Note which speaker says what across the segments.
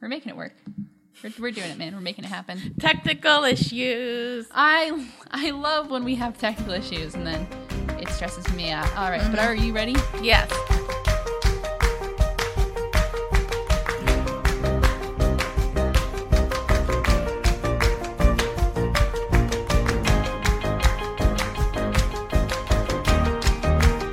Speaker 1: We're making it work. We're, we're doing it, man. We're making it happen.
Speaker 2: Technical issues.
Speaker 1: I I love when we have technical issues and then it stresses me out. All right,
Speaker 2: Mm-hmm.
Speaker 1: but are you ready?
Speaker 2: Yes.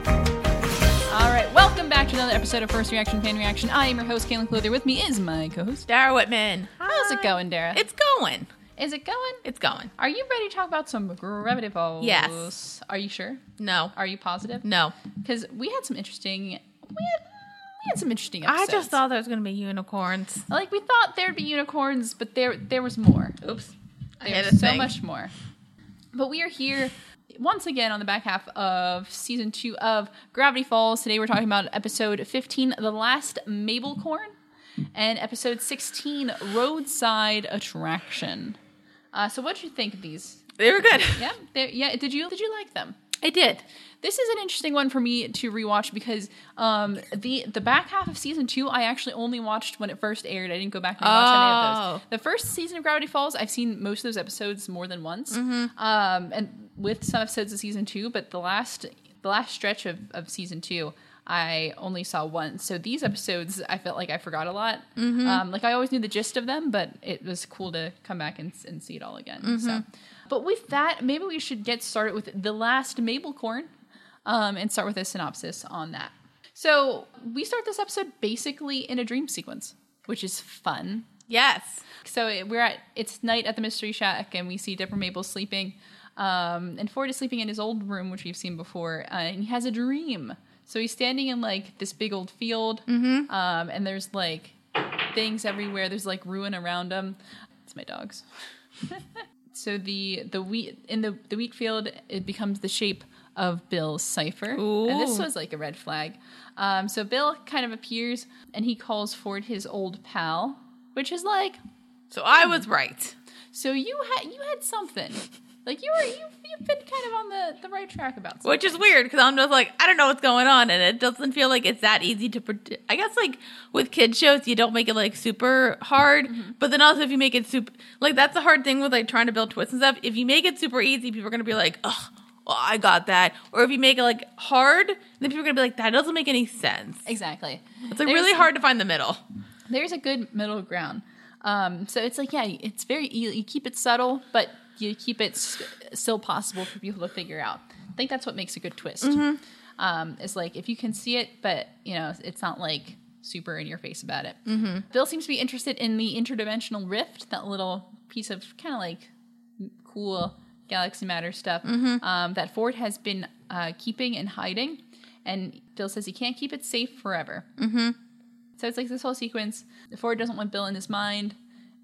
Speaker 1: All right, welcome back to another episode of First Reaction Fan Reaction. I am your host, Kaylin Clothier. With me is my co-host.
Speaker 2: Dara Whitman.
Speaker 1: How's it going, Dara?
Speaker 2: It's going.
Speaker 1: Is it going?
Speaker 2: It's going.
Speaker 1: Are you ready to talk about some gravity balls?
Speaker 2: Yes.
Speaker 1: Are you sure?
Speaker 2: No.
Speaker 1: Are you positive?
Speaker 2: No.
Speaker 1: Because we had some interesting. We had, we had some interesting.
Speaker 2: I
Speaker 1: Episodes.
Speaker 2: just thought there was going to be unicorns.
Speaker 1: like we thought there'd be unicorns, but there there was more.
Speaker 2: Oops. I hit a
Speaker 1: There's so
Speaker 2: thing.
Speaker 1: much more. But we are here once again on the back half of season two of Gravity Falls. Today we're talking about episode 15, The Last Mabel Corn, and episode 16, Roadside Attraction. Uh, so what did you think of these?
Speaker 2: They were good.
Speaker 1: Yeah, they yeah. Did you did you like them?
Speaker 2: I did.
Speaker 1: This is an interesting one for me to rewatch because um, the the back half of season two I actually only watched when it first aired. I didn't go back and watch any of
Speaker 2: Oh.
Speaker 1: those. The first season of Gravity Falls I've seen most of those episodes more than once, um, and with some episodes of season two. But the last the last stretch of, of season two I only saw once. So these episodes I felt like I forgot a lot. Um, like I always knew the gist of them, but it was cool to come back and, and see it all again. So. But with that, maybe we should get started with the last Mabel Corn um, and start with a synopsis on that. So we start this episode basically in a dream sequence, which is fun.
Speaker 2: Yes.
Speaker 1: So it- we're at it's night at the mystery shack, and we see Dipper Maple sleeping, um, and Ford is sleeping in his old room, which we've seen before, uh, and he has a dream. So he's standing in like this big old field, um, and there's like things everywhere. There's like ruin around him. It's my dogs. so the the wheat in the the wheat field it becomes the shape of Bill's cipher, and this
Speaker 2: Ooh.
Speaker 1: was like a red flag. Um, so Bill kind of appears, and he calls Ford his old pal, which is like
Speaker 2: So I was right.
Speaker 1: so you had you had something. Like you were you you've been kind of on the, the right track about something.
Speaker 2: Which is weird because I'm just like, I don't know what's going on. And it doesn't feel like it's that easy to predict. I guess, like, with kid shows, you don't make it like super hard. But then also, if you make it super, like, that's the hard thing with like trying to build twists and stuff. If you make it super easy, people are going to be like, oh, well, I got that. Or if you make it like hard, then people are going to be like, that doesn't make any sense.
Speaker 1: Exactly.
Speaker 2: It's like
Speaker 1: There's-
Speaker 2: really hard to find the middle.
Speaker 1: There's a good middle ground. Um, so it's like yeah, it's very easy. you keep it subtle, but you keep it s still possible for people to figure out. I think that's what makes a good twist. Um, it's like if you can see it, but you know it's not like super in your face about it. Bill seems to be interested in the interdimensional rift, that little piece of kind of like cool galaxy matter stuff um, that Ford has been uh, keeping and hiding. And Bill says he can't keep it safe forever. Mm-hmm. So it's like this whole sequence. Ford doesn't want Bill in his mind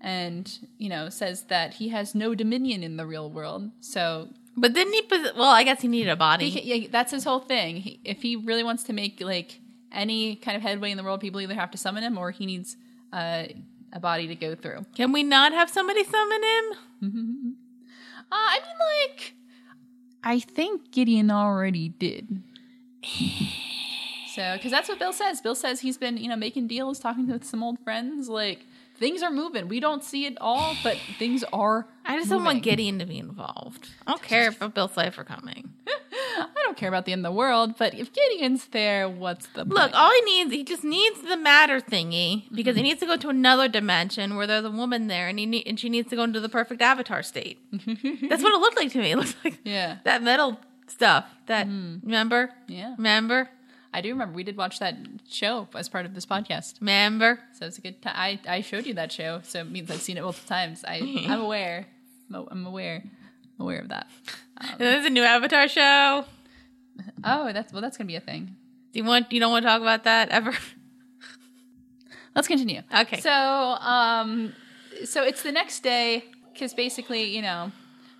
Speaker 1: and, you know, says that he has no dominion in the real world. So
Speaker 2: But didn't he? Pos- well, I guess he needed a body.
Speaker 1: he, yeah, that's his whole thing. He, if he really wants to make, like, any kind of headway in the world, people either have to summon him or he needs uh, a body to go through.
Speaker 2: Can we not have somebody summon him?
Speaker 1: Uh, I mean, like, I think Gideon already did. so, because that's what Bill says. Bill says he's been, you know, making deals, talking to some old friends. Like, things are moving. We don't see it all, but things are.
Speaker 2: I just don't want Gideon to be involved. I don't care if Bill Cipher coming.
Speaker 1: I don't care about the end of the world, but if Gideon's there, what's the
Speaker 2: Look,
Speaker 1: point?
Speaker 2: all he needs, he just needs the matter thingy because he needs to go to another dimension where there's a woman there, and he need, and she needs to go into the perfect avatar state. That's what it looked like to me. It looks like
Speaker 1: Yeah,
Speaker 2: that metal stuff. That remember,
Speaker 1: yeah.
Speaker 2: remember,
Speaker 1: I do remember we did watch that show as part of this podcast.
Speaker 2: remember.
Speaker 1: So it's a good time. I, I showed you that show, so it means I've seen it multiple times. I, I'm aware. I'm a- I'm aware. I'm aware of that.
Speaker 2: And there's a new Avatar show.
Speaker 1: Oh, that's well. That's gonna be a thing.
Speaker 2: Do you want? You don't want to talk about that ever?
Speaker 1: Let's continue.
Speaker 2: Okay.
Speaker 1: So, um, so it's the next day because basically, you know,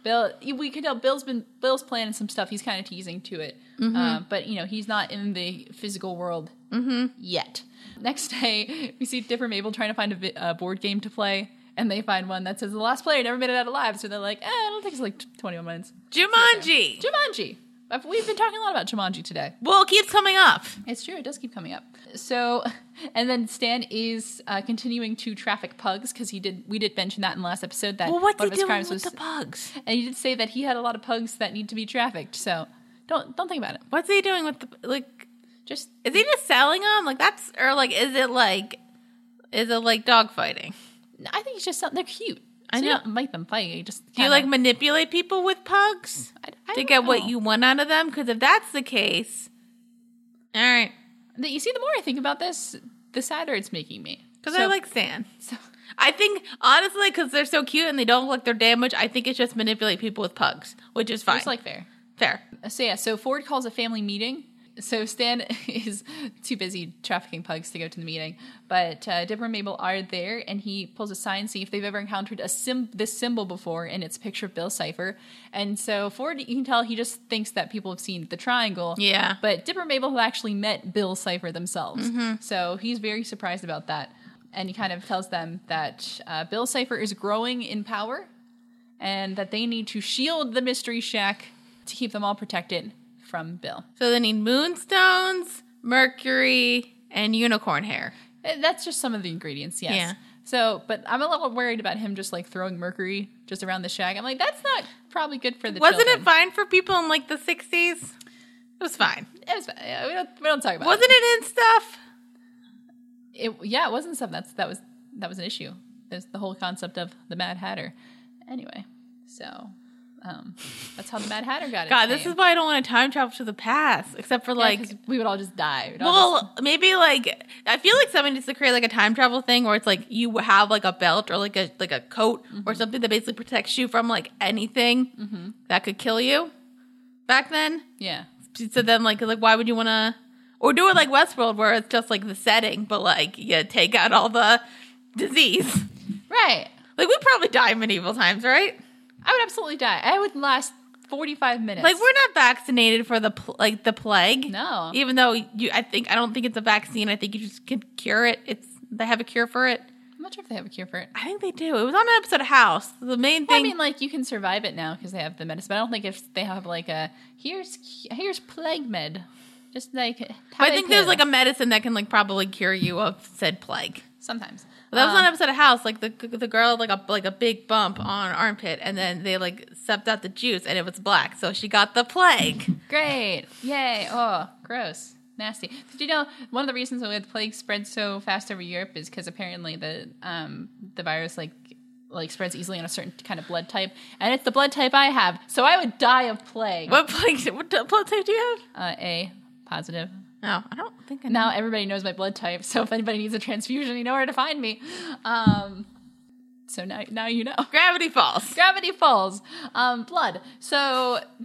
Speaker 1: Bill. We can tell Bill's been Bill's planning some stuff. He's kind of teasing to it, uh, but you know, he's not in the physical world yet. Next day, we see Dipper Mabel trying to find a, vi- a board game to play, and they find one that says the last player never made it out alive. So they're like, eh, it'll take us like t- 21 minutes.
Speaker 2: Jumanji.
Speaker 1: Jumanji. I've- We've been talking a lot about Jumanji today.
Speaker 2: Well, it keeps coming up.
Speaker 1: It's true. It does keep coming up. So, and then Stan is uh, continuing to traffic pugs because he did. We did mention that in the last episode that
Speaker 2: Well, what's
Speaker 1: one
Speaker 2: he
Speaker 1: of his
Speaker 2: doing
Speaker 1: crimes
Speaker 2: with
Speaker 1: was,
Speaker 2: the bugs?
Speaker 1: and he did say that he had a lot of pugs that need to be trafficked. So, don't don't think about it.
Speaker 2: What's he doing with the like?
Speaker 1: Just
Speaker 2: Is he just selling them? Like that's or like is it like is it like dog fighting?
Speaker 1: I think it's just something. They're cute.
Speaker 2: I
Speaker 1: So you
Speaker 2: know.
Speaker 1: don't make them fight. You just
Speaker 2: Do you
Speaker 1: kinda-
Speaker 2: like manipulate people with pugs
Speaker 1: I- I
Speaker 2: to
Speaker 1: don't
Speaker 2: get what
Speaker 1: know.
Speaker 2: you want out of them? Because if that's the case, all right.
Speaker 1: That you see, the more I think about this, the sadder it's making me.
Speaker 2: Because I
Speaker 1: So-
Speaker 2: like Stan.
Speaker 1: So,
Speaker 2: I think honestly, because they're so cute and they don't look like they're damaged, I think it's just manipulate people with pugs, which is fine.
Speaker 1: it's like fair.
Speaker 2: fair.
Speaker 1: So yeah, so Ford calls a family meeting. So Stan is too busy trafficking pugs to go to the meeting, but uh, Deborah and Mabel are there, and he pulls a sign see if they've ever encountered a sim this symbol before, and it's a picture of Bill Cipher. And so Ford, you can tell he just thinks that people have seen the triangle,
Speaker 2: Yeah.
Speaker 1: But Dipper and Mabel have actually met Bill Cipher themselves, so he's very surprised about that, and he kind of tells them that uh, Bill Cipher is growing in power and that they need to shield the mystery shack to keep them all protected from Bill.
Speaker 2: So they need moonstones, mercury, and unicorn hair.
Speaker 1: Eh, That's just some of the ingredients, yes.
Speaker 2: Yeah.
Speaker 1: So, but I'm a little worried about him just like throwing mercury just around the shack. I'm like, that's not probably good for the
Speaker 2: Wasn't
Speaker 1: children.
Speaker 2: it fine for people in like the sixties? It was fine.
Speaker 1: It was, eh, we, don't, we don't talk about
Speaker 2: Wasn't it in stuff?
Speaker 1: it, yeah, it wasn't something that's that was that was an issue. There's the whole concept of the Mad Hatter. Anyway, so um, that's how the Mad Hatter got it.
Speaker 2: God, this is why I don't want to time travel to the past, except for like.
Speaker 1: we would all just die. We'd all just-
Speaker 2: Well, maybe like I feel like someone needs to create like a time travel thing where it's like you have like a belt or like a like a coat or something that basically protects you from like anything that could kill you back then.
Speaker 1: yeah.
Speaker 2: So then like like why would you want to or do it like Westworld where it's just like the setting but like you take out all the disease.
Speaker 1: Right.
Speaker 2: Like we probably die in medieval times, right?
Speaker 1: I would absolutely die. I would last 45 minutes.
Speaker 2: Like we're not vaccinated for the pl- like the plague.
Speaker 1: No.
Speaker 2: even though you, I think I don't think it's a vaccine. I think you just can cure it. It's they have a cure for it.
Speaker 1: I'm not sure if they have a cure for it.
Speaker 2: I think they do. It was on an episode of House. The main
Speaker 1: Well,
Speaker 2: thing.
Speaker 1: I mean, like you can survive it now because they have the medicine. But I don't think if they have like a here's here's plague med, just like
Speaker 2: but I think there's like a medicine that can like probably cure you of said plague.
Speaker 1: sometimes
Speaker 2: But that was on
Speaker 1: Um,
Speaker 2: an episode of House. Like the the girl had, like a like a big bump on her armpit, and then they like sucked out the juice, and it was black, so she got the plague.
Speaker 1: Great. Yay. Oh, gross. Nasty. Did you know one of the reasons why the plague spread so fast over Europe is because apparently the um, the virus like like spreads easily on a certain kind of blood type, and it's the blood type I have, so I would die of plague.
Speaker 2: what plague? What plague do you
Speaker 1: Uh, a positive.
Speaker 2: have? No, I don't think I know.
Speaker 1: Now everybody knows my blood type, so if anybody needs a transfusion, you know where to find me. Um, so now now you know.
Speaker 2: Gravity Falls.
Speaker 1: Gravity Falls, um, blood. So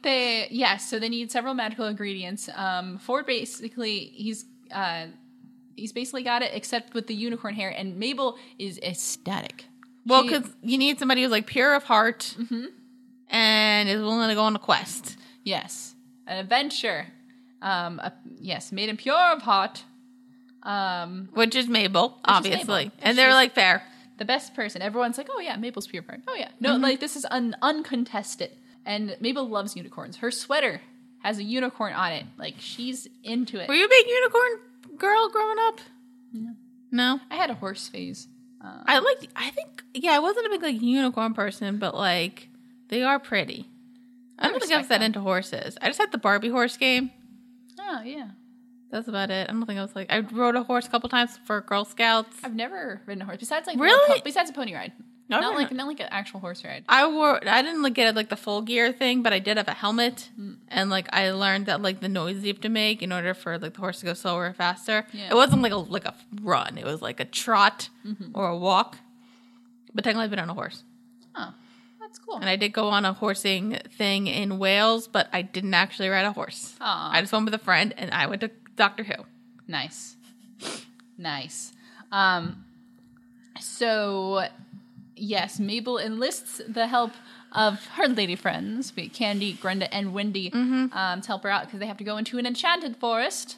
Speaker 1: they, yes, so they need several magical ingredients. Um, Ford basically, he's uh, he's basically got it, except with the unicorn hair. And Mabel is ecstatic.
Speaker 2: Well,
Speaker 1: She-
Speaker 2: because you need somebody who's like pure of heart and is willing to go on a quest.
Speaker 1: yes, an adventure. Um, a, yes, made him pure of heart. Um,
Speaker 2: Which is Mabel, obviously.
Speaker 1: Mabel.
Speaker 2: And they're
Speaker 1: She's-
Speaker 2: like, fair.
Speaker 1: the best person. Everyone's like, oh yeah, Mabel's pure of heart. Oh yeah, no, like this is un- uncontested. And Mabel loves unicorns. Her sweater has a unicorn on it. Like she's into it.
Speaker 2: Were you a big unicorn girl growing up? No.
Speaker 1: I had a horse phase.
Speaker 2: I liked, I think, yeah, I wasn't a big like unicorn person, but like they are pretty. I don't think I was
Speaker 1: respect
Speaker 2: that
Speaker 1: them.
Speaker 2: into horses. I just had the Barbie horse game.
Speaker 1: Oh yeah.
Speaker 2: That's about it. I don't think I was like, I rode a horse a couple times for Girl Scouts.
Speaker 1: I've never ridden a horse besides like
Speaker 2: Really?
Speaker 1: little po- besides a pony ride.
Speaker 2: No, I've
Speaker 1: not
Speaker 2: never-
Speaker 1: like not like an actual horse ride.
Speaker 2: I wore. I didn't look at it like the full gear thing, but I did have a helmet, and like I learned that like the noise you have to make in order for like the horse to go slower or faster.
Speaker 1: Yeah.
Speaker 2: It wasn't like a like a run. It was like a trot or a walk. But technically, I've been on a horse,
Speaker 1: Oh, that's cool.
Speaker 2: and I did go on a horsing thing in Wales, but I didn't actually ride a horse.
Speaker 1: Aw.
Speaker 2: I just went with a friend, and I went to Doctor Who.
Speaker 1: nice, nice. Um, so yes, Mabel enlists the help of her lady friends, be it Candy, Grenda, and Wendy, um, to help her out because they have to go into an enchanted forest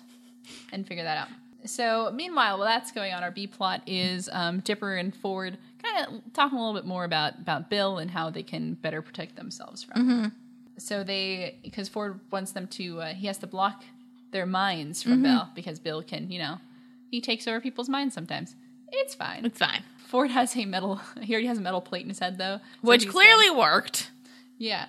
Speaker 1: and figure that out. So meanwhile, while that's going on, our B plot is um, Dipper and Ford kind of talking a little bit more about about Bill and how they can better protect themselves from. him. so they because Ford wants them to uh, he has to block their minds from Bill because Bill can you know he takes over people's minds sometimes. It's fine.
Speaker 2: It's fine.
Speaker 1: Ford has a metal. He already has a metal plate in his head though, so
Speaker 2: Which
Speaker 1: he's
Speaker 2: clearly worked.
Speaker 1: good. yeah.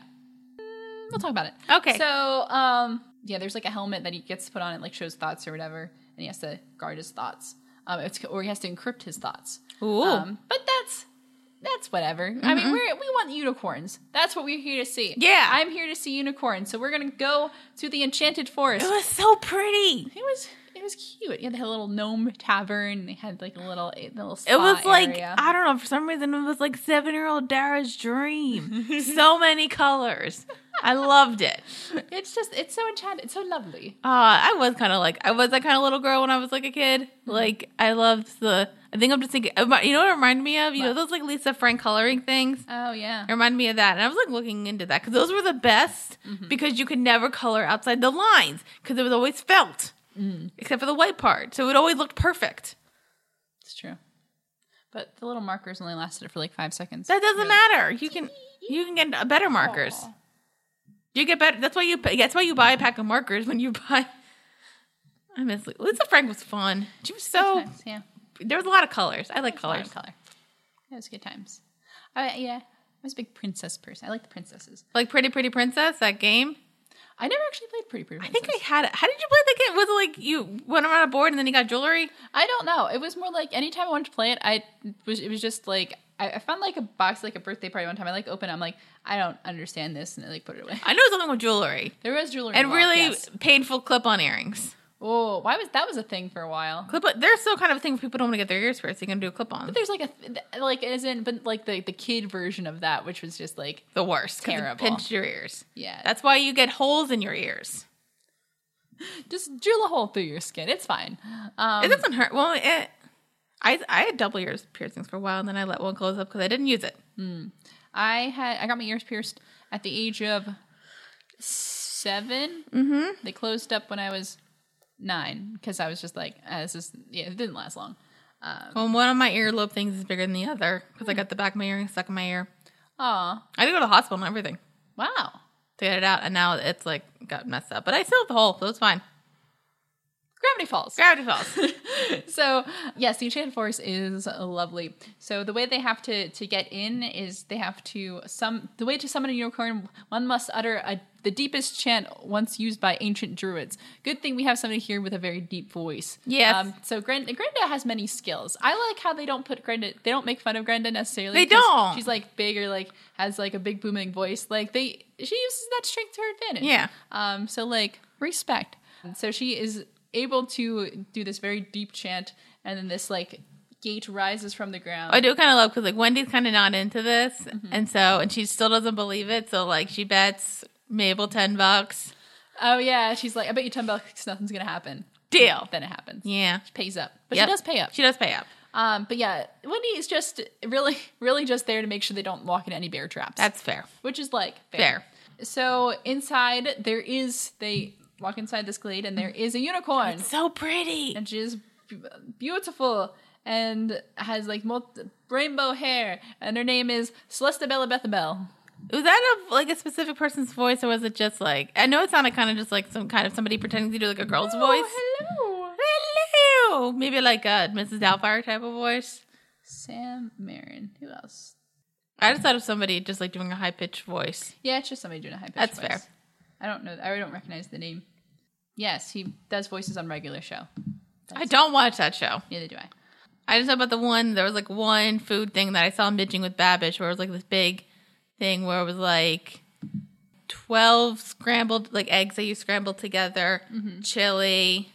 Speaker 1: Mm, We'll talk about it.
Speaker 2: Okay.
Speaker 1: So um yeah, there's like a helmet that he gets to put on. It like shows thoughts or whatever, and he has to guard his thoughts. Um, it's, or he has to encrypt his thoughts.
Speaker 2: Ooh. Mm-hmm.
Speaker 1: Um, but that's that's whatever. I mean, we're, we want unicorns. That's what we're here to see.
Speaker 2: Yeah.
Speaker 1: I'm here to see unicorns. So we're gonna go to the enchanted forest.
Speaker 2: it was so pretty.
Speaker 1: It was it was cute. Yeah, they had a little gnome tavern. They had like a little a little. Spa
Speaker 2: It was like
Speaker 1: area.
Speaker 2: I don't know. For some reason, it was like seven year old Dara's dream. so many colors. I loved it.
Speaker 1: it's just it's so enchanted. It's so lovely.
Speaker 2: Uh, I was kind of like I was that kind of little girl when I was like a kid.
Speaker 1: Mm-hmm.
Speaker 2: Like I loved the. I think I'm just thinking. You know what it reminded me of? You know
Speaker 1: What?
Speaker 2: those like Lisa Frank coloring things.
Speaker 1: Oh yeah.
Speaker 2: It reminded me of that. And I was like looking into that because those were the best
Speaker 1: Mm-hmm.
Speaker 2: because you could never color outside the lines because it was always felt
Speaker 1: Mm.
Speaker 2: except for the white part. So it always looked perfect.
Speaker 1: It's true. But the little markers only lasted for like five seconds.
Speaker 2: That doesn't matter. You can you can get better markers.
Speaker 1: Aw.
Speaker 2: You get better. That's why you that's why you buy a pack of markers when you buy. I miss Lisa Frank was fun. She was so
Speaker 1: Sometimes, yeah.
Speaker 2: there was a lot of colors. I like
Speaker 1: A lot
Speaker 2: colors.
Speaker 1: of color. It was good times. I, yeah, I was a big princess person. I like the princesses.
Speaker 2: Like Pretty Pretty Princess, that game.
Speaker 1: I never actually played Pretty Pretty
Speaker 2: I
Speaker 1: Princess.
Speaker 2: think I had it. How did you play the game? Was it like you went around a board and then you got jewelry?
Speaker 1: I don't know. It was more like anytime I wanted to play it, I was. It was just like I, I found like a box, like a birthday party one time. I like opened. it, I'm like, I don't understand this, and I like put it away.
Speaker 2: I know it was something with jewelry.
Speaker 1: There was jewelry
Speaker 2: and
Speaker 1: involved,
Speaker 2: really
Speaker 1: yes.
Speaker 2: painful clip-on earrings.
Speaker 1: Oh, why was that was a thing for a while?
Speaker 2: Clip-on, they're still kind of a thing where people don't want to get their ears pierced. They can do a clip-on.
Speaker 1: There's like a th- like as in but like the the kid version of that, which was just like
Speaker 2: The worst. 'cause it
Speaker 1: Terrible.
Speaker 2: Pinched your ears.
Speaker 1: yeah,
Speaker 2: That's why you get holes in your ears.
Speaker 1: just drill a hole through your skin. It's fine. Um,
Speaker 2: It doesn't hurt. Well, it, I I had double ears piercings for a while, and then I let one close up because I didn't use it.
Speaker 1: I had I got my ears pierced at the age of 7 Mm-hmm. They closed up when I was nine because I was just like, ah, this is yeah, it didn't last long.
Speaker 2: Well, one of my earlobe things is bigger than the other because
Speaker 1: Hmm.
Speaker 2: I got the back of my earring stuck in my ear.
Speaker 1: Aw,
Speaker 2: I had to go to the hospital and everything
Speaker 1: wow.
Speaker 2: to get it out, and now it's like got messed up. But I still have the hole, so it's fine.
Speaker 1: Gravity Falls.
Speaker 2: Gravity falls.
Speaker 1: so yes, the Enchanted Forest is lovely. So the way they have to to get in is they have to some the way to summon a unicorn. One must utter a, the deepest chant once used by ancient druids. Good thing we have somebody here with a very deep voice. Um,
Speaker 2: Yes.
Speaker 1: so Grenda, Grenda has many skills. I like how they don't put Grenda. They don't make fun of Grenda necessarily.
Speaker 2: They
Speaker 1: 'cause
Speaker 2: don't.
Speaker 1: She's like big or like has like a big booming voice. Like they she uses that strength to her advantage.
Speaker 2: Yeah.
Speaker 1: Um, so like respect. So she is able to do this very deep chant, and then this like gate rises from the ground.
Speaker 2: I do kind of love because like Wendy's kind of not into this,
Speaker 1: Mm-hmm.
Speaker 2: and so and she still doesn't believe it. So like she bets Mabel ten bucks.
Speaker 1: oh yeah, she's like, I bet you ten bucks nothing's gonna happen.
Speaker 2: Deal.
Speaker 1: Then it happens.
Speaker 2: Yeah,
Speaker 1: Pays up, but
Speaker 2: Yep.
Speaker 1: she does pay up.
Speaker 2: She does pay up.
Speaker 1: Um, but yeah, Wendy is just really, really just there to make sure they don't walk into any bear traps.
Speaker 2: That's fair.
Speaker 1: which is like
Speaker 2: Fair.
Speaker 1: So inside there is they walk inside this glade and there is a unicorn.
Speaker 2: So pretty.
Speaker 1: and she is b- beautiful and has like multi- rainbow hair and her name is Celesta Bella Bethabel.
Speaker 2: Was that a, like a specific person's voice, or was it just like I know it sounded kind of just like some kind of somebody pretending to do like a girl's voice?
Speaker 1: hello.
Speaker 2: Hello, maybe like a Mrs. Doubtfire type of voice.
Speaker 1: Sam Marin. Who else?
Speaker 2: I just thought of somebody just like doing a high pitched voice.
Speaker 1: Yeah, it's just somebody doing a high pitch.
Speaker 2: That's
Speaker 1: voice.
Speaker 2: fair.
Speaker 1: I don't know. I don't recognize the name. Yes, he does voices on regular show.
Speaker 2: I don't watch that show.
Speaker 1: Neither do I.
Speaker 2: I just know about the one there was like one food thing that I saw bitching with Babish, where it was like this big thing where it was like twelve scrambled like eggs that you scrambled together, chili,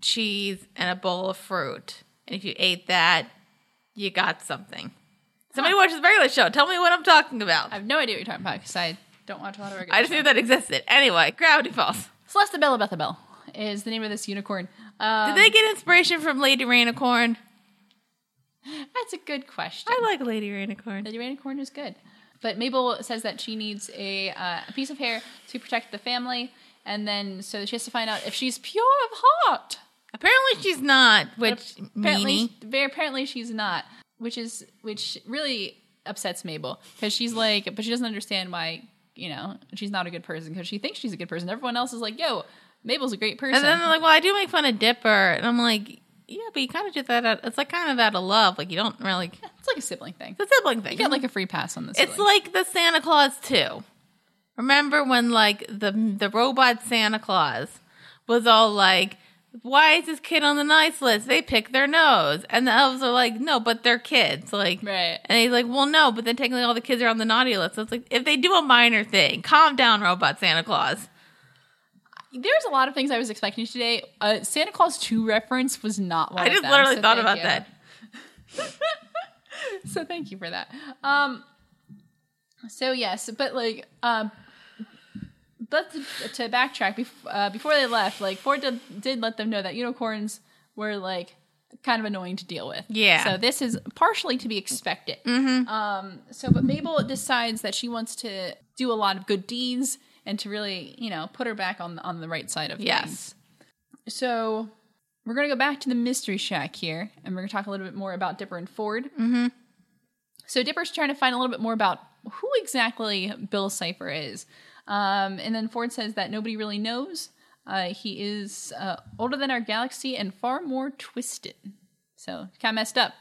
Speaker 2: cheese, and a bowl of fruit. And if you ate that, you got something. Somebody watches the regular show. Tell me what I'm talking about.
Speaker 1: I have no idea what you're talking about because I don't watch a lot of regular.
Speaker 2: I just knew that existed. Anyway, Gravity Falls.
Speaker 1: Celesta Bella Bethabel is the name of this unicorn.
Speaker 2: Did
Speaker 1: Um,
Speaker 2: they get inspiration from Lady Rainicorn?
Speaker 1: that's a good question.
Speaker 2: I like Lady Rainicorn.
Speaker 1: The unicorn is good. But Mabel says that she needs a, uh, a piece of hair to protect the family, and then so she has to find out if she's pure of heart.
Speaker 2: Apparently she's not, which meanie.
Speaker 1: Apparently, very apparently she's not, which is which really upsets Mabel because she's like, but she doesn't understand why you know, she's not a good person because she thinks she's a good person. Everyone else is like, yo, Mabel's a great person.
Speaker 2: And then they're like, well, I do make fun of Dipper. And I'm like, yeah, but you kind of did that out, it's like kind of out of love. Like, you don't really,
Speaker 1: it's like a sibling thing.
Speaker 2: it's a sibling thing.
Speaker 1: You get like a free pass on this.
Speaker 2: it's like the Santa Claus too. Remember when like the the robot Santa Claus was all like, "Why is this kid on the nice list? They pick their nose," and the elves are like, "No, but they're kids." Like,
Speaker 1: Right.
Speaker 2: And he's like, "Well, no, but then technically all the kids are on the naughty list." So it's like if they do a minor thing, calm down, robot Santa Claus.
Speaker 1: There's a lot of things I was expecting today. Uh, Santa Claus 2 reference was not one
Speaker 2: I
Speaker 1: of
Speaker 2: just
Speaker 1: them,
Speaker 2: literally
Speaker 1: so
Speaker 2: thought
Speaker 1: thank
Speaker 2: about
Speaker 1: you.
Speaker 2: that.
Speaker 1: So thank you for that. Um, so yes, but like, um, but to, to backtrack, bef- uh, before they left, like Ford did, did let them know that unicorns were like kind of annoying to deal with.
Speaker 2: Yeah.
Speaker 1: So this is partially to be expected. Um, so, but Mabel decides that she wants to do a lot of good deeds and to really, you know, put her back on on the right side of things.
Speaker 2: Yes.
Speaker 1: So we're gonna go back to the mystery shack here, and we're gonna talk a little bit more about Dipper and Ford. Mm-hmm. So Dipper's trying to find a little bit more about who exactly Bill Cipher is, um, and then Ford says that nobody really knows. Uh, he is uh, older than our galaxy and far more twisted, so kind of messed up.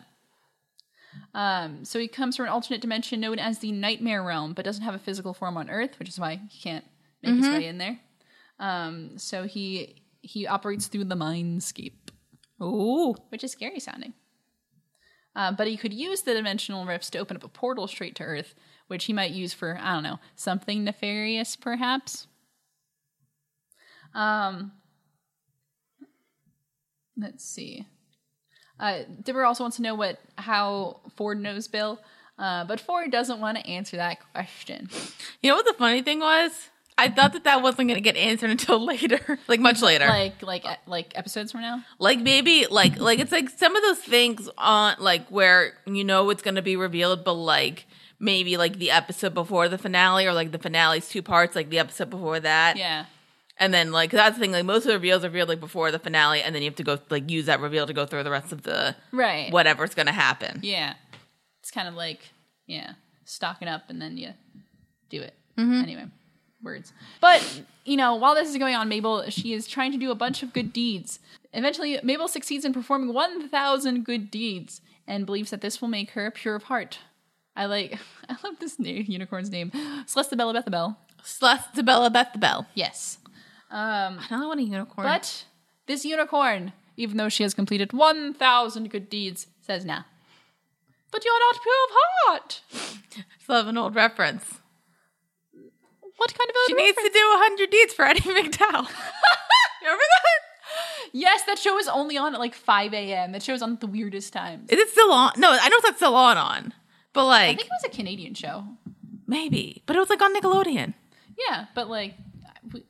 Speaker 1: Um, so he comes from an alternate dimension known as the Nightmare Realm, but doesn't have a physical form on Earth, which is why he can't make his way in there. Um, so he he operates through the mindscape,
Speaker 2: Ooh.
Speaker 1: which is scary sounding. Uh, but he could use the dimensional rifts to open up a portal straight to Earth, which he might use for I don't know something nefarious, perhaps. Um, let's see. Uh, Dibber also wants to know what how Ford knows Bill, uh, but Ford doesn't want to answer that question.
Speaker 2: You know what the funny thing was? I thought that that wasn't going to get answered until later, like much later.
Speaker 1: Like like e- like episodes from now.
Speaker 2: like maybe like like it's like some of those things on like where you know it's going to be revealed but like maybe like the episode before the finale or like the finale's two parts like the episode before that
Speaker 1: Yeah.
Speaker 2: and then like that's the thing like most of the reveals are revealed like before the finale and then you have to go like use that reveal to go through the rest of the
Speaker 1: Right.
Speaker 2: whatever's going to happen
Speaker 1: Yeah. It's kind of like, yeah, stocking up and then you do it. Anyway, words. But, you know, while this is going on, Mabel, she is trying to do a bunch of good deeds. Eventually, Mabel succeeds in performing 1,000 good deeds and believes that this will make her pure of heart. I like, I love this new unicorn's name. Celeste the Bell about the Bell.
Speaker 2: Celeste the Bella Beth the Bell
Speaker 1: Yes. Um,
Speaker 2: another one a unicorn
Speaker 1: but this unicorn, even though she has completed 1,000 good deeds, says nah. But you're not pure of heart.
Speaker 2: still have an old reference
Speaker 1: What kind of
Speaker 2: she
Speaker 1: old
Speaker 2: needs to do 100 deeds for Eddie McDowell remember that
Speaker 1: Yes, that show is only on at like 5 a.m. That show's on at the weirdest times.
Speaker 2: is it still on no I know it's not still on on but
Speaker 1: I
Speaker 2: like
Speaker 1: think it was a Canadian show.
Speaker 2: Maybe, but it was like on Nickelodeon.
Speaker 1: Yeah, but like, w-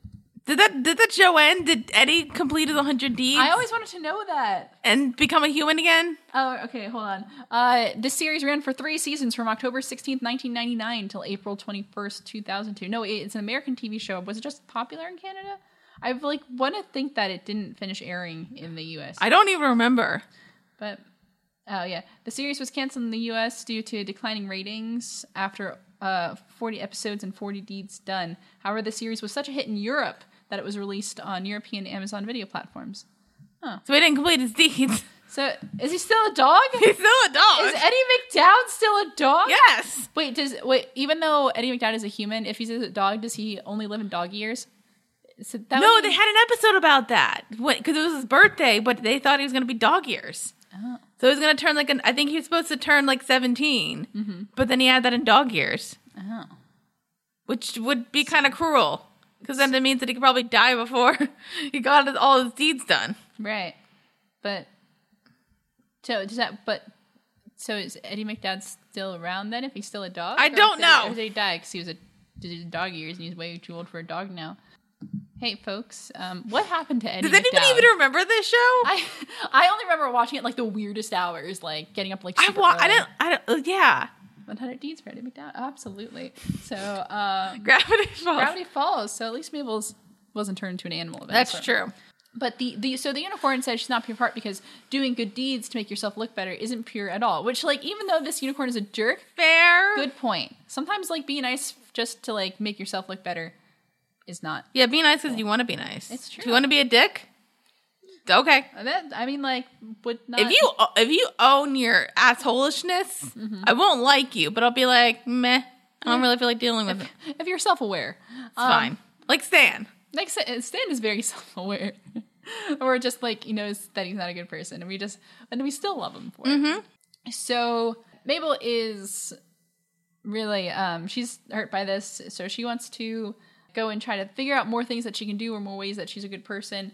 Speaker 2: Did that did that show end? Did Eddie complete his 100 deeds
Speaker 1: I always wanted to know that.
Speaker 2: and become a human again?
Speaker 1: Oh, okay, hold on. Uh, this series ran for three seasons from October 16th, 1999 till April 21st, 2002. No, it- it's an American TV show. Was it just popular in Canada? I like want to think that it didn't finish airing in the U.S.
Speaker 2: I don't even remember.
Speaker 1: But oh yeah, the series was canceled in the U.S. due to declining ratings after uh, 40 episodes and 40 deeds done. However, the series was such a hit in Europe that it was released on European Amazon video platforms.
Speaker 2: So he didn't complete his deeds.
Speaker 1: So is he still a dog?
Speaker 2: He's still a dog.
Speaker 1: is Eddie McDowd still a dog?
Speaker 2: yes.
Speaker 1: Wait, does wait even though Eddie McDowd is a human, if he's a dog, does he only live in dog years? So that
Speaker 2: No,
Speaker 1: would
Speaker 2: they
Speaker 1: be-
Speaker 2: had an episode about that because it was his birthday, but they thought he was going to be dog years.
Speaker 1: Oh.
Speaker 2: So he was going to turn like an. I think he was supposed to turn like 17, but then he had that in dog years,
Speaker 1: Mm-hmm. Oh.
Speaker 2: which would be kind of cruel because then it means that he could probably die before he got his, all his deeds done.
Speaker 1: Right. But so does that but so is Eddie McDowd still around then if he's still a dog?
Speaker 2: I
Speaker 1: Or
Speaker 2: don't
Speaker 1: did he-
Speaker 2: know.
Speaker 1: Or did he die because he was a did he dog years and he's way too old for a dog now. Hey folks, um, what happened to Eddie
Speaker 2: Does anybody
Speaker 1: McDowd?
Speaker 2: even remember this show?
Speaker 1: I I only remember watching it like the weirdest hours, like getting up like
Speaker 2: I
Speaker 1: super
Speaker 2: wa- I
Speaker 1: early.
Speaker 2: don't. I don't. uh, Yeah,
Speaker 1: 100 deeds for Eddie McDowd. Absolutely. So um,
Speaker 2: Gravity Falls.
Speaker 1: Gravity Falls. So at least Mabel's wasn't turned into an animal.
Speaker 2: That's
Speaker 1: eventually.
Speaker 2: true.
Speaker 1: But the, the so the unicorn says she's not pure of heart because doing good deeds to make yourself look better isn't pure at all. Which like even though this unicorn is a jerk,
Speaker 2: Fair.
Speaker 1: good point. Sometimes like be nice just to like make yourself look better is not.
Speaker 2: Yeah, be nice because you want to be nice.
Speaker 1: It's
Speaker 2: Do
Speaker 1: true.
Speaker 2: you want to be a dick? Okay.
Speaker 1: And that- I mean, like, would not.
Speaker 2: If you if you own your assholishness, I won't like you, but I'll be like, meh. I don't really feel like dealing with it. It's
Speaker 1: if you're self aware, it's
Speaker 2: fine. Like Stan.
Speaker 1: Next, Stan is very self aware, or just like he knows that he's not a good person, and we just and we still love him for it. So Mabel is really um, she's hurt by this, so she wants to go and try to figure out more things that she can do or more ways that she's a good person.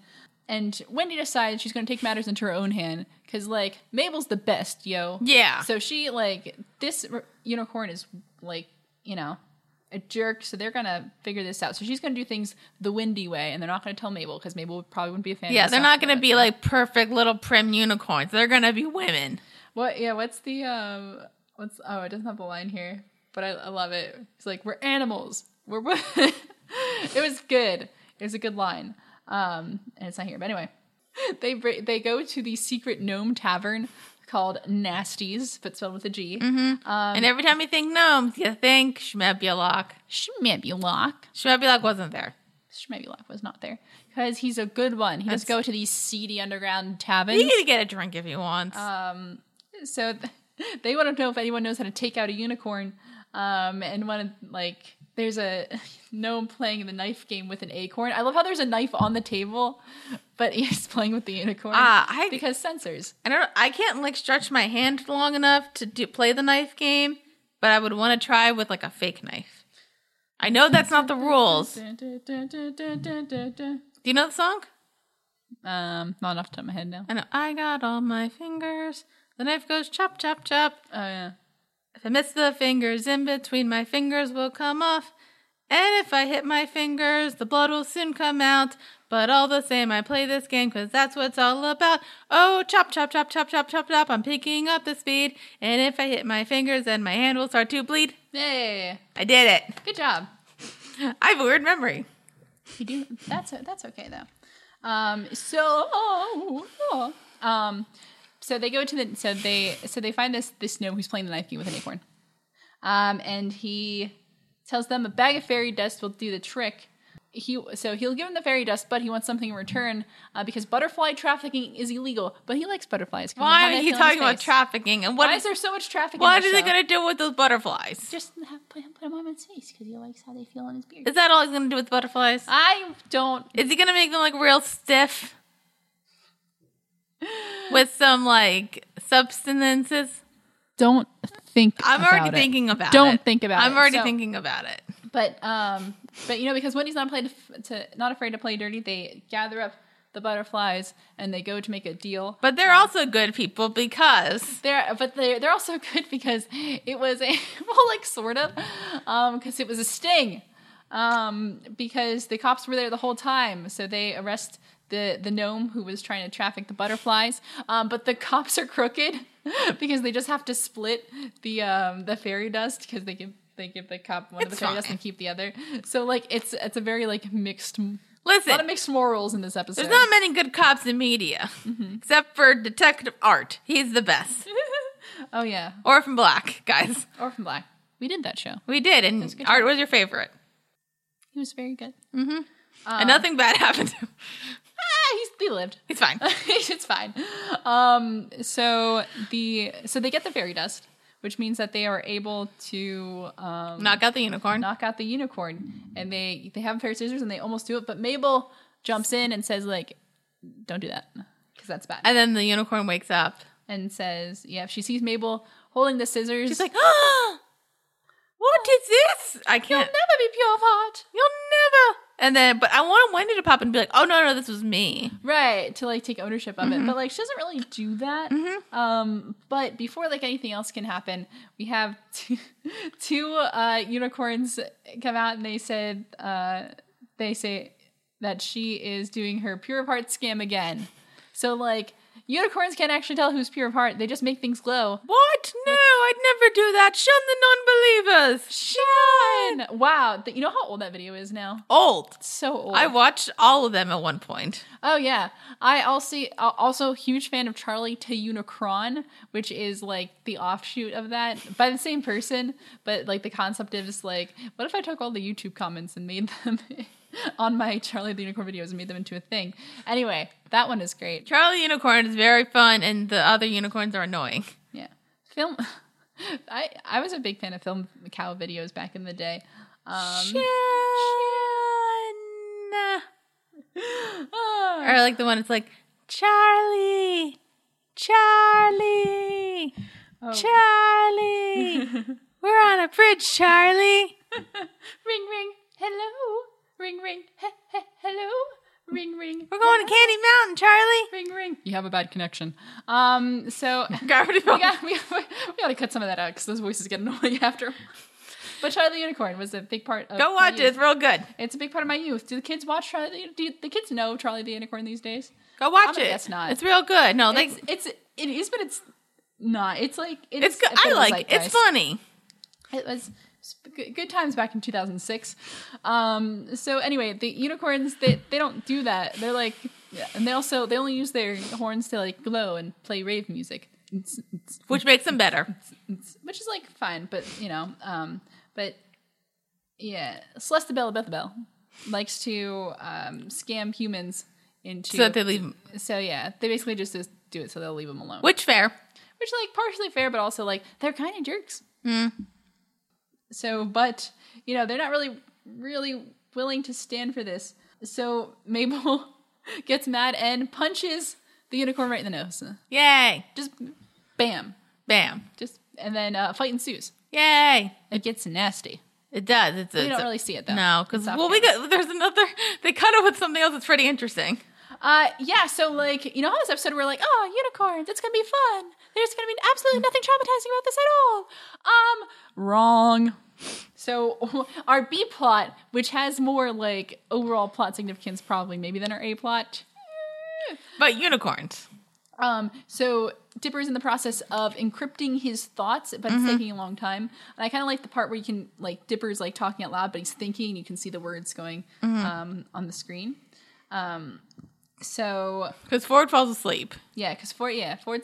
Speaker 1: And Wendy decides she's going to take matters into her own hand because like Mabel's the best, yo.
Speaker 2: Yeah.
Speaker 1: So she like this r- unicorn is like you know a jerk, so they're gonna figure this out. So she's gonna do things the windy way, and they're not gonna tell Mabel because Mabel probably wouldn't be a fan.
Speaker 2: yeah,
Speaker 1: of
Speaker 2: they're
Speaker 1: this
Speaker 2: not
Speaker 1: outfit.
Speaker 2: going to be like perfect little prim unicorns. They're going to be women.
Speaker 1: What? Yeah. What's the um? What's oh? It doesn't have the line here, but I, I love it. It's like we're animals. We're. wo-" it was good. It was a good line. Um, and it's not here, but anyway, they br- they go to the secret gnome tavern called Nasties, but spelled with a G.
Speaker 2: Mm-hmm. and every time you think gnomes, you think Schmebulok.
Speaker 1: Schmebulock.
Speaker 2: Schmebulok wasn't there.
Speaker 1: Schmebulock was not there because he's a good one. He just go to these seedy underground taverns.
Speaker 2: You need to get a drink if you want.
Speaker 1: so th- they want to know if anyone knows how to take out a unicorn um, and want to like there's a gnome playing the knife game with an acorn i love how there's a knife on the table but he's playing with the unicorn
Speaker 2: Ah, I-
Speaker 1: because sensors
Speaker 2: I don't. I can't like stretch my hand long enough to do, play the knife game, but I would want to try with like a fake knife. I know that's not the rules. Do you know the song?
Speaker 1: um not enough to my head now
Speaker 2: I know. I got all my fingers. The knife goes chop, chop, chop.
Speaker 1: oh yeah
Speaker 2: If I miss the fingers in between, my fingers will come off. And if I hit my fingers, the blood will soon come out. But all the same, I play this game because that's what it's all about. Oh, chop, chop, chop, chop, chop, chop, chop. I'm picking up the speed. And if I hit my fingers, then my hand will start to bleed.
Speaker 1: hey
Speaker 2: I did it.
Speaker 1: good job
Speaker 2: I have a weird memory.
Speaker 1: You do. That's that's okay though. Um. So. Um. So they go to the. So they. So they find this this gnome who's playing the knife game with an acorn. Um. And he tells them a bag of fairy dust will do the trick. He so he'll give him the fairy dust, but he wants something in return uh, because butterfly trafficking is illegal. But he likes butterflies. 'cause
Speaker 2: Why
Speaker 1: of how
Speaker 2: are
Speaker 1: they feel
Speaker 2: you
Speaker 1: in his
Speaker 2: talking about
Speaker 1: face.
Speaker 2: trafficking? And what
Speaker 1: Why
Speaker 2: is
Speaker 1: is there so much trafficking? in
Speaker 2: what is
Speaker 1: this
Speaker 2: it
Speaker 1: show?
Speaker 2: going to do with those butterflies?
Speaker 1: just have, put him put him on his face because he likes how they feel on his beard?
Speaker 2: Is that all he's going to do with butterflies?
Speaker 1: I don't
Speaker 2: Is he gonna make them like real stiff with some like substances?
Speaker 1: don't think.
Speaker 2: I'm already
Speaker 1: about it.
Speaker 2: thinking about it.
Speaker 1: Don't think about it.
Speaker 2: I'm I'm already
Speaker 1: So-
Speaker 2: thinking about it.
Speaker 1: But um, but you know, because Wendy's not afraid to, to not afraid to play dirty, they gather up the butterflies and they go to make a deal.
Speaker 2: But they're also good people because
Speaker 1: They're but they're they're also good because it was a well, like sort of, um, because it was a sting, um, because the cops were there the whole time, so they arrest. The, the gnome who was trying to traffic the butterflies, um, but the cops are crooked because they just have to split the um, the fairy dust because they give they give the cop one of
Speaker 2: It's
Speaker 1: the fairy dust
Speaker 2: fine.
Speaker 1: and keep the other. So like it's it's a very like mixed a lot of
Speaker 2: listen,
Speaker 1: mixed morals in this episode.
Speaker 2: there's not many good cops in media
Speaker 1: Mm-hmm.
Speaker 2: except for Detective Art. He's the best.
Speaker 1: oh yeah,
Speaker 2: Orphan Black, guys.
Speaker 1: Orphan Black. We did that show.
Speaker 2: We did, and
Speaker 1: good
Speaker 2: Art
Speaker 1: job.
Speaker 2: was your favorite.
Speaker 1: He was very good. Uh,
Speaker 2: and nothing bad happened to him.
Speaker 1: Ah, he's he lived.
Speaker 2: He's fine.
Speaker 1: it's fine. Um, so the so they get the fairy dust, which means that they are able to um,
Speaker 2: Knock out the unicorn.
Speaker 1: knock out the unicorn, and they they have a pair of scissors and they almost do it, but Mabel jumps in and says like, "Don't do that." Because that's bad.
Speaker 2: And then the unicorn wakes up.
Speaker 1: And says, yeah, if she sees Mabel holding the scissors,
Speaker 2: She's like, ah, what is this? I
Speaker 1: You'll
Speaker 2: can't.
Speaker 1: never be pure of heart.
Speaker 2: You'll never. And then, but I want Wendy to pop and be like, oh, no, no, this was me.
Speaker 1: Right, to like take ownership of it. But like she doesn't really do that. Um, but before like anything else can happen, we have two, two uh, unicorns come out and they said uh, they say that she is doing her pure of heart scam again. So like unicorns can't actually tell who's pure of heart. They just make things glow.
Speaker 2: What? No, I'd never do that. Shun the non-believers. Shun.
Speaker 1: Wow, th- you know how old that video is now?
Speaker 2: Old.
Speaker 1: So old.
Speaker 2: I watched all of them at one point.
Speaker 1: oh yeah, I also uh, also huge fan of Charlie to Unicron, which is like the offshoot of that by the same person, but like the concept is like, what if I took all the YouTube comments and made them on my Charlie the Unicorn videos and made them into a thing? Anyway, that one is great.
Speaker 2: Charlie Unicorn is very fun, and the other unicorns are annoying.
Speaker 1: Yeah. Film. I I was a big fan of film cow videos back in the day. Um,
Speaker 2: Shun.
Speaker 1: ah.
Speaker 2: Or like the one that's like, Charlie, Charlie, Oh. Charlie. We're on a bridge, Charlie.
Speaker 1: ring ring hello. Ring ring he, he, hello. Ring ring
Speaker 2: We're going to Candy Mountain, Charlie.
Speaker 1: ring ring. You have a bad connection. Um. So
Speaker 2: Gravity
Speaker 1: we got we, we got to cut some of that out because those voices get annoying after. a while. But Charlie the Unicorn was a big part of
Speaker 2: Go
Speaker 1: my
Speaker 2: watch it.
Speaker 1: youth.
Speaker 2: It's real good.
Speaker 1: It's a big part of my youth. Do the kids watch Charlie? Do the kids know Charlie the Unicorn these days?
Speaker 2: Go watch
Speaker 1: gonna
Speaker 2: it.
Speaker 1: guess not.
Speaker 2: It's real good. No, like
Speaker 1: It's
Speaker 2: it's,
Speaker 1: it's it is, but it's not. It's like
Speaker 2: it's
Speaker 1: it's. a
Speaker 2: good.
Speaker 1: bit
Speaker 2: I
Speaker 1: of a
Speaker 2: like it. It's
Speaker 1: zeitgeist.
Speaker 2: funny.
Speaker 1: it was sp- good- good times back in 2006 um so anyway the unicorns they they don't do that they're like and they also they only use their horns to like glow and play rave music It's- it's-
Speaker 2: Which makes them better.
Speaker 1: it's- which is like fine but you know um but yeah celeste bell bell likes to um scam humans into
Speaker 2: So that they leave 'em.
Speaker 1: so yeah they basically just just do it so they'll leave them alone
Speaker 2: Which fair.
Speaker 1: which like partially fair, but also like they're kind of jerks.
Speaker 2: Hmm.
Speaker 1: So, but you know, they're not really really willing to stand for this. So Mabel gets mad and punches the unicorn right in the nose.
Speaker 2: Yay.
Speaker 1: Just bam,
Speaker 2: Bam.
Speaker 1: just and then uh, fight ensues.
Speaker 2: Yay.
Speaker 1: It gets nasty.
Speaker 2: It does. It's a,
Speaker 1: We
Speaker 2: it's
Speaker 1: don't
Speaker 2: a-
Speaker 1: really see it though.
Speaker 2: No, because
Speaker 1: It's off
Speaker 2: well, we got there's another. They cut it with something else that's pretty interesting.
Speaker 1: Uh, yeah, so like, you know how this episode we're like, oh, unicorns, it's gonna be fun. There's gonna be absolutely nothing traumatizing about this at all. Um, wrong. So our B plot, which has more like overall plot significance probably maybe than our A plot.
Speaker 2: But unicorns.
Speaker 1: Um, so Dipper's in the process of encrypting his thoughts, but it's taking a long time. And I kind of like the part where you can like Dipper's like talking out loud, but he's thinking. You can see the words going um, on the screen. Um, so
Speaker 2: Because Ford falls asleep.
Speaker 1: Yeah, because Ford, yeah, Ford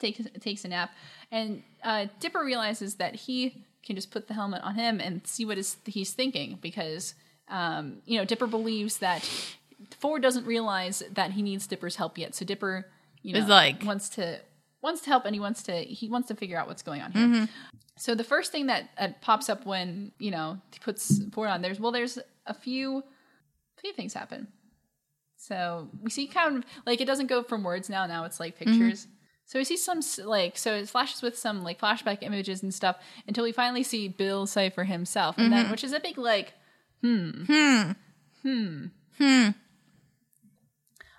Speaker 1: takes takes a nap, and uh, Dipper realizes that he can just put the helmet on him and see what is he's thinking because um, you know Dipper believes that Ford doesn't realize that he needs Dipper's help yet. So Dipper, you know,
Speaker 2: Is like-
Speaker 1: wants to wants to help and he wants to he wants to figure out what's going on here. So the first thing that uh, pops up when you know he puts Ford on there's well there's a few few things happen. So we see kind of like it doesn't go from words now. Now it's
Speaker 2: Mm-hmm.
Speaker 1: like pictures. So we see some s- like so it flashes with some like flashback images and stuff until we finally see Bill Cipher himself, and
Speaker 2: Mm-hmm.
Speaker 1: then which is a big like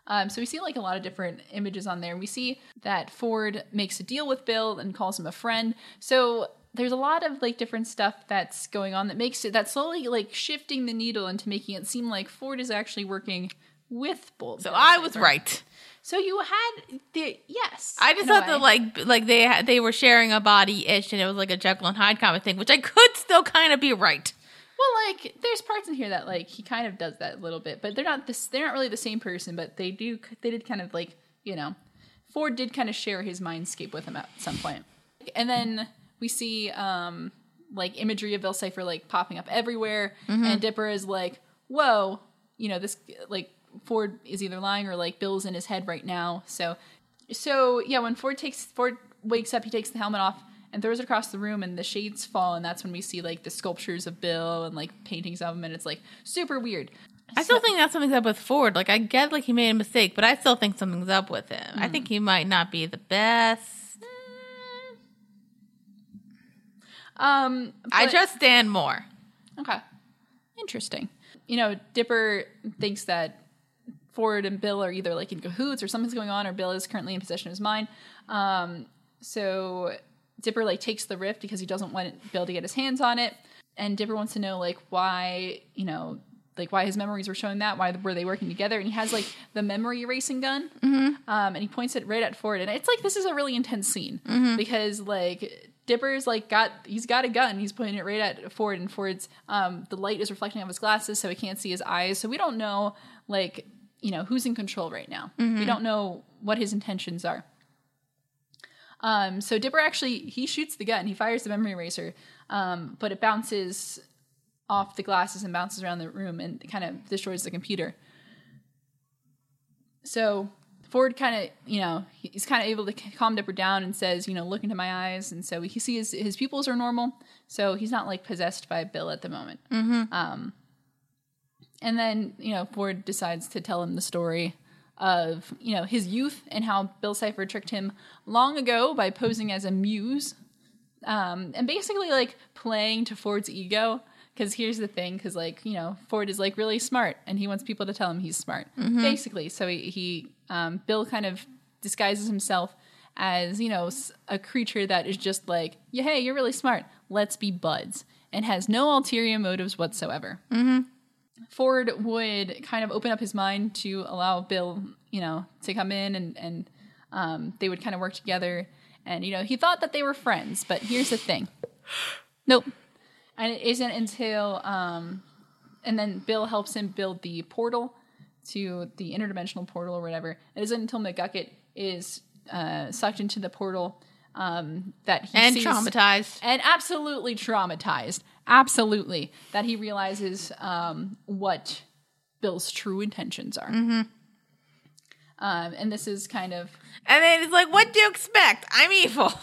Speaker 1: Um, so we see like a lot of different images on there. We see that Ford makes a deal with Bill and calls him a friend. So there's a lot of like different stuff that's going on that makes it that's slowly like shifting the needle into making it seem like Ford is actually working with Bull.
Speaker 2: So I was right.
Speaker 1: So you had the yes.
Speaker 2: I just
Speaker 1: in a
Speaker 2: thought that
Speaker 1: way.
Speaker 2: like b- like they had, they were sharing a body ish, and it was like a Jekyll and Hyde kind of thing, which I could still kind of be right.
Speaker 1: well, like there's parts in here that like he kind of does that a little bit, but they're not this. They're not really the same person, but they do. They did kind of like you know, Ford did kind of share his mindscape with him at some point, and then we see um like imagery of Bill Cipher like popping up everywhere, and Dipper is like, whoa, you know this like Ford is either lying or like Bill's in his head right now, so so yeah, when Ford takes Ford wakes up, he takes the helmet off and throws it across the room, and the shades fall, and that's when we see like the sculptures of Bill and like paintings of him, and it's like super weird.
Speaker 2: I still think that's something's up with Ford. Like I get like he made a mistake, but I still think something's up with him. I think he might not be the best.
Speaker 1: Um,
Speaker 2: I
Speaker 1: but-
Speaker 2: trust Dan more.
Speaker 1: okay, interesting. You know, Dipper thinks that Ford and Bill are either like in cahoots or something's going on, or Bill is currently in possession of his mind. Um, so Dipper like takes the rift because he doesn't want Bill to get his hands on it, and Dipper wants to know like why you know like why his memories were showing that why were they working together and he has like the memory erasing gun um, and he points it right at Ford and it's like this is a really intense scene because like Dipper's like got he's got a gun. He's pointing it right at Ford, and Ford's um, the light is reflecting off his glasses, so he can't see his eyes. So we don't know like you know who's in control right now. We don't know what his intentions are. Um, so Dipper actually he shoots the gun. He fires the memory eraser, um, but it bounces off the glasses and bounces around the room and kind of destroys the computer. So Ford kind of, you know, he's kind of able to calm Dipper down and says, you know, look into my eyes. And so he sees his pupils are normal. So he's not like possessed by Bill at the moment. Um, and then, you know, Ford decides to tell him the story of, you know, his youth and how Bill Cipher tricked him long ago by posing as a muse um, and basically like playing to Ford's ego. Because here's the thing, because like you know, Ford is like really smart, and he wants people to tell him he's smart, basically. So he, he um, Bill kind of disguises himself as you know s- a creature that is just like, yeah, hey, you're really smart. Let's be buds, and has no ulterior motives whatsoever. Ford would kind of open up his mind to allow Bill, you know, to come in and and um, they would kind of work together. And you know, he thought that they were friends, but here's the thing. Nope. And it isn't until um, and then Bill helps him build the portal to the interdimensional portal or whatever. It isn't until McGucket is uh, sucked into the portal um, that he
Speaker 2: and
Speaker 1: sees-
Speaker 2: traumatized.
Speaker 1: and absolutely traumatized absolutely that he realizes um, what bill's true intentions are um, and this is kind of
Speaker 2: And then he's like, "What do you expect? I'm evil."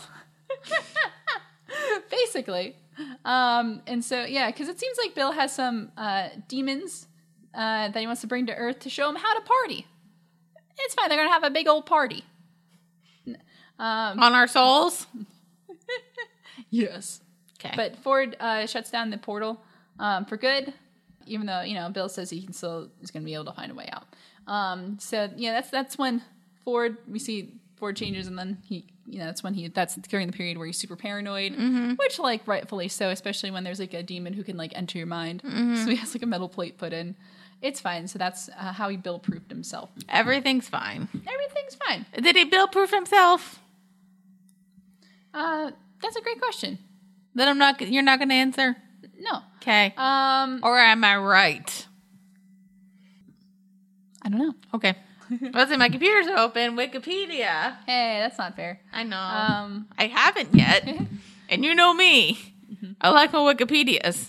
Speaker 1: basically um, and so yeah because it seems like bill has some uh, demons uh, that he wants to bring to earth to show him how to party it's fine they're gonna have a big old party Um,
Speaker 2: On our souls.
Speaker 1: yes
Speaker 2: Okay.
Speaker 1: But Ford uh, shuts down the portal um, for good, even though you know Bill says he can still is going to be able to find a way out. Um, so yeah, that's that's when Ford we see Ford changes, and then he you know that's when he that's during the period where he's super paranoid, which like rightfully so, especially when there's like a demon who can like enter your mind. So he has like a metal plate put in. It's fine. So that's uh, how he Bill proofed himself.
Speaker 2: everything's fine.
Speaker 1: Everything's fine.
Speaker 2: Did he bill proof himself?
Speaker 1: Uh, that's a great question.
Speaker 2: Then I'm not. You're not going to answer.
Speaker 1: No.
Speaker 2: Okay.
Speaker 1: Um,
Speaker 2: or am I right?
Speaker 1: I don't know.
Speaker 2: Okay. Let's see. My computer's open. Wikipedia.
Speaker 1: Hey, that's not fair.
Speaker 2: I know.
Speaker 1: Um,
Speaker 2: I haven't yet. and you know me.
Speaker 1: Mm-hmm.
Speaker 2: I like my Wikipedias.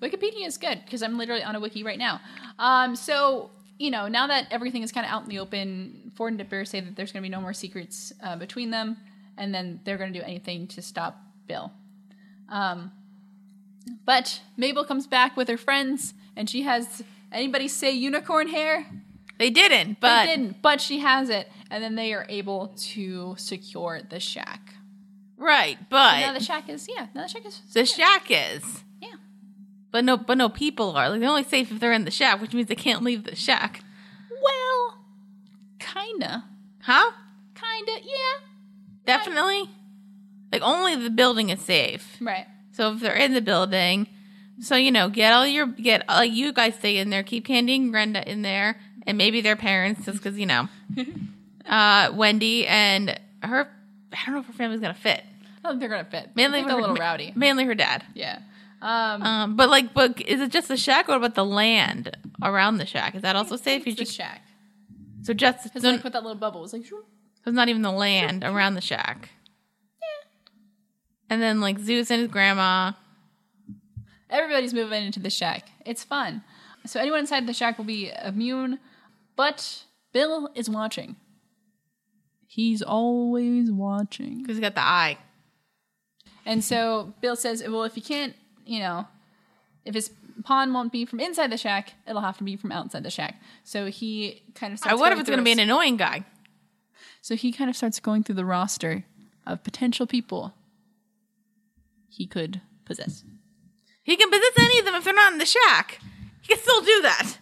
Speaker 1: Wikipedia is good because I'm literally on a wiki right now. Um, so you know, now that everything is kind of out in the open, Ford and Dipper say that there's going to be no more secrets uh, between them, and then they're going to do anything to stop Bill. Um, but Mabel comes back with her friends, and she has anybody say unicorn hair?
Speaker 2: They didn't,
Speaker 1: They
Speaker 2: but
Speaker 1: didn't, but she has it, and then they are able to secure the shack.
Speaker 2: right,
Speaker 1: Now
Speaker 2: but
Speaker 1: the shack is yeah, now the shack is
Speaker 2: the shack is.
Speaker 1: yeah.
Speaker 2: But no, but no people are. Like they're only safe if they're in the shack, which means they can't leave the shack,
Speaker 1: Well, kinda,
Speaker 2: huh?
Speaker 1: kinda, yeah.
Speaker 2: Definitely. Like only the building is safe.
Speaker 1: Right.
Speaker 2: So if they're in the building, so you know, get all your get all you guys stay in there. Keep Candy and Brenda in there, and maybe their parents, just because you know, uh, Wendy and her. I don't know if her family's gonna fit.
Speaker 1: I don't think they're gonna fit. I
Speaker 2: Mainly
Speaker 1: think
Speaker 2: her,
Speaker 1: they're a little rowdy.
Speaker 2: Mainly her dad.
Speaker 1: Yeah. Um,
Speaker 2: Um, but like, but is it just the shack? What about the land around the shack? Is that also safe? You
Speaker 1: it's a
Speaker 2: just,
Speaker 1: shack.
Speaker 2: so just
Speaker 1: Because
Speaker 2: so,
Speaker 1: like with that little bubble, it's like shoo.
Speaker 2: it's not even the land around the shack. And then like Zeus and his grandma.
Speaker 1: everybody's moving into the shack. It's fun. So anyone inside the shack will be immune, but Bill is watching. He's always watching.
Speaker 2: Who's got the eye?
Speaker 1: And so Bill says, "Well, if you can't, you know, if his pawn won't be from inside the shack, it'll have to be from outside the shack." So he kind of.
Speaker 2: I
Speaker 1: Starts
Speaker 2: wonder
Speaker 1: going
Speaker 2: if it's
Speaker 1: through
Speaker 2: going to be
Speaker 1: his-
Speaker 2: an annoying guy.
Speaker 1: So he kind of starts going through the roster of potential people he could possess.
Speaker 2: He can possess any of them if they're not in the shack. He can still do that.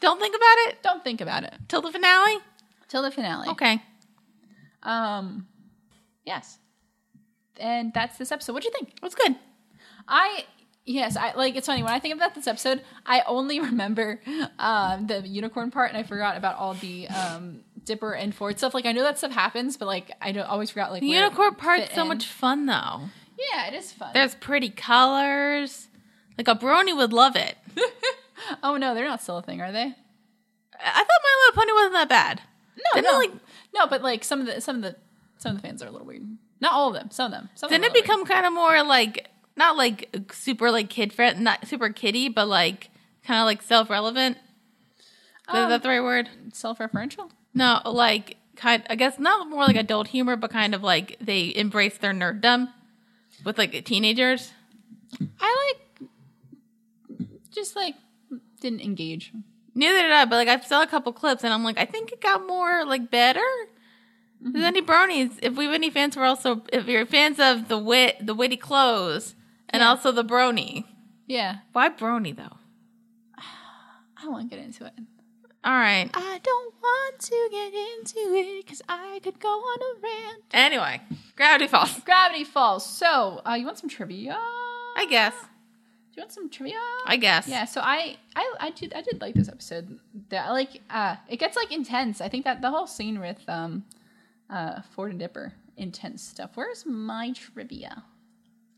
Speaker 2: Don't think about it
Speaker 1: Don't think about it
Speaker 2: till the finale.
Speaker 1: till the finale.
Speaker 2: Okay.
Speaker 1: Um, yes, and that's this episode. What do you think?
Speaker 2: That's good.
Speaker 1: I yes, I like. It's funny when I think about this episode, I only remember um, the unicorn part, and I forgot about all the um, Dipper and Ford stuff. Like I know that stuff happens, but like I don't always forgot like
Speaker 2: The
Speaker 1: where it
Speaker 2: unicorn part's
Speaker 1: fit
Speaker 2: so
Speaker 1: in.
Speaker 2: much fun though.
Speaker 1: Yeah, it is fun.
Speaker 2: There's pretty colors. Like a brony would love it.
Speaker 1: oh no, they're not still a thing, are they?
Speaker 2: I I thought My Little Pony wasn't that bad.
Speaker 1: No,
Speaker 2: Didn't it,
Speaker 1: no,
Speaker 2: like-
Speaker 1: no, but like some of the some of the some of the fans are a little weird. Not all of them. Some of them. Some of
Speaker 2: Didn't
Speaker 1: them
Speaker 2: it
Speaker 1: are a little
Speaker 2: become kind of more like not like super like kid friend, not super kitty, but like kind of like self relevant?
Speaker 1: Um,
Speaker 2: Is that the right word?
Speaker 1: weird. Um, self-referential?
Speaker 2: No, like kind. I guess not more like adult humor, but kind of like they embrace their nerddom with like teenagers.
Speaker 1: I like just like didn't engage.
Speaker 2: Neither did I, but like I saw a couple clips, and I'm like, I think it got more like better.
Speaker 1: Mm-hmm.
Speaker 2: Is there any bronies? If we have any fans, we're also if you're fans of the wit, the witty clothes, and
Speaker 1: Yeah.
Speaker 2: also the brony.
Speaker 1: Yeah,
Speaker 2: Why brony though?
Speaker 1: I don't want to get into it.
Speaker 2: All right.
Speaker 1: I don't want to get into it because I could go on a rant.
Speaker 2: Anyway, Gravity Falls.
Speaker 1: Gravity Falls. So, uh, you want some trivia?
Speaker 2: I guess.
Speaker 1: Do you want some trivia?
Speaker 2: I guess.
Speaker 1: yeah. So I, I, I did, I did like this episode. The- I like, uh, it gets like intense. I think that the whole scene with um, uh, Ford and Dipper, intense stuff. Where's my trivia?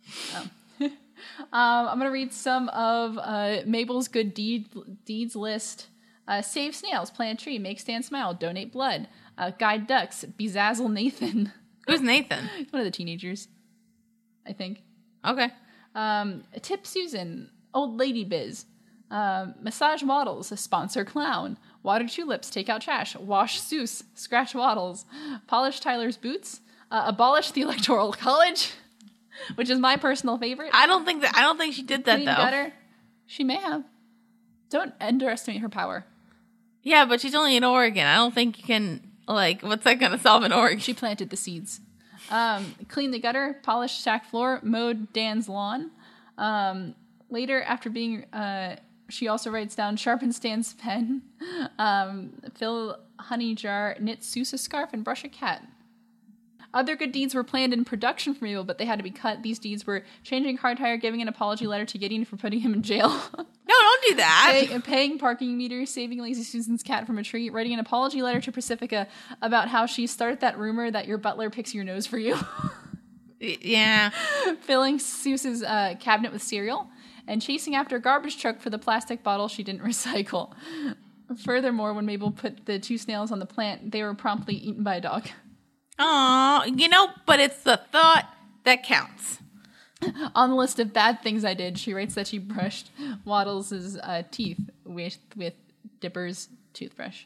Speaker 1: Oh. um, I'm gonna read some of uh, Mabel's good deed, deeds list. Uh, save snails, plant a tree, make Stan smile, donate blood, uh, guide ducks, bezazzle Nathan,
Speaker 2: Who's Nathan?
Speaker 1: one of the teenagers, I think.
Speaker 2: Okay.
Speaker 1: Um, tip Susan, old lady biz. Um, massage models, sponsor clown. Water tulips, take out trash. Wash Seuss, scratch waddles. Polish Tyler's boots. Uh, abolish the electoral college, which is my personal favorite.
Speaker 2: I don't think that I don't think she did that
Speaker 1: Clean
Speaker 2: though.
Speaker 1: gutter. She may have. Don't underestimate her power.
Speaker 2: Yeah, but she's only in Oregon. I don't think you can like what's that gonna solve in Oregon?
Speaker 1: She planted the seeds. Um, clean the gutter, polish shack floor, mowed Dan's lawn. Um, later, after being, uh, she also writes down sharpen Stan's pen, um, fill honey jar, knit Sousa scarf, and brush a cat. Other good deeds were planned in production for Mabel, but they had to be cut. These deeds were changing car tire, giving an apology letter to Gideon for putting him in jail.
Speaker 2: No, don't do that.
Speaker 1: pay, paying parking meters, saving Lazy Susan's cat from a tree, writing an apology letter to Pacifica about how she started that rumor that your butler picks your nose for you,
Speaker 2: Y- yeah.
Speaker 1: filling Seuss's uh, cabinet with cereal, and chasing after a garbage truck for the plastic bottle she didn't recycle. Furthermore, when Mabel put the two snails on the plant, they were promptly eaten by a dog.
Speaker 2: Aw, you know, but it's the thought that counts.
Speaker 1: On the list of bad things I did, she writes that she brushed Waddles' uh, teeth with with Dipper's toothbrush.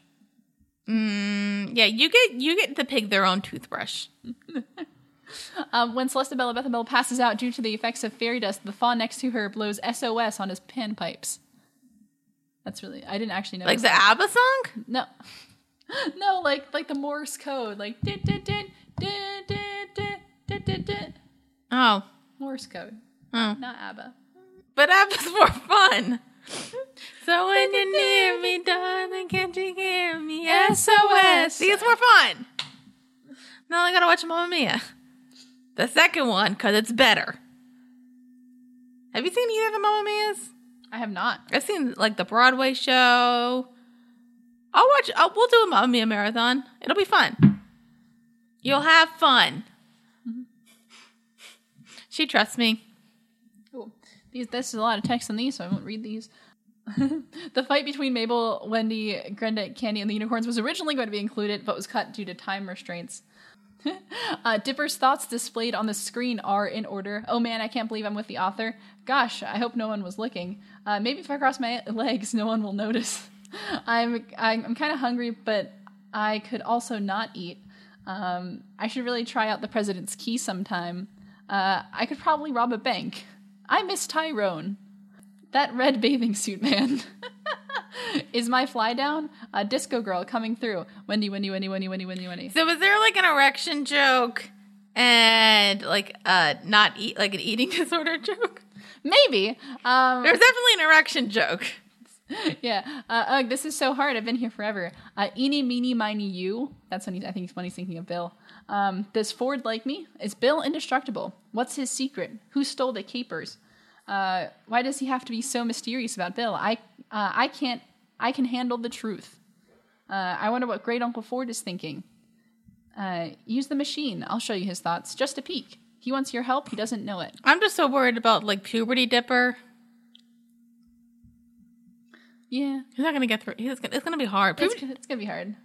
Speaker 2: Mm, Yeah, you get you get to pick their own toothbrush.
Speaker 1: Um, when Celeste Bella Bethabel passes out due to the effects of fairy dust, the fawn next to her blows SOS on his panpipes. That's really I didn't actually know.
Speaker 2: Like the ABBA song?
Speaker 1: no, no, like like the Morse code, like did did did did did did did did
Speaker 2: Oh.
Speaker 1: Morse code, not ABBA.
Speaker 2: But ABBA's more fun. So when you're near me, darling, can't you hear me? SOS. See, it's more fun. Now I gotta watch Mamma Mia. The second one, because it's better. Have you seen either of the Mamma Mias?
Speaker 1: I have not.
Speaker 2: I've seen like the Broadway show. I'll watch. I'll, we'll do a Mamma Mia marathon. It'll be fun. You'll have fun. She trusts me.
Speaker 1: Cool. These, this is a lot of text on these, so I won't read these. the fight between Mabel, Wendy, Grenda, Candy, and the unicorns was originally going to be included, but was cut due to time restraints. uh, Dipper's thoughts displayed on the screen are in order. Oh man, I can't believe I'm with the author. Gosh, I hope no one was looking. Uh, maybe if I cross my legs, no one will notice. I'm I'm, I'm kind of hungry, but I could also not eat. Um, I should really try out the president's key sometime. Uh, I could probably rob a bank. I miss Tyrone. That red bathing suit man. Is my fly down? A disco girl coming through. Wendy, Wendy, Wendy, Wendy, Wendy, Wendy, Wendy.
Speaker 2: So was there like an erection joke and like uh not eat like an eating disorder joke?
Speaker 1: Maybe. Um,
Speaker 2: There was definitely an erection joke.
Speaker 1: yeah. Uh, ugh, this is so hard. I've been here forever. Uh, eeny, meeny, miny, you. That's when he's, I think he's when he's thinking of Bill. Um, does Ford like me? Is Bill indestructible? What's his secret? Who stole the capers? Uh, why does he have to be so mysterious about Bill? I, uh, I can't. I can handle the truth. Uh, I wonder what Great Uncle Ford is thinking. Uh, use the machine. I'll show you his thoughts. Just a peek. He wants your help. He doesn't know it.
Speaker 2: I'm just so worried about like puberty dipper.
Speaker 1: Yeah,
Speaker 2: He's not gonna get through. He's gonna, it's gonna be hard.
Speaker 1: it's,
Speaker 2: Puberty-
Speaker 1: it's gonna be hard.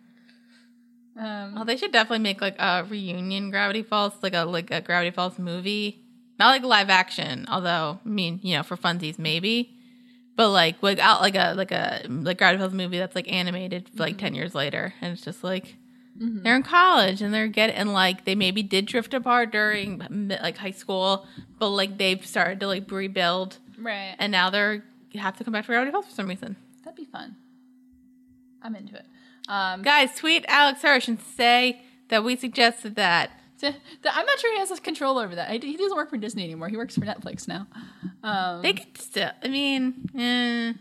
Speaker 1: Um,
Speaker 2: Oh, they should definitely make like a reunion Gravity Falls, like a like a Gravity Falls movie, not like live action. Although, I mean, you know, for funsies maybe, but like without like a like a like Gravity Falls movie that's like animated like ten years later, and it's just like they're in college and they're getting like they maybe did drift apart during like high school, but like they've started to like rebuild,
Speaker 1: right.
Speaker 2: and now they're have to come back to Gravity Falls for some reason.
Speaker 1: That'd be fun. I'm into it. Um,
Speaker 2: Guys, tweet Alex Hirsch and say that we suggested that.
Speaker 1: so- th- I'm not sure he has this control over that. I d he doesn't work for Disney anymore. He works for Netflix now. Um,
Speaker 2: They could still. I mean, eh.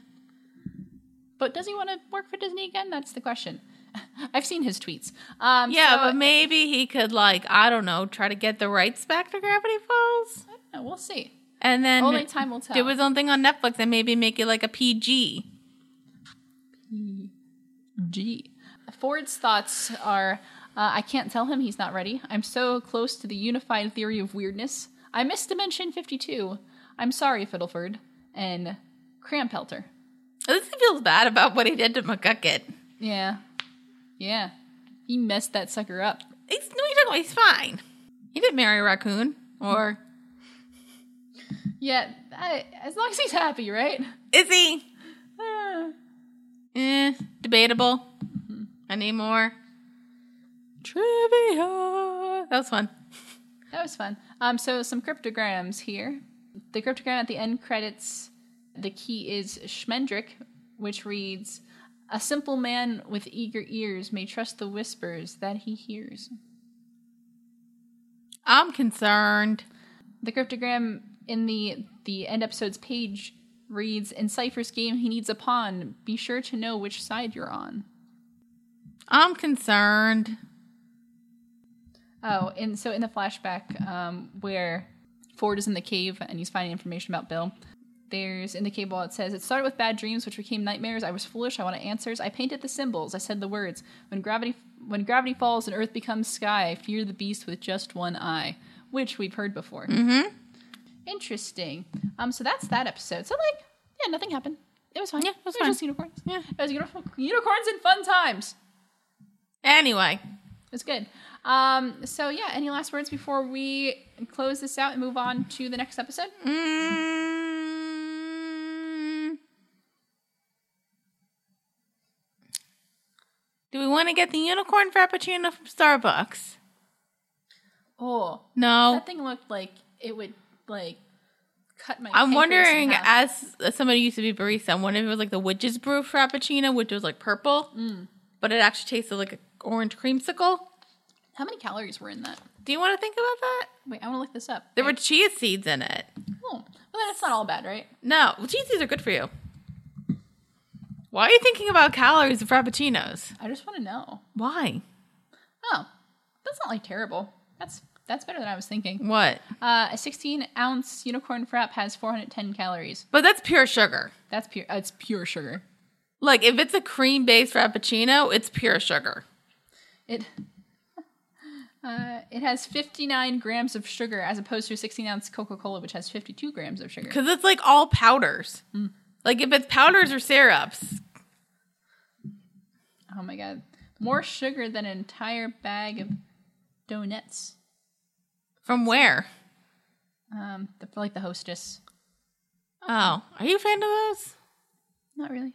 Speaker 1: but does he want to work for Disney again? That's the question. I've seen his tweets. Um,
Speaker 2: yeah,
Speaker 1: so-
Speaker 2: but maybe he could like I don't know, try to get the rights back to Gravity Falls,
Speaker 1: Yeah, we'll see.
Speaker 2: and then
Speaker 1: Only time will tell.
Speaker 2: do his own thing on Netflix and maybe make it like a PG.
Speaker 1: G. Ford's thoughts are uh, I can't tell him he's not ready. I'm so close to the unified theory of weirdness. I missed Dimension 52. I'm sorry, Fiddleford. And Crampelter.
Speaker 2: At least he feels bad about what he did to McGucket.
Speaker 1: Yeah. Yeah. He messed that sucker up.
Speaker 2: He's no, he's not. He's fine. He didn't marry a raccoon, or
Speaker 1: Yeah, I, as long as he's happy, right?
Speaker 2: is he?
Speaker 1: Ah,
Speaker 2: Eh, debatable.
Speaker 1: Mm-hmm.
Speaker 2: Any more trivia? That was fun.
Speaker 1: that was fun. Um, so some cryptograms here. The cryptogram at the end credits, the key is Schmendrick, which reads, "A simple man with eager ears may trust the whispers that he hears."
Speaker 2: I'm concerned.
Speaker 1: The cryptogram in the the end episode's page reads, "In Cipher's game, he needs a pawn. Be sure to know which side you're on."
Speaker 2: I'm concerned.
Speaker 1: Oh, and so in the flashback um, where Ford is in the cave and he's finding information about Bill, there's in the cave wall it says, It started with bad dreams, which became nightmares. I was foolish. I wanted answers. I painted the symbols. I said the words. When gravity when gravity falls and earth becomes sky, I fear the beast with just one eye, which we've heard before. Mm-hmm. Interesting. Um, so that's that episode. So, like, yeah, nothing happened. It was fine.
Speaker 2: Yeah, it was
Speaker 1: it
Speaker 2: fine.
Speaker 1: just unicorns.
Speaker 2: Yeah.
Speaker 1: It was unicorn- unicorns and fun times.
Speaker 2: Anyway,
Speaker 1: It's good. Um, so yeah, any last words before we close this out and move on to the next episode?
Speaker 2: Mm. Do we want to get the unicorn frappuccino from Starbucks?
Speaker 1: Oh,
Speaker 2: No.
Speaker 1: that thing looked like it would like cut my. pancreas
Speaker 2: I'm
Speaker 1: in
Speaker 2: wondering,
Speaker 1: half.
Speaker 2: as as somebody who used to be barista, I'm wondering if it was like the witch's brew frappuccino, which was like purple, but it actually tasted like an orange creamsicle.
Speaker 1: how many calories were in that.
Speaker 2: Do you want to think about that?
Speaker 1: Wait, I want to look this up.
Speaker 2: There were chia seeds in it.
Speaker 1: Oh, well, then it's not all bad, right?
Speaker 2: No, well, chia seeds are good for you. Why are you thinking about calories of frappuccinos?
Speaker 1: I just want to know.
Speaker 2: Why?
Speaker 1: Oh, that's not like terrible. That's that's better than I was thinking.
Speaker 2: What?
Speaker 1: Uh, a 16 ounce unicorn frap has 410 calories.
Speaker 2: But that's pure sugar.
Speaker 1: That's pure. Uh, it's pure sugar.
Speaker 2: Like if it's a cream based frappuccino, it's pure sugar.
Speaker 1: It uh, it has 59 grams of sugar as opposed to a 16 ounce Coca Cola, which has 52 grams of sugar.
Speaker 2: Cause it's like all powders. Like if it's powders or syrups.
Speaker 1: Oh my god, more sugar than an entire bag of donuts.
Speaker 2: From where?
Speaker 1: Um, the, like the hostess.
Speaker 2: Oh. Are you a fan of those?
Speaker 1: Not really.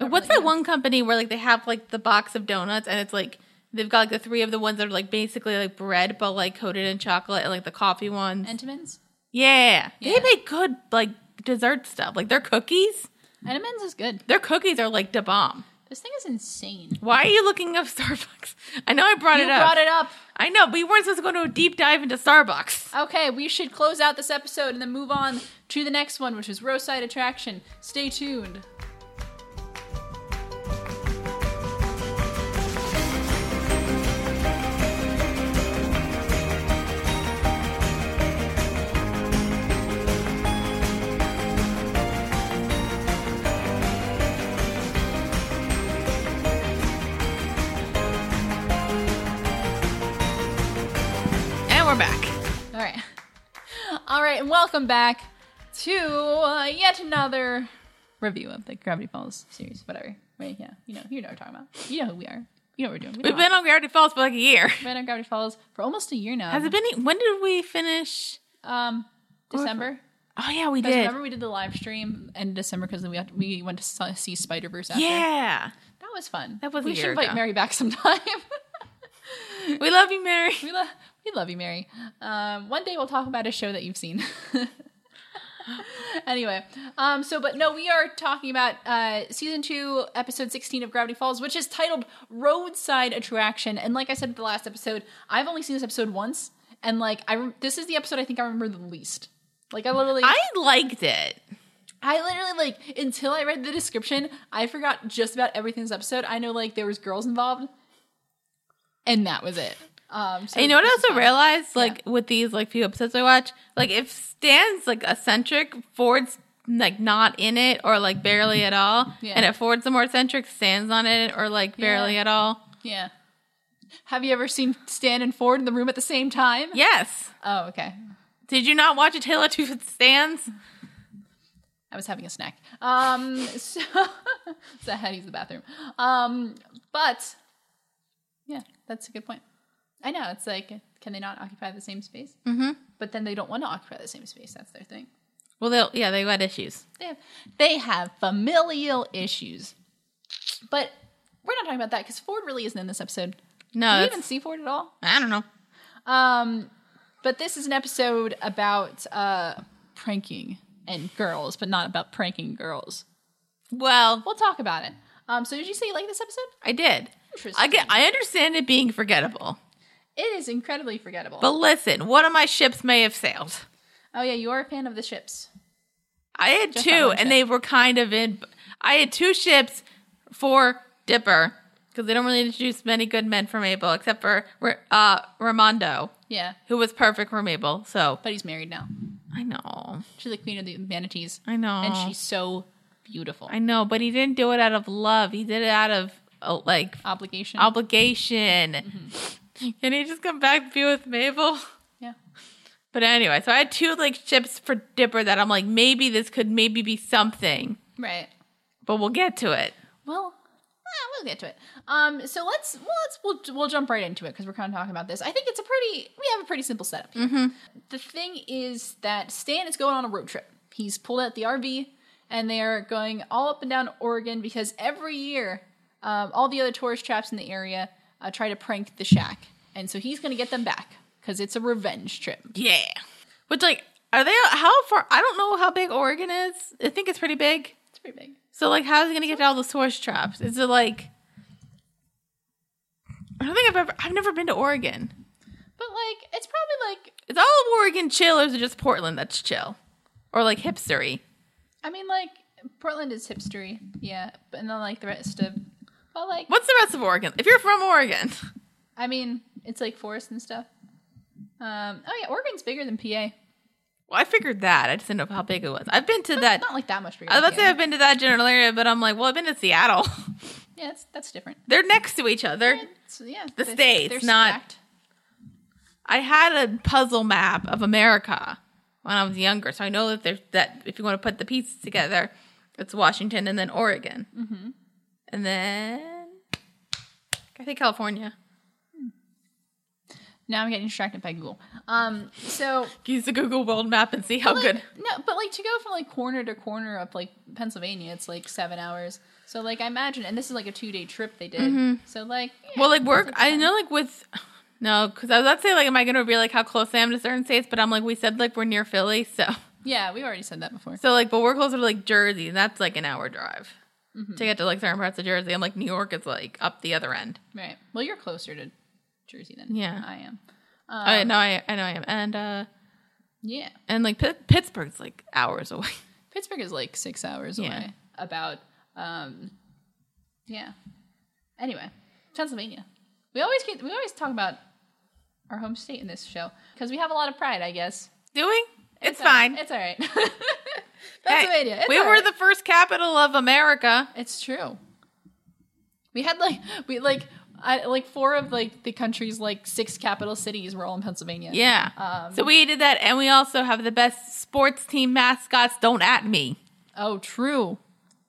Speaker 2: What's that one company where like they have like the box of donuts and it's like they've got like the three of the ones that are like basically like bread but like coated in chocolate and like the coffee ones.
Speaker 1: Entenmann's.
Speaker 2: yeah.
Speaker 1: Yeah.
Speaker 2: They make good like dessert stuff. Like their cookies.
Speaker 1: Entenmann's is good.
Speaker 2: Their cookies are like the bomb.
Speaker 1: This thing is insane.
Speaker 2: Why are you looking up Starbucks? I know I brought
Speaker 1: You
Speaker 2: it up.
Speaker 1: brought it up.
Speaker 2: I know, but you weren't supposed to go to a deep dive into Starbucks.
Speaker 1: Okay, we should close out this episode and then move on to the next one, which is roadside attraction. Stay tuned.
Speaker 2: now we're back.
Speaker 1: All right. All right, and welcome back to uh, yet another review of the Gravity Falls series, whatever. Wait, yeah, you know, you know what we're talking about. You know who we are. You know what we're doing. We
Speaker 2: We've been on Gravity Falls for like a year.
Speaker 1: We've been on Gravity Falls for almost a year now.
Speaker 2: Has it Oh, been? e, When did we finish?
Speaker 1: um, December.
Speaker 2: Oh yeah, we
Speaker 1: 'Cause
Speaker 2: did.
Speaker 1: Remember we did the live stream in December because we had, we went to saw- see Spider Verse.
Speaker 2: Yeah,
Speaker 1: that was fun.
Speaker 2: That was a
Speaker 1: we
Speaker 2: year
Speaker 1: should invite
Speaker 2: ago.
Speaker 1: Mary back sometime.
Speaker 2: we love you, Mary.
Speaker 1: we love we love you, Mary. Um, one day we'll talk about a show that you've seen. anyway, um, so but no, we are talking about uh, season two, episode sixteen of Gravity Falls, which is titled "Roadside Attraction." And like I said at the last episode, I've only seen this episode once, and like I rem- this is the episode I think I remember the least. Like I literally,
Speaker 2: I liked it.
Speaker 1: I literally like until I read the description, I forgot just about everything in this episode. I know like there was girls involved, and that was it. Um, so
Speaker 2: And you know what I
Speaker 1: this is
Speaker 2: also
Speaker 1: fun.
Speaker 2: realized, like with these like few episodes I watch, like if Stan's like eccentric, Ford's like not in it or like barely at all,
Speaker 1: Yeah.
Speaker 2: and if Ford's the more eccentric, Stan's not in it or like barely
Speaker 1: Yeah.
Speaker 2: at all.
Speaker 1: Yeah. Have you ever seen Stan and Ford in the room at the same time?
Speaker 2: Yes,
Speaker 1: Oh, okay.
Speaker 2: did you not watch A Tale of Two Stands?
Speaker 1: I was having a snack. Um, so, so I had to use the bathroom. Um, but yeah, that's a good point. I know it's like, can they not occupy the same space? Mm-hmm. But then they don't want to occupy the same space. That's their thing.
Speaker 2: Well, they'll yeah, they got issues.
Speaker 1: They have, they have familial issues. But we're not talking about that because Ford really isn't in this episode.
Speaker 2: No,
Speaker 1: Do we
Speaker 2: that's-
Speaker 1: even see Ford at all?
Speaker 2: I don't know.
Speaker 1: Um, but this is an episode about uh, pranking and girls, but not about pranking girls.
Speaker 2: Well,
Speaker 1: We'll talk about it. Um, so did you say you like this episode?
Speaker 2: I did.
Speaker 1: Interesting.
Speaker 2: I get. I understand it being forgettable,
Speaker 1: It is incredibly forgettable.
Speaker 2: but listen, one of my ships may have sailed.
Speaker 1: oh yeah, you are a fan of the ships.
Speaker 2: I had
Speaker 1: Just that
Speaker 2: two,
Speaker 1: one ship.
Speaker 2: and they were kind of in. I had two ships for Dipper because they don't really introduce many good men for Mabel, except for uh, Ramondo,
Speaker 1: Yeah,
Speaker 2: who was perfect for Mabel. So
Speaker 1: but he's married now.
Speaker 2: I know,
Speaker 1: She's the queen of the manatees,
Speaker 2: I know,
Speaker 1: and she's so beautiful.
Speaker 2: I know, but he didn't do it out of love. He did it out of uh, like
Speaker 1: Obligation.
Speaker 2: obligation.
Speaker 1: Mm-hmm.
Speaker 2: Can he just come back and be with Mabel?
Speaker 1: yeah.
Speaker 2: But anyway, so I had two like ships for Dipper that I'm like maybe this could maybe be something,
Speaker 1: Right.
Speaker 2: but we'll get to it.
Speaker 1: Well, eh, we'll get to it. Um, so let's well, let's we'll, we'll jump right into it because we're kind of talking about this. I think it's a pretty we have a pretty simple setup. Here. The thing is that Stan is going on a road trip. He's pulled out the RV and they are going all up and down Oregon because every year um, all the other tourist traps in the area uh, try to prank the shack, and so he's going to get them back because it's a revenge trip.
Speaker 2: Yeah. Which like are they how far I don't know how big Oregon is. I think it's pretty big.
Speaker 1: It's pretty big.
Speaker 2: So like how's he gonna get to all the source traps? Is it like I don't think I've ever I've never been to Oregon.
Speaker 1: But like, it's probably like
Speaker 2: Is all of Oregon chill or is it just Portland that's chill? Or like hipstery.
Speaker 1: I mean, like Portland is hipstery, yeah, but and then like the rest of, well, like
Speaker 2: What's the rest of Oregon? If you're from Oregon.
Speaker 1: I mean, it's like forest and stuff. Um, oh yeah, Oregon's bigger than PA.
Speaker 2: Well, I figured that. I just didn't know how big it was. I've been to that
Speaker 1: Not like that much bigger.
Speaker 2: I was
Speaker 1: than
Speaker 2: about to say
Speaker 1: PA.
Speaker 2: I've been to that general area, but I'm like, well, I've been to Seattle.
Speaker 1: yeah, it's, that's different.
Speaker 2: They're next to each other.
Speaker 1: It's- yeah,
Speaker 2: The
Speaker 1: they-
Speaker 2: states, not-
Speaker 1: stacked.
Speaker 2: I had a puzzle map of America when I was younger, so I know that there's that if you want to put the pieces together, it's Washington and then Oregon, mm-hmm. and then I think California.
Speaker 1: Now I'm getting distracted by Google. Um, so
Speaker 2: Use the Google World Map and see how
Speaker 1: like,
Speaker 2: good.
Speaker 1: No, but like to go from like corner to corner of like Pennsylvania, it's like seven hours. So like I imagine, and this is like a two day trip they did. So like, yeah,
Speaker 2: Mm-hmm. Well, like work,
Speaker 1: that's,
Speaker 2: I know like with no, because I was about to say like, am I going to be like how close I am to certain states? But I'm like, we said like we're near Philly, so
Speaker 1: yeah, we already said that before.
Speaker 2: so like, but we're closer to like Jersey, and that's like an hour drive
Speaker 1: Mm-hmm.
Speaker 2: to get to like certain parts of Jersey. I'm like New York is like up the other end.
Speaker 1: Right. Well, you're closer to Jersey than
Speaker 2: Yeah.
Speaker 1: I am. Oh.
Speaker 2: I know, I I know I am, and uh.
Speaker 1: Yeah.
Speaker 2: And like Pit- Pittsburgh's like hours away.
Speaker 1: Pittsburgh is like six hours
Speaker 2: Yeah.
Speaker 1: away. About, um, yeah. Anyway, Pennsylvania. We always get, we always talk about our home state in this show because we have a lot of pride, I guess.
Speaker 2: Do we? It's,
Speaker 1: all
Speaker 2: fine.
Speaker 1: right. It's all right. Pennsylvania.
Speaker 2: Hey,
Speaker 1: it's
Speaker 2: we
Speaker 1: all
Speaker 2: were
Speaker 1: right.
Speaker 2: the first capital of America.
Speaker 1: It's true. We had like we like I, like four of like the country's like six capital cities were all in Pennsylvania.
Speaker 2: Yeah.
Speaker 1: Um,
Speaker 2: so we did that, and we also have the best sports team mascots. Don't at me.
Speaker 1: Oh, true.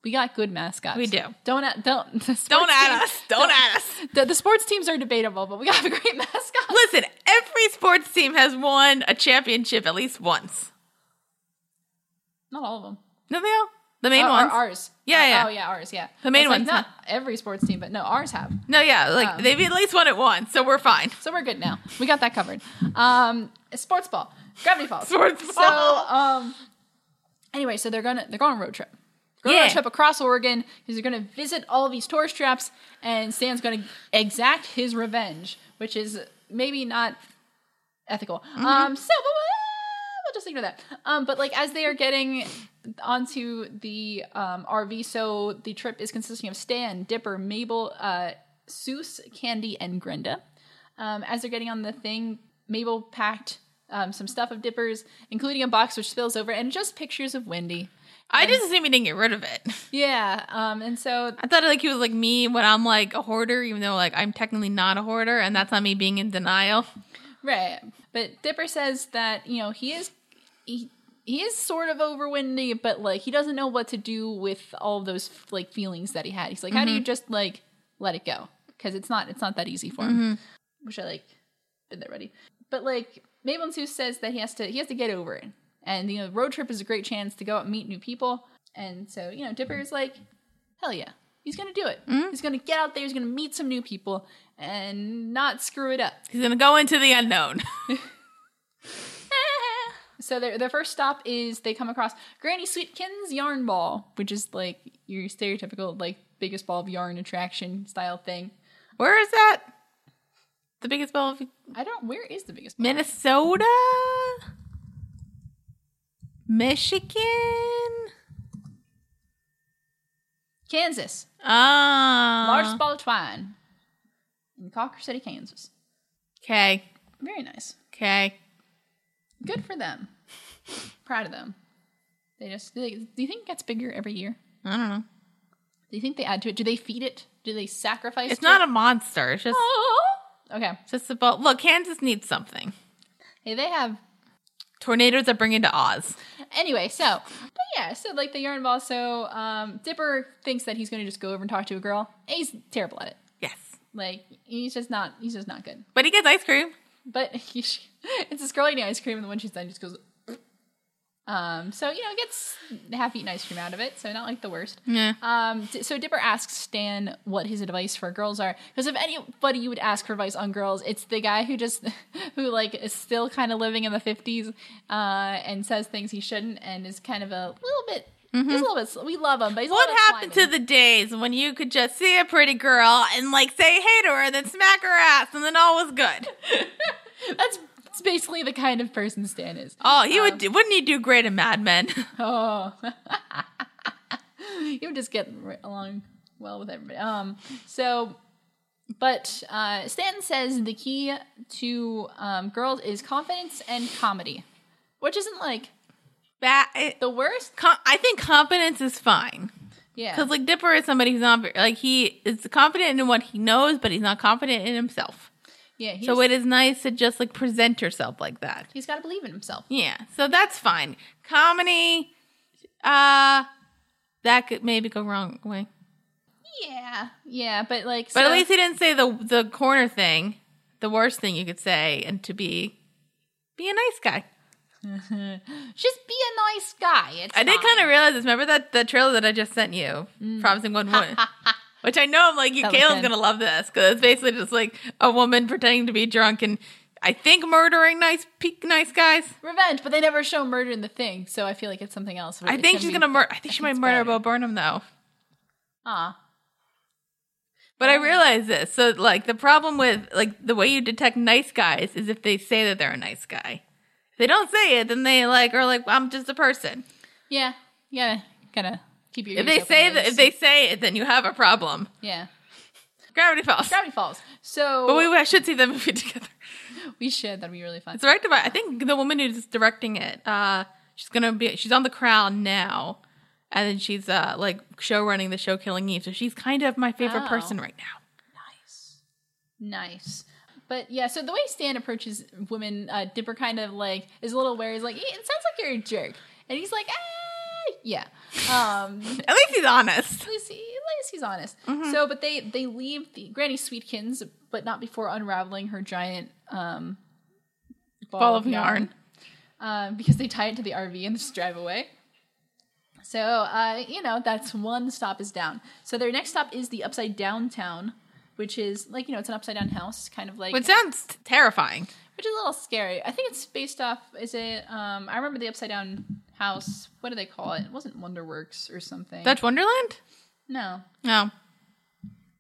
Speaker 1: We got good mascots.
Speaker 2: We do.
Speaker 1: Don't at, don't the sports
Speaker 2: Don't at
Speaker 1: team-
Speaker 2: us. Don't at us.
Speaker 1: The, the sports teams are debatable, but we got a great mascot.
Speaker 2: Listen, every sports team has won a championship at least once.
Speaker 1: Not all of them.
Speaker 2: No, they all the main
Speaker 1: Oh,
Speaker 2: ones.
Speaker 1: or ours.
Speaker 2: Yeah,
Speaker 1: Uh,
Speaker 2: yeah.
Speaker 1: Oh, yeah, ours. Yeah.
Speaker 2: The main
Speaker 1: It's like,
Speaker 2: ones,
Speaker 1: Not
Speaker 2: huh?
Speaker 1: every sports team, but no, ours have.
Speaker 2: no, yeah, like
Speaker 1: Um,
Speaker 2: they've at least won it once, so we're fine.
Speaker 1: So we're good now. We got that covered. Um, sports ball, gravity falls.
Speaker 2: Sports
Speaker 1: So
Speaker 2: ball.
Speaker 1: um, anyway, so they're gonna they're going on a road trip. Going on a
Speaker 2: Yeah.
Speaker 1: road trip across Oregon because they're gonna visit all of these tourist traps, and Stan's gonna exact his revenge, which is maybe not ethical. Um, so but we'll, we'll just ignore that. Um, but like as they are getting onto the um, RV, so the trip is consisting of Stan, Dipper, Mabel, uh, Seuss, Candy, and Grinda. Um, as they're getting on the thing, Mabel packed um, some stuff of Dipper's, including a box which spills over and just pictures of Wendy.
Speaker 2: I just assume he didn't get rid of it.
Speaker 1: Yeah, um, and so
Speaker 2: I thought like he was like me when I'm like a hoarder, even though like I'm technically not a hoarder, and that's not me being in denial.
Speaker 1: Right. But Dipper says that, you know, he is he, he is sort of over Wendy, but like he doesn't know what to do with all those like feelings that he had. He's like, how do you just like let it go? Cuz it's not it's not that easy for him. Wish I like been there ready. But like Mabel and Sue says that he has to he has to get over it. And you know, road trip is a great chance to go out and meet new people. And so, you know, Dipper is like, hell yeah. He's going to do it. He's going to get out there, he's going to meet some new people and not screw it up.
Speaker 2: He's gonna go into the unknown.
Speaker 1: So their their first stop is they come across Granny Sweetkin's yarn ball, which is like your stereotypical like biggest ball of yarn attraction style thing.
Speaker 2: Where is that? The biggest ball of
Speaker 1: I don't. Where is the biggest? Ball?
Speaker 2: Minnesota, Michigan.
Speaker 1: Kansas
Speaker 2: Ah,
Speaker 1: largest ball of twine in Cocker City, Kansas.
Speaker 2: Okay,
Speaker 1: Very nice.
Speaker 2: okay.
Speaker 1: Good for them. Proud of them. They just. They, do you think it gets bigger every year?
Speaker 2: I don't know.
Speaker 1: Do you think they add to it? Do they feed it? Do they sacrifice?
Speaker 2: It's not a monster. It's just
Speaker 1: a. Okay.
Speaker 2: it's just a ball. Look, Kansas needs something.
Speaker 1: Hey, they have
Speaker 2: Tornadoes that bring into Oz.
Speaker 1: Anyway, so but yeah, so like the yarn ball. So um, Dipper thinks that he's going to just go over and talk to a girl. And he's terrible at it.
Speaker 2: Yes,
Speaker 1: Like he's just not. He's just not good.
Speaker 2: but he gets ice cream.
Speaker 1: But he, sh- it's this girl eating ice cream, and the one she's done just goes. Um. So you know, gets half-eaten ice cream out of it. So not like the worst.
Speaker 2: Yeah.
Speaker 1: Um. d- So Dipper asks Stan what his advice for girls are, because if anybody you would ask for advice on girls, it's the guy who just who like is still kind of living in the fifties, uh, and says things he shouldn't, and is kind of a little bit. He's a little bit. sl- We love him, but he's a
Speaker 2: Mm-hmm. What
Speaker 1: little bit
Speaker 2: happened
Speaker 1: slimy.
Speaker 2: to the days when you could just see a pretty girl and like say hey to her and then smack her ass and then all was good?
Speaker 1: That's, that's basically the kind of person Stan is.
Speaker 2: Oh, he
Speaker 1: Uh.
Speaker 2: would do, wouldn't he do great in Mad Men?
Speaker 1: Oh, you would just get ri- along well with everybody. Um, so, but uh, Stanton says the key to um, girls is confidence and comedy, which isn't like
Speaker 2: That it,
Speaker 1: the worst.
Speaker 2: eh, com- I think confidence is fine
Speaker 1: Yeah,
Speaker 2: because like Dipper is somebody who's not ver- like he is confident in what he knows, but he's not confident in himself.
Speaker 1: yeah. He's,
Speaker 2: So it is nice to just like present yourself like that.
Speaker 1: he's got to believe in himself.
Speaker 2: Yeah, so that's fine. Comedy, uh, that could maybe go wrong way.
Speaker 1: Yeah, yeah. But like,
Speaker 2: But
Speaker 1: so-
Speaker 2: at least he didn't say the the corner thing, the worst thing you could say, and to be be a nice guy.
Speaker 1: just be a nice guy. It's
Speaker 2: I did
Speaker 1: fine. Mm.
Speaker 2: kind of realize this. Remember that the trailer that I just sent you, promising one woman, which I know I'm like, you
Speaker 1: That was
Speaker 2: Kayla's
Speaker 1: good.
Speaker 2: gonna love this because it's basically just like a woman pretending to be drunk and I think murdering nice pe- nice guys.
Speaker 1: revenge, but they never show murder in the thing, so I feel like it's something else.
Speaker 2: I
Speaker 1: It's
Speaker 2: think she's
Speaker 1: be-
Speaker 2: gonna murder. I think she might
Speaker 1: it's
Speaker 2: murder
Speaker 1: better.
Speaker 2: Bo Burnham though.
Speaker 1: Ah,
Speaker 2: But I realize this. So like the problem with like the way you detect nice guys is if they say that they're a nice guy. If they don't say it, then they like are like I'm just a person.
Speaker 1: yeah, yeah. Gotta keep your. ears
Speaker 2: If they
Speaker 1: open
Speaker 2: say
Speaker 1: to
Speaker 2: that
Speaker 1: those.
Speaker 2: if they say it, then you have a problem.
Speaker 1: yeah.
Speaker 2: Gravity Falls.
Speaker 1: Gravity Falls. So
Speaker 2: But we, we should see them movie together.
Speaker 1: we should. That'd be really fun.
Speaker 2: It's directed by I think the woman who's directing it. Uh, she's gonna be she's on the crown now, and then she's uh like show running the show Killing Eve. So she's kind of my favorite
Speaker 1: Oh.
Speaker 2: person right now.
Speaker 1: Nice. Nice. But yeah, so the way Stan approaches women, uh, Dipper kind of like is a little wary. He's like, "Eh, "It sounds like you're a jerk," and he's like, "Ah, yeah." Um,
Speaker 2: At least he's honest.
Speaker 1: at least, he, at least he's honest.
Speaker 2: Mm-hmm.
Speaker 1: So, but they they leave the Granny Sweetkins, but not before unraveling her giant um, ball,
Speaker 2: Ball of yarn.
Speaker 1: um, because they tie it to the RV and just drive away. So, uh, you know, that's one stop is down. So their next stop is the upside downtown, which is like you know it's an upside down house, kind of like
Speaker 2: Which sounds t- terrifying.
Speaker 1: which is a little scary. I think it's based off. Is it? Um, I remember the upside down house. What do they call it? It wasn't Wonderworks or something.
Speaker 2: Dutch Wonderland?
Speaker 1: no,
Speaker 2: No.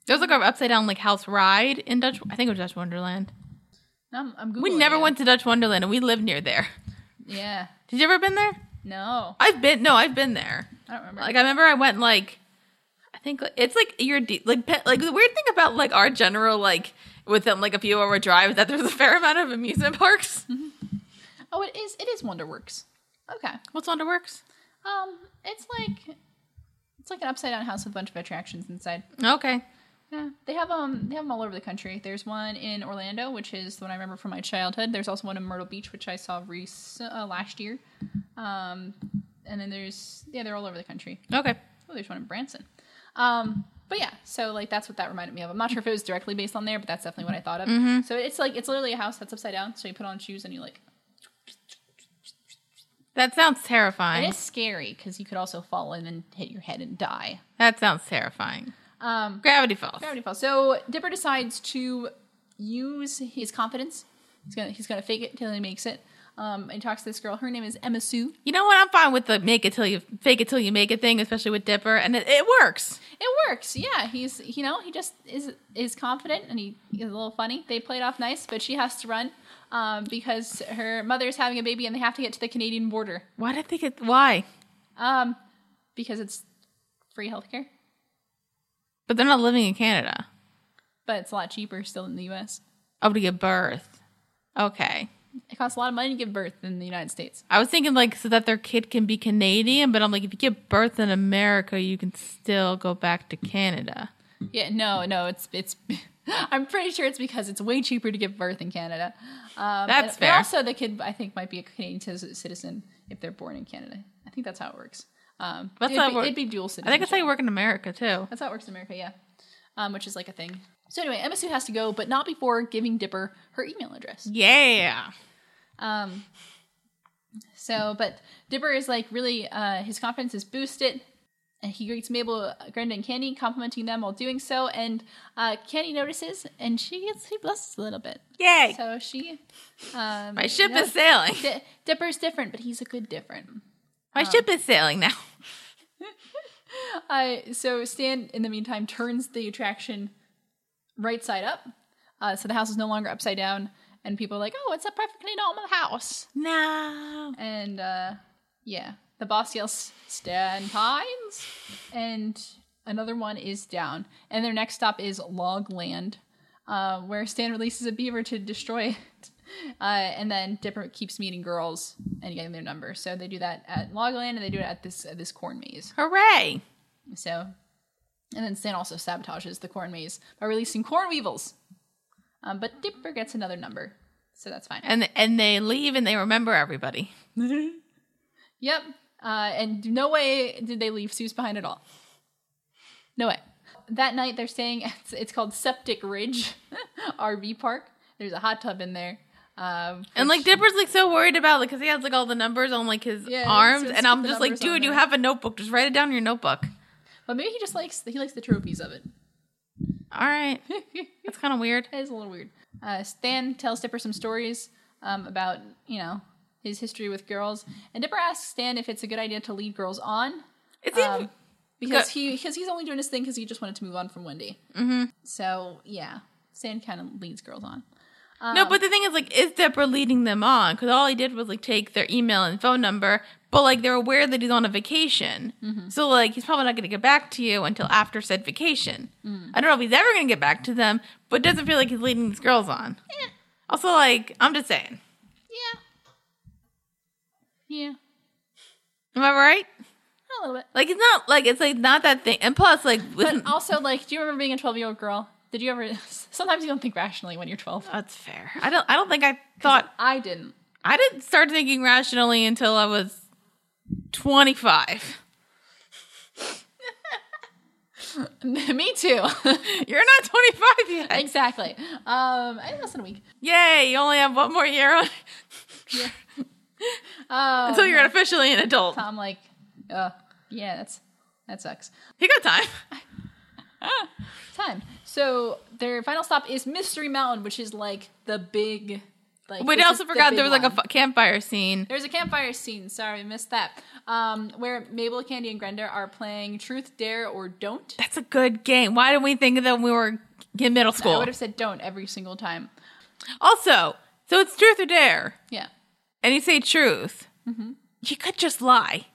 Speaker 2: There was like an upside down like house ride in Dutch. I think it was Dutch Wonderland.
Speaker 1: I'm, I'm Googling
Speaker 2: We never
Speaker 1: it.
Speaker 2: went to Dutch Wonderland, and we lived near there.
Speaker 1: Yeah,
Speaker 2: Did you ever been there?
Speaker 1: no,
Speaker 2: I've been. No, I've been there.
Speaker 1: I don't remember.
Speaker 2: Like I remember, I went like I think like, it's like your de- like pe- like the weird thing about like our general like within like a few hour drive is that there's a fair amount of amusement parks.
Speaker 1: oh, it is. It is WonderWorks. Okay.
Speaker 2: What's Wonderworks?
Speaker 1: Um, it's like it's like an upside down house with a bunch of attractions inside.
Speaker 2: Okay,
Speaker 1: Yeah, they have um they have them all over the country. There's one in Orlando, which is the one I remember from my childhood. There's also one in Myrtle Beach, which I saw rec- uh, last year. Um, and then there's yeah, they're all over the country.
Speaker 2: okay.
Speaker 1: Oh, there's one in Branson. Um, but yeah, so like that's what that reminded me of. I'm not sure if it was directly based on there, but that's definitely what I thought of. So it's like it's literally a house that's upside down. So you put on shoes and you like
Speaker 2: That sounds
Speaker 1: and
Speaker 2: terrifying.
Speaker 1: it's scary because you could also fall in and hit your head and die.
Speaker 2: That sounds terrifying.
Speaker 1: Um,
Speaker 2: Gravity Falls.
Speaker 1: Gravity Falls. So Dipper decides to use his confidence. He's gonna he's gonna fake it till he makes it. Um, and he talks to this girl. Her name is Emma Sue.
Speaker 2: You know what? I'm fine with the make it till you fake it till you make it thing, especially with Dipper, and it, it works.
Speaker 1: It works. Yeah, he's you know he just is is confident and he is a little funny. They play it off nice, but she has to run um, because her mother is having a baby and they have to get to the Canadian border
Speaker 2: Why did they get why?
Speaker 1: um, because it's free healthcare,
Speaker 2: But they're not living in Canada.
Speaker 1: but it's a lot cheaper still in the U.S.
Speaker 2: Oh, to give birth. Okay.
Speaker 1: It costs a lot of money to give birth in the United States.
Speaker 2: I was thinking like so that their kid can be Canadian, but I'm like, if you give birth in America, you can still go back to Canada.
Speaker 1: Yeah, no, no, it's it's. I'm pretty sure it's because it's way cheaper to give birth in Canada. Um,
Speaker 2: That's
Speaker 1: and- but
Speaker 2: fair.
Speaker 1: Also, the kid I think might be a Canadian c- citizen if they're born in Canada. I think that's how it works. Um,
Speaker 2: That's
Speaker 1: it'd,
Speaker 2: how it
Speaker 1: be,
Speaker 2: works.
Speaker 1: it'd be dual
Speaker 2: I
Speaker 1: citizenship.
Speaker 2: think that's how you work in America too.
Speaker 1: That's how it works in America, yeah. Um, which is like a thing. So anyway, Emma Sue has to go, but not before giving Dipper her email address.
Speaker 2: Yeah.
Speaker 1: Um, so, but Dipper is like really, uh, his confidence is boosted. And he greets Mabel, uh, Brenda, and Candy, complimenting them while doing so. And uh, Candy notices, and she gets she blushes a little bit.
Speaker 2: Yay.
Speaker 1: So she, um,
Speaker 2: My ship
Speaker 1: you know,
Speaker 2: is sailing.
Speaker 1: Di- Dipper's different, but he's a good different.
Speaker 2: My ship is sailing now.
Speaker 1: Uh, so Stan, in the meantime, turns the attraction right side up, uh, so the house is no longer upside down, and people are like, "Oh, it's a perfectly normal house."
Speaker 2: No.
Speaker 1: And uh, yeah, the boss yells, "Stan Pines," and another one is down, and their next stop is Log Land, uh, where Stan releases a beaver to destroy it. Uh, and then Dipper keeps meeting girls and getting their number. So they do that at Log Land, and they do it at this uh, this corn maze.
Speaker 2: Hooray.
Speaker 1: So, and then Stan also sabotages the corn maze by releasing corn weevils. Um, but Dipper gets another number, so that's fine.
Speaker 2: And and they leave and they remember everybody.
Speaker 1: Yep. Uh, and no way did they leave Seuss behind at all. No way. That night they're staying. At, it's called Septic Ridge RV Park. There's a hot tub in there. Um,
Speaker 2: And like Dipper's like so worried about like because he has like all the numbers on like his
Speaker 1: Yeah,
Speaker 2: arms,
Speaker 1: so
Speaker 2: and I'm
Speaker 1: the
Speaker 2: just like,
Speaker 1: numbers on
Speaker 2: dude, you
Speaker 1: there.
Speaker 2: have a notebook. Just write it down in your notebook.
Speaker 1: but maybe he just likes he likes the trophies of it.
Speaker 2: All right. That's kind of weird.
Speaker 1: That is a little weird. Uh, Stan tells Dipper some stories um, about, you know, his history with girls. And Dipper asks Stan if it's a good idea to lead girls on
Speaker 2: It seems
Speaker 1: Um, because he because he's only doing his thing because he just wanted to move on from Wendy. Mm-hmm. So, yeah, Stan kind of leads girls on.
Speaker 2: No, but the thing is, like, is Dipper leading them on? Because all he did was like take their email and phone number, but like they're aware that he's on a vacation, so like he's probably not going to get back to you until after said vacation. I don't know if he's ever going to get back to them, but it doesn't feel like he's leading these girls on. Also, like, I'm just saying,
Speaker 1: Yeah. Yeah.
Speaker 2: am I right?
Speaker 1: A little bit.
Speaker 2: Like, it's not like it's like not that thing, and plus, like,
Speaker 1: Hmm. But also, like, do you remember being a 12 year old girl Did you ever? Sometimes you don't think rationally when you're 12.
Speaker 2: That's fair. I don't. I don't think I thought.
Speaker 1: I didn't.
Speaker 2: I didn't start thinking rationally until I was twenty five.
Speaker 1: Me too.
Speaker 2: You're not twenty five yet.
Speaker 1: exactly. Um, I think less than a week.
Speaker 2: Yay! You only have one more year on
Speaker 1: Yeah. Um,
Speaker 2: until you're officially an adult.
Speaker 1: I'm like, uh, yeah, that's that sucks.
Speaker 2: You got time.
Speaker 1: Time. So their final stop is Mystery Mountain, which is like the big. Like
Speaker 2: We
Speaker 1: this is
Speaker 2: also
Speaker 1: the
Speaker 2: forgot
Speaker 1: big
Speaker 2: there was like a
Speaker 1: one.
Speaker 2: f- campfire scene.
Speaker 1: There's a campfire scene. Sorry, I missed that. Um, where Mabel, Candy, and Grenda are playing Truth, Dare, or Don't.
Speaker 2: That's a good game. Why didn't we think of that when we were in middle
Speaker 1: I
Speaker 2: school?
Speaker 1: would have said Don't every single time.
Speaker 2: Also, so it's truth or dare,
Speaker 1: Yeah.
Speaker 2: and you say truth.
Speaker 1: Mm-hmm.
Speaker 2: You could just lie.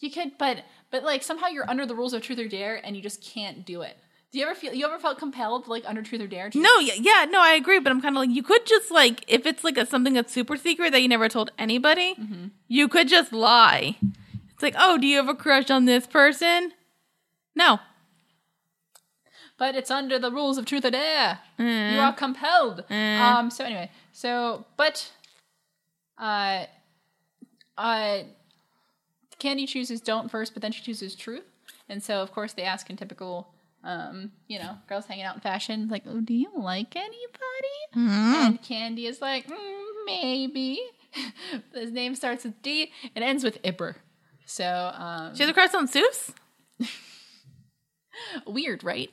Speaker 1: You could, but but like somehow you're under the rules of truth or dare, and you just can't do it. Do you ever feel you ever felt compelled like under truth or dare? To
Speaker 2: No, yeah, yeah, no, I agree, but I'm kind of like you could just like if it's like a something that's super secret that you never told anybody,
Speaker 1: Mm-hmm.
Speaker 2: you could just lie. It's like, oh, do you have a crush on this person? No,
Speaker 1: But it's under the rules of truth or dare. You are compelled. Um. So anyway, so but, uh, uh, Candy chooses don't first, but then she chooses truth, and so of course they ask in typical. Um, you know, girls hanging out in fashion, like, oh, do you like anybody? And Candy is like, mm, maybe. His name starts with D and ends with Ibber. So, um,
Speaker 2: she has a crush on Seuss.
Speaker 1: weird, right?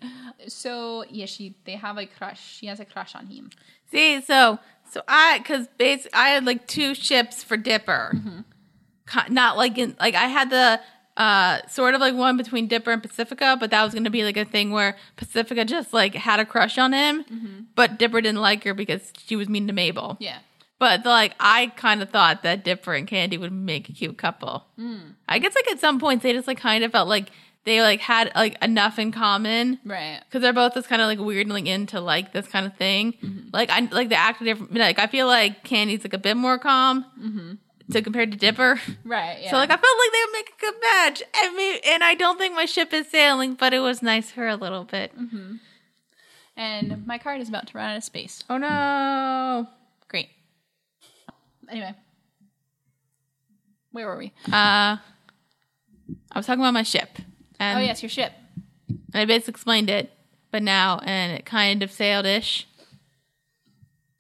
Speaker 1: So, yeah, she they have a crush. She has a crush on him.
Speaker 2: See, so so I because basically I had like two ships for Dipper, Ki- not like in like I had the uh sort of like one between Dipper and Pacifica, but that was going to be like a thing where Pacifica just like had a crush on him, but Dipper didn't like her because she was mean to Mabel.
Speaker 1: Yeah.
Speaker 2: But like I kind of thought that Dipper and Candy would make a cute couple. I guess like at some points they just like kind of felt like they like had like enough in common
Speaker 1: Right.
Speaker 2: because they're both just kind of like weird and like into like this kind of thing.
Speaker 1: Mm-hmm.
Speaker 2: Like I like the actor different. Like I feel like Candy's like a bit more calm
Speaker 1: Mm-hmm.
Speaker 2: to compared to Dipper.
Speaker 1: Right. Yeah.
Speaker 2: So like I felt like they would make a good match. I mean, and I don't think my ship is sailing, but it was nice for a little bit.
Speaker 1: Mm-hmm. and my card is about to run out of space.
Speaker 2: Oh no! Great.
Speaker 1: Anyway. Where were we? Oh,
Speaker 2: Uh, I was talking about my ship. And
Speaker 1: Oh, yes, your ship.
Speaker 2: I basically explained it, but now and it kind of sailed ish.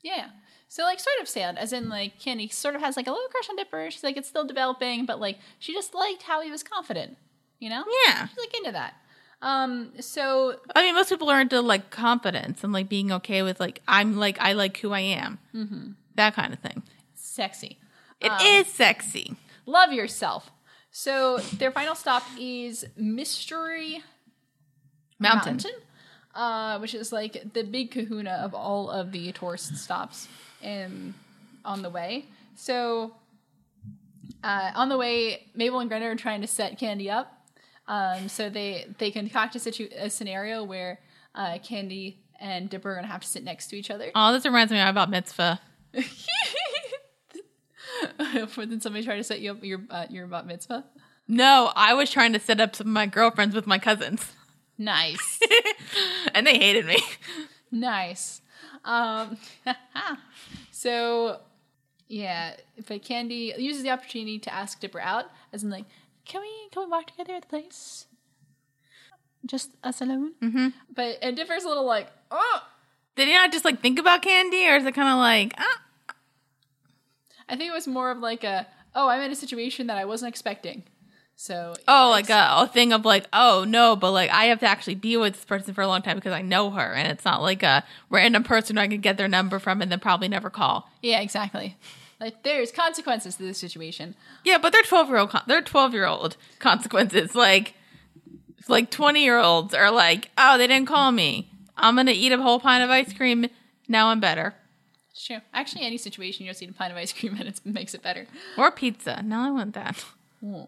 Speaker 1: Yeah. So like sort of sailed, as in like Candy sort of has like a little crush on Dipper. She's like it's still developing, but like she just liked how he was confident, you know?
Speaker 2: Yeah.
Speaker 1: She's like into that. Um. So
Speaker 2: I mean, most people are into like confidence and like being okay with like I'm like I like who I am, mm-hmm. that kind of thing.
Speaker 1: sexy.
Speaker 2: It
Speaker 1: Um,
Speaker 2: is sexy.
Speaker 1: Love yourself. So their final stop is Mystery
Speaker 2: Mountain.
Speaker 1: uh, which is like the big kahuna of all of the tourist stops in, on the way. So uh, on the way, Mabel and Greta are trying to set Candy up. Um, so they they concoct a, situ- a scenario where uh, Candy and Dipper are gonna have to sit next to each other.
Speaker 2: Oh, this reminds me of about mitzvah.
Speaker 1: But then somebody try to set you up your uh, your bat mitzvah.
Speaker 2: No, I was trying to set up some of my girlfriends with my cousins,
Speaker 1: Nice,
Speaker 2: and they hated me.
Speaker 1: nice. Um, so Yeah, but Candy uses the opportunity to ask Dipper out, as in like, can we can we walk together at the place? Just us alone. Mm-hmm. But and Dipper's a little like, oh,
Speaker 2: Did you not just like think about candy, or is it kind of like ah?
Speaker 1: I think it was more of like a, oh, I'm in a situation that I wasn't expecting. So
Speaker 2: oh, like a, a thing of like oh no, but like I have to actually be with this person for a long time because I know her, and it's not like a random person I could get their number from and then probably never call.
Speaker 1: yeah, exactly. Like there's consequences to this situation.
Speaker 2: Yeah, but they're twelve year old. Con- they're twelve year old consequences. Like, like twenty year olds are like, oh, they didn't call me. I'm gonna eat a whole pint of ice cream. Now I'm better.
Speaker 1: It's true. Actually, any situation you just eat a pint of ice cream and it makes it better.
Speaker 2: Or pizza. Now I want that.
Speaker 1: Ooh.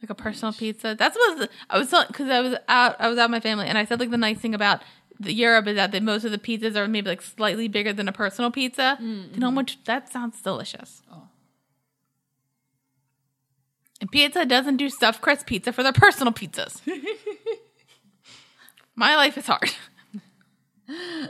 Speaker 2: Like a personal pizza. That's what I was because I was out. I was out with my family, and I said like the nice thing about the Europe is that the, most of the pizzas are maybe like slightly bigger than a personal pizza. You know how much that sounds delicious.
Speaker 1: Mm-hmm. Oh.
Speaker 2: And pizza doesn't do stuffed crust pizza for their personal pizzas. My life is hard.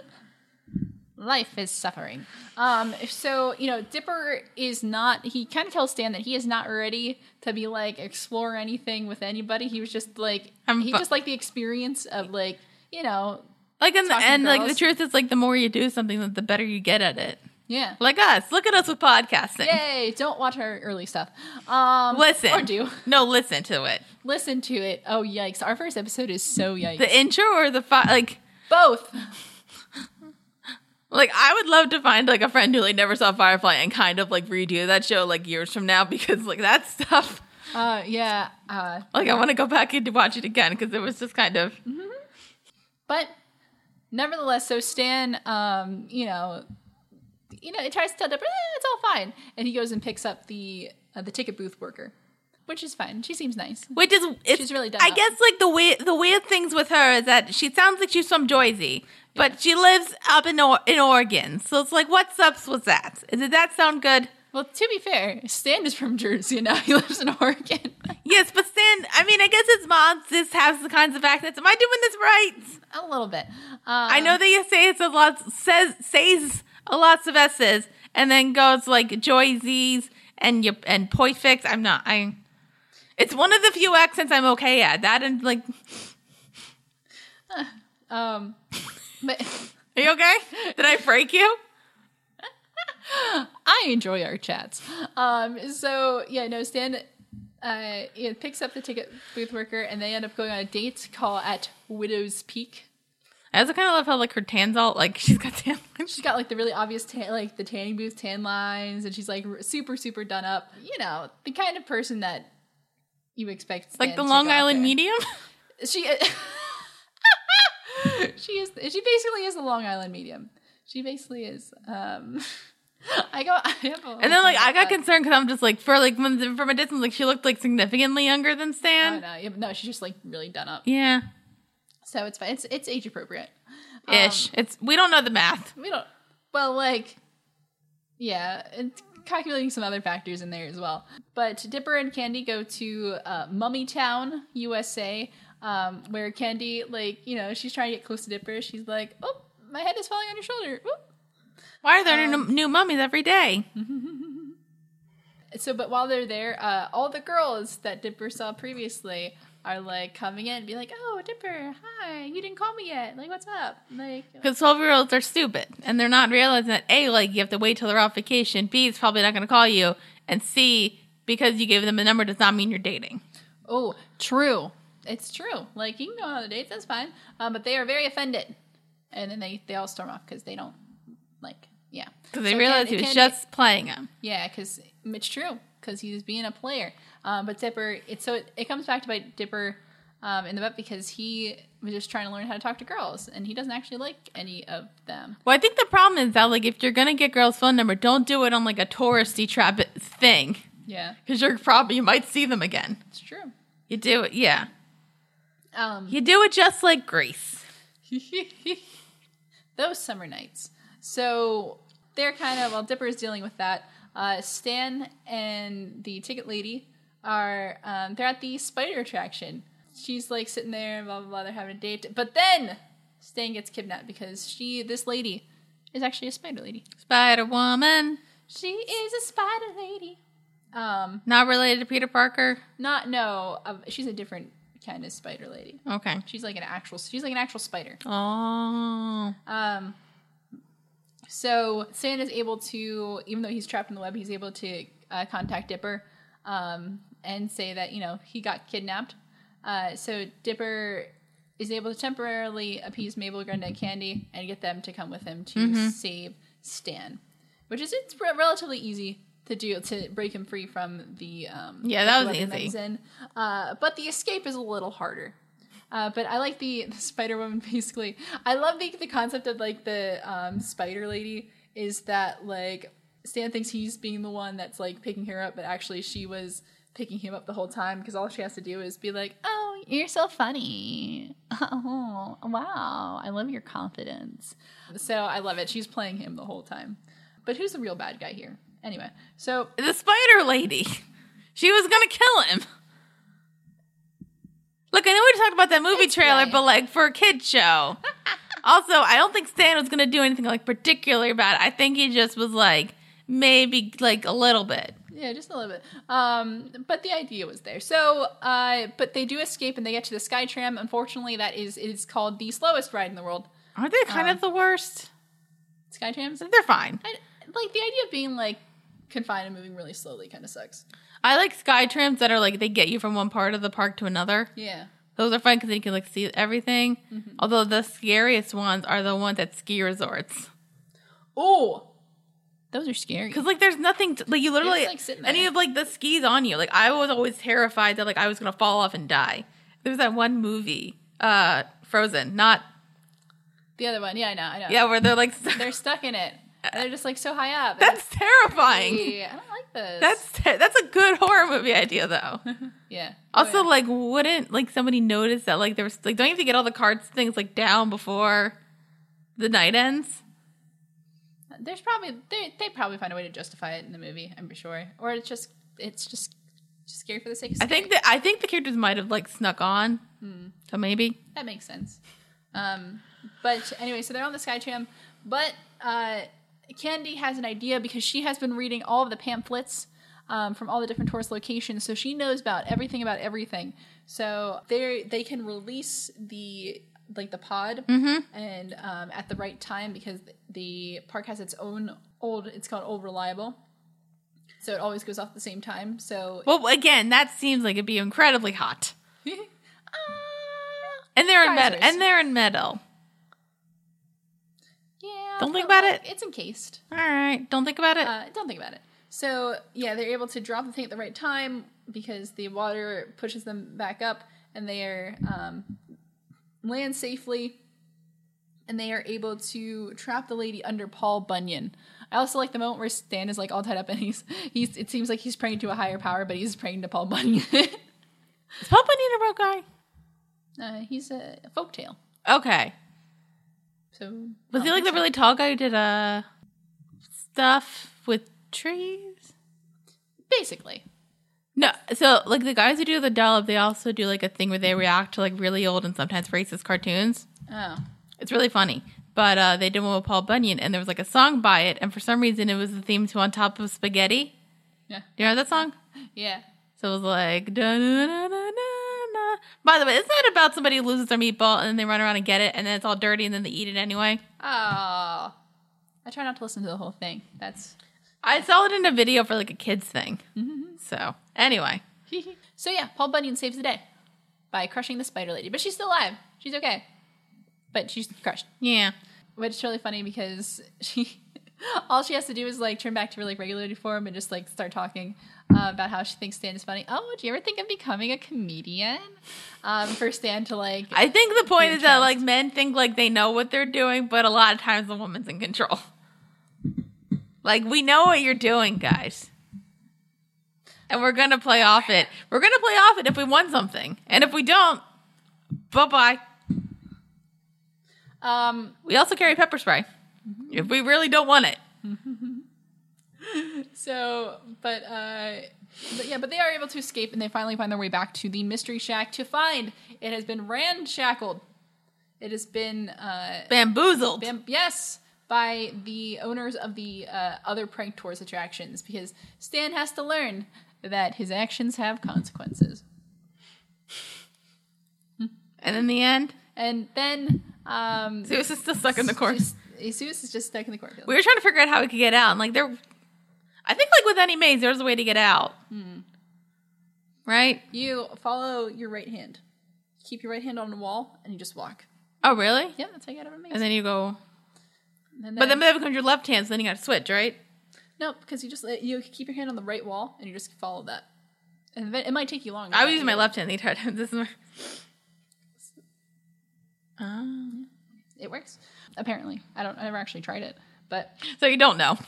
Speaker 1: life is suffering. Um, so you know, Dipper is not. He kind of tells Stan that he is not ready to be like explore anything with anybody. He was just like
Speaker 2: I'm
Speaker 1: he
Speaker 2: fu-
Speaker 1: just like the experience of like you know
Speaker 2: Like in the
Speaker 1: Talking
Speaker 2: end, like the
Speaker 1: girls.
Speaker 2: truth is like the more you do something, the better you get at it.
Speaker 1: yeah.
Speaker 2: Like us. Look at us with podcasting.
Speaker 1: Yay! Don't watch our early stuff. Um,
Speaker 2: Listen.
Speaker 1: or do
Speaker 2: No, listen to it.
Speaker 1: listen to it. Oh yikes! Our first episode is so yikes.
Speaker 2: The intro or the fi- like
Speaker 1: Both.
Speaker 2: like I would love to find like a friend who like never saw Firefly and kind of like redo that show like years from now because like that stuff
Speaker 1: Uh, yeah. Uh,
Speaker 2: like I want to go back and watch it again because it was just kind of
Speaker 1: But nevertheless, so Stan, um, you know, you know, it tries to tell Deborah, "Eh, it's all fine, and he goes and picks up the uh, the ticket booth worker, which is fine. She seems nice.
Speaker 2: Which is it's,
Speaker 1: She's really done
Speaker 2: I
Speaker 1: up.
Speaker 2: guess like the way the weird things with her is that she sounds like she's from Jersey, but she lives up in or- in Oregon. So it's like, what's up with that? Did that sound good?
Speaker 1: Well, to be fair, Stan is from Jersey and now he lives in Oregon.
Speaker 2: Yes, but Stan. I mean, I guess his mom just has the kinds of accents. Am I doing this right?
Speaker 1: a little bit. Um,
Speaker 2: I know that you say it's a lot says says a lots of s's, and then goes like Jersey's and you and poifix. I'm not. I. It's one of the few accents I'm okay at. That and like,
Speaker 1: Um, but
Speaker 2: are you okay? Did I break you?
Speaker 1: I enjoy our chats. Um, so yeah, no, Stan. Uh, yeah, picks up the ticket booth worker and they end up going on a date call at Widow's Peak.
Speaker 2: I also kind of love how like her tan's all like she's got tan lines.
Speaker 1: She's got like the really obvious tan, like the tanning booth tan lines, and she's like r- super super done up. You know, the kind of person that you expect.
Speaker 2: like
Speaker 1: Stan
Speaker 2: the
Speaker 1: to
Speaker 2: Long
Speaker 1: go out
Speaker 2: Island
Speaker 1: there.
Speaker 2: medium.
Speaker 1: She. she is. She basically is the Long Island medium. She basically is. Um, I go. I have a
Speaker 2: And then like I got
Speaker 1: con-
Speaker 2: concerned because I'm just like for like when, from a distance like she looked like significantly younger than
Speaker 1: oh,
Speaker 2: Stan.
Speaker 1: no, yeah, but no, she's just like really done up.
Speaker 2: Yeah,
Speaker 1: So it's fine. It's it's age appropriate.
Speaker 2: ish. it's we don't know the math.
Speaker 1: We don't. Well, like, yeah, and calculating some other factors in there as well. But Dipper and Candy go to uh, Mummy Town, USA, um, where Candy, like, you know, she's trying to get close to Dipper. She's like, "Oh, my head is falling on your shoulder." Oop.
Speaker 2: Why are there new, new mummies every day?
Speaker 1: So, but while they're there, uh, all the girls that Dipper saw previously are like coming in and be like, "Oh, Dipper, hi! You didn't call me yet. Like, what's up? Like,
Speaker 2: Because twelve year olds are stupid and they're not realizing that a like you have to wait till they're off vacation. B it's probably not going to call you, and C because you gave them a number does not mean you're dating.
Speaker 1: Oh, true. It's true. Like you can go on other dates, that's fine. Um, but they are very offended, and then they they all storm off because they don't like yeah
Speaker 2: Because they
Speaker 1: So
Speaker 2: realize
Speaker 1: Can-
Speaker 2: he
Speaker 1: Candy-
Speaker 2: was just playing them.
Speaker 1: yeah because it's true because he's being a player. Um, but Dipper, it's so it, it comes back to bite Dipper um, in the butt because he was just trying to learn how to talk to girls, and he doesn't actually like any of them.
Speaker 2: Well, I think the problem is that like if you're gonna get girls' phone number, don't do it on like a touristy trap thing
Speaker 1: Yeah,
Speaker 2: because you're probably you might see them again.
Speaker 1: it's true.
Speaker 2: You do it, yeah.
Speaker 1: Um,
Speaker 2: You do it just like Greece.
Speaker 1: those summer nights. So they're kind of while Dipper is dealing with that. Uh, Stan and the ticket lady are um, they're at the spider attraction. She's like sitting there, blah blah blah. They're having a date, but then Stan gets kidnapped because she, this lady, is actually a spider lady.
Speaker 2: Spider Woman,
Speaker 1: She is a spider lady. Um,
Speaker 2: not related to Peter Parker.
Speaker 1: not no, uh, she's a different kind of spider lady.
Speaker 2: Okay.
Speaker 1: She's like an actual, she's like an actual spider.
Speaker 2: Oh,
Speaker 1: Um, so Stan is able to, even though he's trapped in the web, he's able to uh, contact Dipper um, and say that you know he got kidnapped. Uh, so Dipper is able to temporarily appease Mabel, Grenda, and Candy and get them to come with him to
Speaker 2: Mm-hmm.
Speaker 1: save Stan, which is it's re- relatively easy to do to break him free from the um,
Speaker 2: Yeah, that
Speaker 1: the
Speaker 2: was
Speaker 1: weapon
Speaker 2: easy.
Speaker 1: he's in. Uh, but the escape is a little harder. Uh, but I like the, the Spider Woman basically. I love the, the concept of like the um, Spider Lady is that like Stan thinks he's being the one that's like picking her up, but actually she was picking him up the whole time because all she has to do is be like, "Oh, you're so funny. Oh, wow, I love your confidence." So I love it. She's playing him the whole time. But who's the real bad guy here? Anyway, so
Speaker 2: the Spider Lady. She was gonna kill him. Look, I know we talked about that movie
Speaker 1: It's
Speaker 2: trailer,
Speaker 1: right.
Speaker 2: but like for a kid's show. also, I don't think Stan was gonna do anything like particularly bad. I think he just was like maybe like a little bit.
Speaker 1: Yeah, just a little bit. Um, but the idea was there. So, uh, but they do escape and they get to the Sky Tram. Unfortunately, that is it is called the slowest ride in the world.
Speaker 2: Aren't they kind of the worst?
Speaker 1: Sky Trams.
Speaker 2: They're fine.
Speaker 1: I, like the idea of being like confined and moving really slowly kind of sucks.
Speaker 2: I like sky trams that are like they get you from one part of the park to another.
Speaker 1: Yeah.
Speaker 2: Those are fun because you can like see everything. Although the scariest ones are the ones at ski resorts
Speaker 1: Oh, those are scary.
Speaker 2: because like there's nothing to, like you literally
Speaker 1: like, sitting
Speaker 2: and you
Speaker 1: there.
Speaker 2: have like the skis on you. Like I was always terrified that like I was gonna fall off and die. There's that one movie, uh, Frozen, not
Speaker 1: The other one, yeah, I know, I know.
Speaker 2: yeah, where they're like
Speaker 1: they're stuck in it. And they're just like so high up.
Speaker 2: that's terrifying.
Speaker 1: yeah, I don't like this.
Speaker 2: That's ter- that's a good horror movie idea though.
Speaker 1: yeah.
Speaker 2: Also, like, wouldn't like somebody notice that like there was like don't you have to get all the cards things like down before the night ends?
Speaker 1: there's probably they they probably find a way to justify it in the movie. I'm sure, or it's just it's just just scary for the sake of.
Speaker 2: I
Speaker 1: Scary.
Speaker 2: think that I think the characters might have like snuck on,
Speaker 1: Hmm.
Speaker 2: so maybe
Speaker 1: That makes sense. Um, but anyway, so they're on the Sky Tram. But uh, Candy has an idea because she has been reading all of the pamphlets um, from all the different tourist locations, so she knows about everything about everything. So they they can release the like the pod
Speaker 2: Mm-hmm.
Speaker 1: and um, at the right time because the park has its own old. It's called Old Reliable. So it always goes off at the same time. So
Speaker 2: Well, again, that seems like it'd be incredibly hot,
Speaker 1: Ah,
Speaker 2: and they're in metal,
Speaker 1: Geysers.
Speaker 2: and they're in metal.
Speaker 1: yeah.
Speaker 2: Don't think
Speaker 1: but,
Speaker 2: about
Speaker 1: like, It's encased.
Speaker 2: All right, don't think about it.
Speaker 1: Uh, don't think about it. So yeah, they're able to drop the thing at the right time because the water pushes them back up, and they are um, land safely, and they are able to trap the lady under Paul Bunyan. I also like the moment where Stan is like all tied up, and he's he's. It seems like he's praying to a higher power, but he's praying to Paul Bunyan.
Speaker 2: Is Paul Bunyan a real
Speaker 1: uh, he's a folktale,
Speaker 2: guy? Okay,
Speaker 1: so um,
Speaker 2: was he like the really tall guy who did uh stuff with trees?
Speaker 1: basically.
Speaker 2: No, so like the guys who do the dollop, they also do like a thing where they react to like really old and sometimes racist cartoons.
Speaker 1: Oh,
Speaker 2: It's really funny. But uh, they did one with Paul Bunyan, and there was like a song by it, and for some reason it was the theme to On Top of Spaghetti.
Speaker 1: Yeah.
Speaker 2: Do you know that song?
Speaker 1: yeah.
Speaker 2: So it was like. da na na na na By the way, isn't that about somebody who loses their meatball and then they run around and get it, and then it's all dirty, and then they eat it anyway?
Speaker 1: Oh, I try not to listen to the whole thing. That's
Speaker 2: I saw it in a video for like a kids thing. So anyway,
Speaker 1: so yeah, Paul Bunyan saves the day by crushing the spider lady, but she's still alive. She's okay, but she's crushed.
Speaker 2: yeah.
Speaker 1: Which is really funny because she, all she has to do is like turn back to her like regular form and just like start talking uh, about how she thinks Stan is funny. Oh, would you ever think of becoming a comedian? Um, for Stan to like,
Speaker 2: I think the point
Speaker 1: Being
Speaker 2: is that
Speaker 1: trounced.
Speaker 2: like men think like they know what they're doing, but a lot of times the woman's in control. Like we know what you're doing, guys. And we're gonna play off it. We're gonna play off it if we want something. And if we don't, bye bye.
Speaker 1: um,
Speaker 2: We also carry pepper spray. If we really don't want it.
Speaker 1: so but uh, but yeah, but they are able to escape and they finally find their way back to the mystery shack to find it has been ranshackled. It has been uh.
Speaker 2: Bamboozled.
Speaker 1: Bam- yes, by the owners of the uh, other prank tours attractions because Stan has to learn that his actions have consequences.
Speaker 2: and in the end,
Speaker 1: And then um,
Speaker 2: Zeus is still stuck in the corner.
Speaker 1: just- Zeus is just stuck in the cornfield.
Speaker 2: We were trying to figure out how we could get out. And like there I think like with any maze, there's a way to get out. Right?
Speaker 1: You follow your right hand. Keep your right hand on the wall, and you just walk.
Speaker 2: Oh really?
Speaker 1: Yeah, that's how you got out of a maze.
Speaker 2: And then you go.
Speaker 1: And
Speaker 2: But then that becomes your left hand, so then you got to switch, right?
Speaker 1: no, because you just you keep your hand on the right wall, and you just follow that. And then it might take you longer.
Speaker 2: I
Speaker 1: but
Speaker 2: was using
Speaker 1: you-
Speaker 2: my left hand the entire time. This is my. Ah.
Speaker 1: It works, apparently. I don't. I never actually tried it, but
Speaker 2: So you don't know.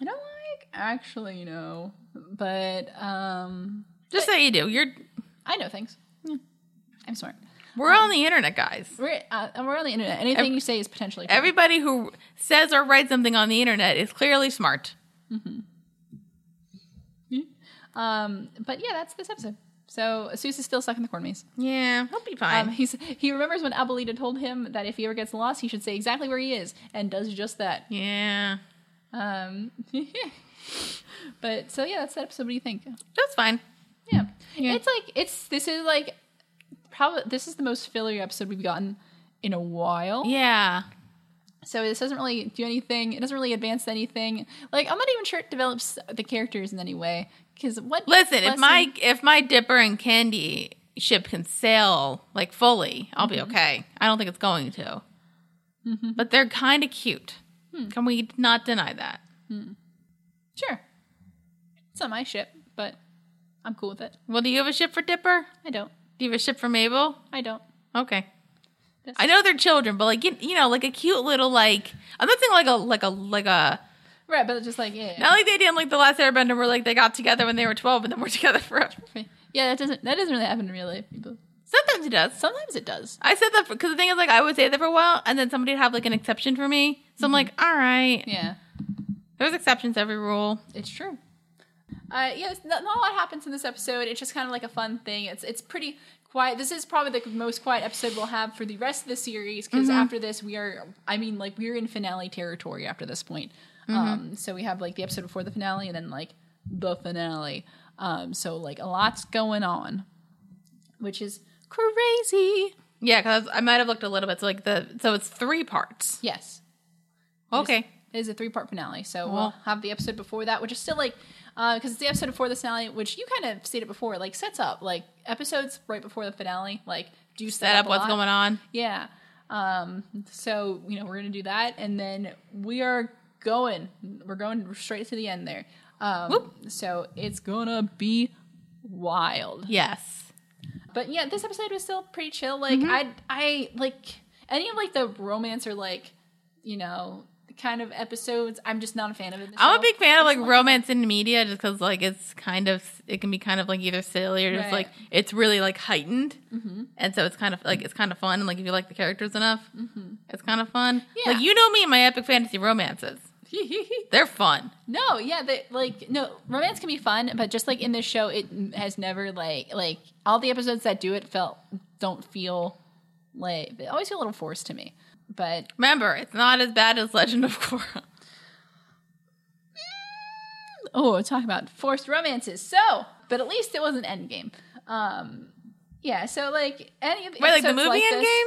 Speaker 1: I don't like actually know, but um,
Speaker 2: Just say you do. You're.
Speaker 1: I know things. I'm smart.
Speaker 2: We're on the internet, guys.
Speaker 1: We're uh, and we're on the internet. Anything you say is potentially true.
Speaker 2: Everybody who says or writes something on the internet is clearly smart.
Speaker 1: um, but Hmm? yeah, that's this episode. So Seuss is still stuck in the corn maze.
Speaker 2: Yeah, he'll be
Speaker 1: Um,
Speaker 2: fine.
Speaker 1: he's, he remembers when Abuelita told him that if he ever gets lost, he should say exactly where he is, and does just that.
Speaker 2: yeah,
Speaker 1: Um, but so yeah, that's that episode. What do you think?
Speaker 2: that's fine.
Speaker 1: Yeah.
Speaker 2: Yeah.
Speaker 1: It's like it's this is like probably this is the most filler episode we've gotten in a while.
Speaker 2: Yeah,
Speaker 1: So this doesn't really do anything. It doesn't really advance anything. Like I'm not even sure it develops the characters in any way. Because what?
Speaker 2: listen, if
Speaker 1: lesson-
Speaker 2: my if my Dipper and Candy ship can sail like fully, I'll be okay. I don't think it's going to, but they're kind of cute. Can we not deny that?
Speaker 1: sure, it's not my ship, but I'm cool with it.
Speaker 2: Well, do you have a ship for Dipper?
Speaker 1: I don't.
Speaker 2: Do you have a ship for Mabel?
Speaker 1: I don't.
Speaker 2: Okay.
Speaker 1: That's-
Speaker 2: I know they're children, but like you, you know, like a cute little like I'm not saying like a like a like a
Speaker 1: Right, but it's just like yeah,
Speaker 2: not like they did in like the last Airbender where like they got together when they were 12 and then were together forever.
Speaker 1: yeah. yeah. That doesn't that doesn't really happen in real life. People.
Speaker 2: Sometimes it does.
Speaker 1: Sometimes it does.
Speaker 2: I said that because the thing is like I would say that for a while and then somebody would have like an exception for me. So
Speaker 1: Mm-hmm.
Speaker 2: I'm like, all right,
Speaker 1: Yeah,
Speaker 2: there's exceptions to every rule.
Speaker 1: it's true. Uh, yeah, it's not, not a lot happens in this episode. It's just kind of like a fun thing. It's it's pretty quiet. This is probably the most quiet episode we'll have for the rest of the series because after this we are, I mean, like we're in finale territory after this point. Um, so we have like the episode before the finale and then like the finale. Um, so like a lot's going on, which is crazy.
Speaker 2: Yeah, because I might have looked a little bit. So like the so it's three parts.
Speaker 1: Yes.
Speaker 2: Okay.
Speaker 1: It is a three part finale. So
Speaker 2: Well-
Speaker 1: we'll have the episode before that, which is still like, because it's the episode before the finale, which you kind of stated before, like sets up like episodes right before the finale, like do set,
Speaker 2: Set up
Speaker 1: a
Speaker 2: what's
Speaker 1: lot.
Speaker 2: going on.
Speaker 1: Yeah. Um, so you know we're gonna do that, and then we are going, we're going straight to the end there. Um, So it's gonna be wild.
Speaker 2: Yes.
Speaker 1: But yeah, this episode was still pretty chill. Like
Speaker 2: Mm-hmm.
Speaker 1: I, I like any of like the romance or like you know kind of episodes. I'm just not a fan of it.
Speaker 2: I'm a big fan of like romance in media just because like it's kind of it can be kind of like either silly or just
Speaker 1: Right. Mm-hmm.
Speaker 2: like it's really like heightened, and so it's kind of like it's kind of fun. And like if you like the characters enough, it's kind of fun.
Speaker 1: Mm-hmm. Yeah.
Speaker 2: Like you know me and my epic fantasy romances, they're fun.
Speaker 1: no, yeah, they, like no romance can be fun, but just like in this show, it has never like like all the episodes that do it felt don't feel like they always feel a little forced to me. But
Speaker 2: Remember, it's not as bad as Legend of Korra.
Speaker 1: oh, talk about forced romances. So, but at least it wasn't Endgame. Um, yeah, so like any of the
Speaker 2: Wait, like the
Speaker 1: episodes
Speaker 2: movie
Speaker 1: this-
Speaker 2: Endgame?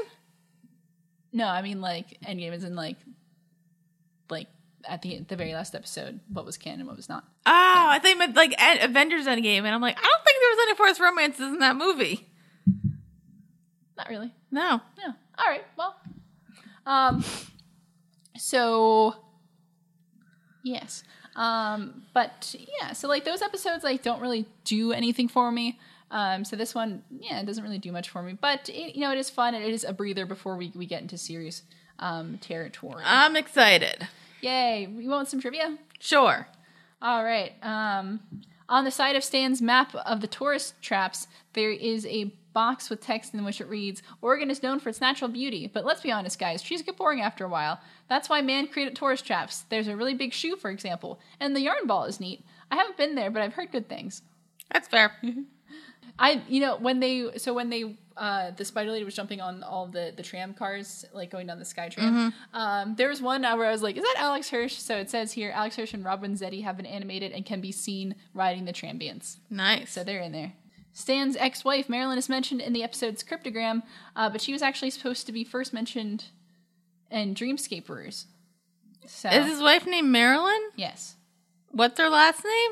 Speaker 1: No, I mean like Endgame is in like like at the the very last episode, what was canon, what was not.
Speaker 2: Oh, I think meant like Ad- Avengers Endgame, and I'm like, I don't think there was any forced romances in that movie.
Speaker 1: Not really.
Speaker 2: No,
Speaker 1: No. All right. Well. Um. So. Yes. Um. But yeah. So like those episodes like don't really do anything for me. Um. So this one, yeah, it doesn't really do much for me. But it, you know, it is fun. and It is a breather before we we get into series um territory.
Speaker 2: I'm excited.
Speaker 1: Yay! You want some trivia?
Speaker 2: Sure.
Speaker 1: All right. Um, on the side of Stan's map of the tourist traps, there is a box with text in which it reads Oregon is known for its natural beauty, but let's be honest, guys, trees get boring after a while. That's why man created tourist traps. There's a really big shoe, for example, and the yarn ball is neat. I haven't been there, but I've heard good things.
Speaker 2: That's fair.
Speaker 1: I you know when they so when they uh the spider lady was jumping on all the the tram cars like going down the sky tram um there was one where I was like is that Alex Hirsch so it says here Alex Hirsch and Rob Wenzetti have been animated and can be seen riding the trambians
Speaker 2: Nice.
Speaker 1: so they're in there Stan's ex-wife Marilyn is mentioned in the episode's cryptogram uh, but she was actually supposed to be first mentioned in Dreamscaperers so
Speaker 2: Is his wife named Marilyn?
Speaker 1: yes
Speaker 2: What's her last name?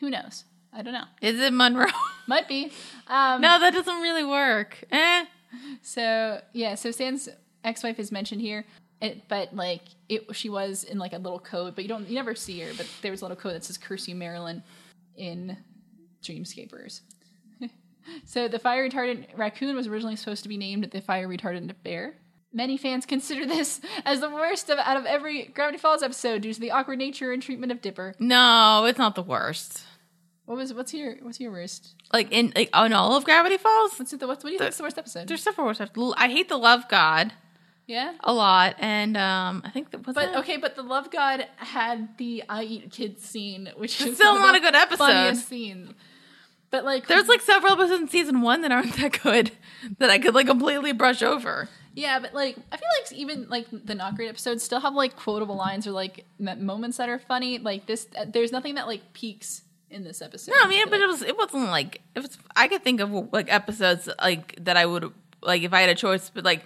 Speaker 1: who knows I don't know
Speaker 2: Is it Monroe?
Speaker 1: might be um
Speaker 2: no, that doesn't really work. Eh.
Speaker 1: So yeah, so Stan's ex-wife is mentioned here, it, but like it, she was in like a little code, but you don't, you never see her. But there was a little code that says "Curse you, Marilyn," in Dreamscapers. so the fire retardant raccoon was originally supposed to be named the fire retardant bear. Many fans consider this as the worst of out of every Gravity Falls episode due to the awkward nature and treatment of Dipper.
Speaker 2: No, it's not the worst.
Speaker 1: What was what's your what's your worst?
Speaker 2: Like in like on all of Gravity Falls,
Speaker 1: What's it the, what's, what do you think's the worst episode?
Speaker 2: there's several worst. episodes. I hate the Love God
Speaker 1: yeah.
Speaker 2: a lot, and um, I think that was
Speaker 1: But
Speaker 2: it?
Speaker 1: okay, but the Love God had the I eat kids scene, which is
Speaker 2: Still
Speaker 1: one of
Speaker 2: not
Speaker 1: the
Speaker 2: a good episode.
Speaker 1: Funniest scene. But like,
Speaker 2: There's like several episodes in season one that aren't that good that I could like completely brush over.
Speaker 1: yeah, but like, I feel like even like the not great episodes still have like quotable lines or like m- moments that are funny. Like this, uh, there's nothing that like peaks in this episode.
Speaker 2: No, I mean,
Speaker 1: feel
Speaker 2: but
Speaker 1: like.
Speaker 2: it was it wasn't like it was. I could think of like episodes like that I would like if I had a choice, but like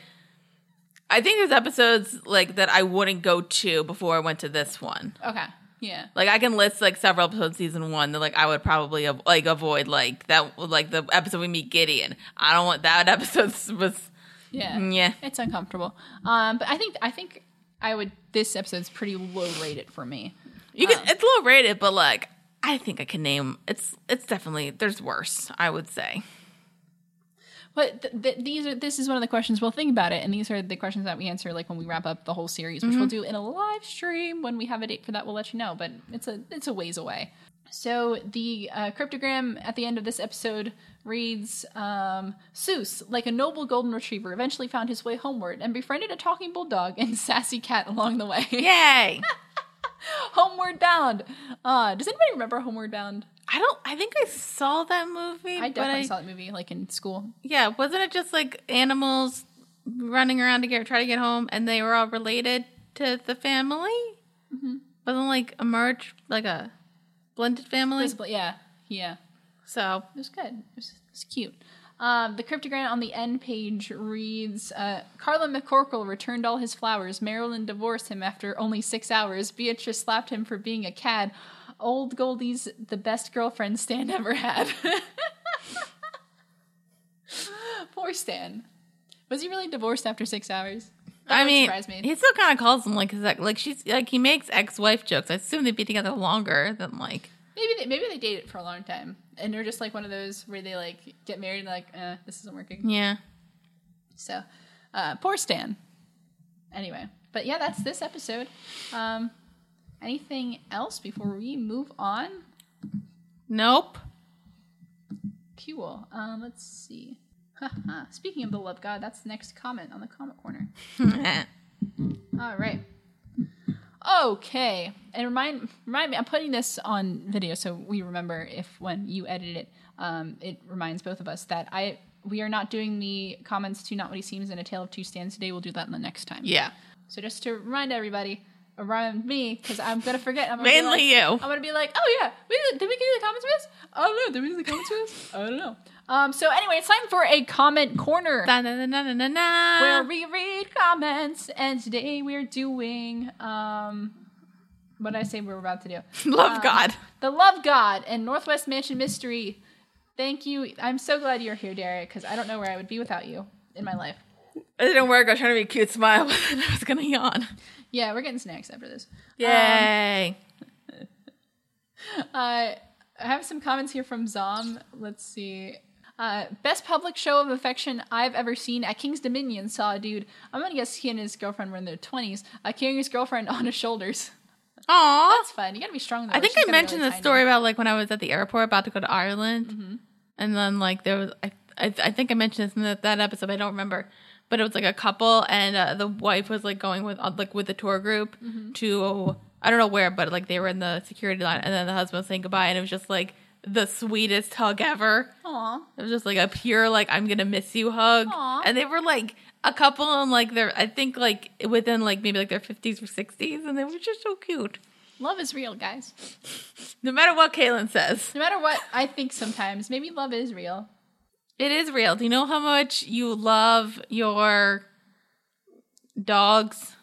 Speaker 2: I think there's episodes like that I wouldn't go to before I went to this one.
Speaker 1: okay, yeah,
Speaker 2: Like I can list like several episodes of season one that like I would probably av- like avoid like that like the episode we meet Gideon. I don't want that episode was
Speaker 1: yeah,
Speaker 2: yeah.
Speaker 1: It's uncomfortable. Um, but I think I think I would. This episode's pretty low rated for me.
Speaker 2: You can it's low rated, but like I think I can name it's it's definitely there's worse. I would say.
Speaker 1: But th- th- these are this is one of the questions we'll think about it, and these are the questions that we answer like when we wrap up the whole series, which we'll do in a live stream when we have a date for that. We'll let you know, but it's a it's a ways away. So the uh, cryptogram at the end of this episode reads: um, "Seuss, like a noble golden retriever, eventually found his way homeward and befriended a talking bulldog and sassy cat along the way.
Speaker 2: Yay!
Speaker 1: homeward bound. Uh, does anybody remember Homeward Bound?
Speaker 2: I don't. I think I saw that movie.
Speaker 1: I
Speaker 2: but
Speaker 1: definitely saw that movie like in school.
Speaker 2: Yeah, wasn't it just like animals running around to get try to get home, and they were all related to the family?
Speaker 1: Mm-hmm.
Speaker 2: Wasn't like a merge, like a blended family?
Speaker 1: Yeah, yeah."
Speaker 2: So
Speaker 1: It was good. It was, it was cute. Um, the cryptogram on the end page reads uh, Carlin McCorkle returned all his flowers. Marilyn divorced him after only six hours. Beatrice slapped him for being a cad. Old Goldie's the best girlfriend Stan ever had. Poor Stan. Was he really divorced after six hours?
Speaker 2: I
Speaker 1: would
Speaker 2: mean,
Speaker 1: surprise me.
Speaker 2: he still kind of calls him like his ex, like she's like he makes ex-wife jokes. I assume they'd be together longer than like
Speaker 1: Maybe they, maybe they dated for a long time, and they're just like one of those where they like get married and like, eh, this isn't working.
Speaker 2: yeah.
Speaker 1: So, uh, poor Stan. Anyway, but yeah, that's this episode. Um, anything else before we move on?
Speaker 2: Nope.
Speaker 1: Cool. Um, let's see. Haha. Speaking of the love god, that's the next comment on the comment corner. All right. Okay, and remind remind me. I'm putting this on video so we remember if when you edit it, um, it reminds both of us that I we are not doing the comments to not what he seems and a tale of two stands today. We'll do that in the next time.
Speaker 2: yeah.
Speaker 1: So just to remind everybody, around me, because I'm gonna forget. I'm gonna be
Speaker 2: Mainly
Speaker 1: like-
Speaker 2: you.
Speaker 1: I'm gonna be like, oh yeah, we did, did we do the comments for this? I don't know. Did we do the comments for this? I don't know. Um. So anyway, it's time for a comment corner
Speaker 2: Da, "Oh, na, na, na, na, na.
Speaker 1: where we read comments, and today we're doing um. What did I say we were about to do?
Speaker 2: Love God.
Speaker 1: The Love God and Northwest Mansion Mystery. Thank you. I'm so glad you're here, Derek, because I don't know where I would be without you in my life.
Speaker 2: It didn't work. I was trying to be a cute smile, but then I was gonna yawn. Um,
Speaker 1: Yeah, we're getting snacks after this.
Speaker 2: Yay.
Speaker 1: Uh, I have some comments here from Zom. Let's see. Uh, best public show of affection I've ever seen at King's Dominion saw a dude. I'm gonna guess he and his girlfriend were in their 20s, uh, carrying his girlfriend on his shoulders.
Speaker 2: Aw.
Speaker 1: That's fun. You gotta be strong. Though,
Speaker 2: I
Speaker 1: or
Speaker 2: think
Speaker 1: she's
Speaker 2: I
Speaker 1: gonna be
Speaker 2: mentioned
Speaker 1: really
Speaker 2: the
Speaker 1: tiny.
Speaker 2: story about like when I was at the airport about to go to Ireland, and then like there was I, I I think I mentioned this in that, that episode. but I don't remember, but it was like a couple, and uh, the wife was like going with uh, like with the tour group to I don't know where, but like they were in the security line, and then the husband was saying goodbye, and it was just like the sweetest hug ever.
Speaker 1: Aw.
Speaker 2: It was just like a pure like I'm gonna miss you hug,
Speaker 1: Aw.
Speaker 2: and they were like. A couple and like they're I think like within like maybe like their fifties or sixties, and they were just so cute.
Speaker 1: Love is real, guys.
Speaker 2: No matter what Kaylin says,
Speaker 1: No matter what, I think sometimes maybe love is real.
Speaker 2: It is real. Do you know how much you love your dogs?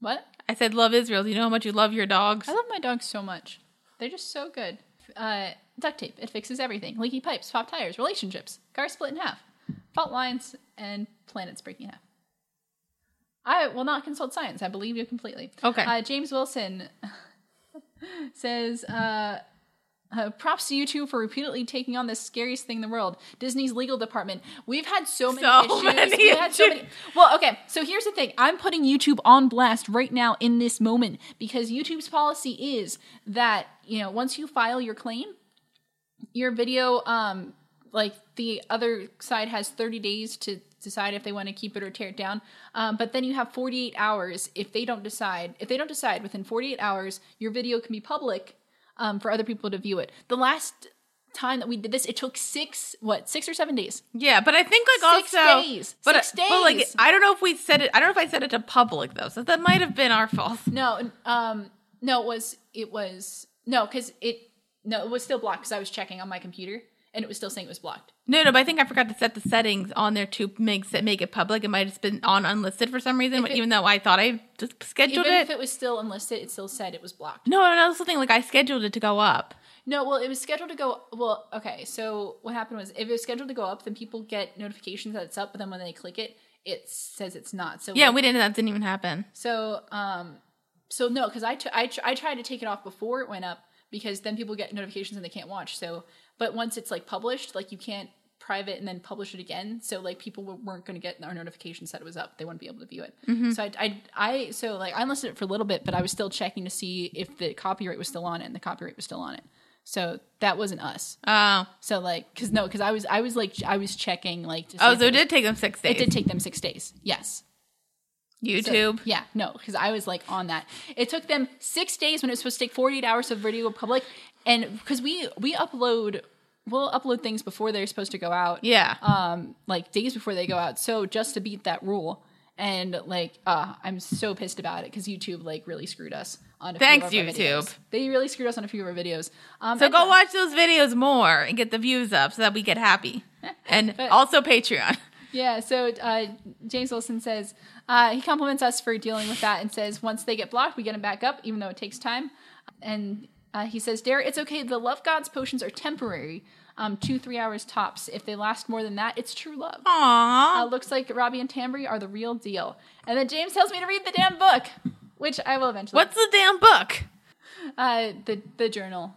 Speaker 1: What?
Speaker 2: I said love Israel. Do you know how much you love your dogs?
Speaker 1: I love my dogs so much. They're just so good. Uh, duct tape, it fixes everything. Leaky pipes, pop tires, relationships, car split in half, fault lines, and planets breaking in half. I will not consult science. I believe you completely.
Speaker 2: Okay.
Speaker 1: Uh, James Wilson says, uh, uh, props to you two for repeatedly taking on the scariest thing in the world, Disney's legal department. We've had so many
Speaker 2: So
Speaker 1: issues.
Speaker 2: many
Speaker 1: We've had so
Speaker 2: issues.
Speaker 1: many. Well, okay. So here's the thing. I'm putting YouTube on blast right now in this moment because YouTube's policy is that you know once you file your claim, your video, um, like the other side has 30 days to decide if they want to keep it or tear it down. Um, but then you have 48 hours if they don't decide. If they don't decide within 48 hours, your video can be public um, for other people to view it. The last time that we did this, it took six what six or seven days.
Speaker 2: Yeah, but I think like
Speaker 1: Six
Speaker 2: also,
Speaker 1: days.
Speaker 2: but
Speaker 1: Six
Speaker 2: but like
Speaker 1: days.
Speaker 2: I don't know if we said it. I don't know if I said it to public though, so that might have been our fault.
Speaker 1: No, um, no, it was it was no because it no it was still blocked because I was checking on my computer and it was still saying it was blocked.
Speaker 2: No, no, but I think I forgot to set the settings on there to make set, make it public. It might have just been on unlisted for some reason, but
Speaker 1: it-
Speaker 2: even though I thought I just scheduled
Speaker 1: Even
Speaker 2: it.
Speaker 1: if it was still unlisted, it still said it was blocked.
Speaker 2: no, and that's the thing. Like I scheduled it to go up.
Speaker 1: No, well, it was scheduled to go. Well, okay. So what happened was, if it was scheduled to go up, then people get notifications that it's up, but then when they click it, it says it's not. So
Speaker 2: Yeah, we didn't. That didn't even happen.
Speaker 1: So um, so no, because I t- I tr- I tried to take it off before it went up because then people get notifications and they can't watch. So, but once it's like published, like you can't private and then publish it again. So like people w- weren't going to get our notifications that it was up. They wouldn't be able to view it.
Speaker 2: Mm-hmm.
Speaker 1: So I, I I so like I listed it for a little bit, but I was still checking to see if the copyright was still on it, and the copyright was still on it. So that wasn't us.
Speaker 2: Oh,
Speaker 1: So like, cause no, cause I was, I was like, I was checking like, to see
Speaker 2: oh,
Speaker 1: if
Speaker 2: so it did take them six days.
Speaker 1: it did take them six days. Yes. So-
Speaker 2: YouTube.
Speaker 1: yeah, no, because I was like on that. It took them six days when it was supposed to take 48 hours of video public. And because we we upload, we'll upload things before they're supposed to go out.
Speaker 2: yeah.
Speaker 1: Um, like days before they go out. So just to beat that rule. And like, uh, I'm so pissed about it because YouTube like really screwed us on a
Speaker 2: Thanks,
Speaker 1: few of our videos.
Speaker 2: YouTube.
Speaker 1: They really screwed us on a few of our videos. Um,
Speaker 2: so
Speaker 1: and-
Speaker 2: go watch those videos more and get the views up so that we get happy. And
Speaker 1: But-
Speaker 2: also Patreon.
Speaker 1: Yeah, so uh, James Wilson says uh, he compliments us for dealing with that and says once they get blocked, we get them back up, even though it takes time. And uh, he says, Dare, it's okay. The love gods potions are temporary, um, two, three hours tops. If they last more than that, it's true love. Uh,
Speaker 2: Aww.
Speaker 1: looks like Robbie and Tambry are the real deal. And then James tells me to read the damn book, which I will eventually.
Speaker 2: What's the damn book?
Speaker 1: Uh, the, the journal,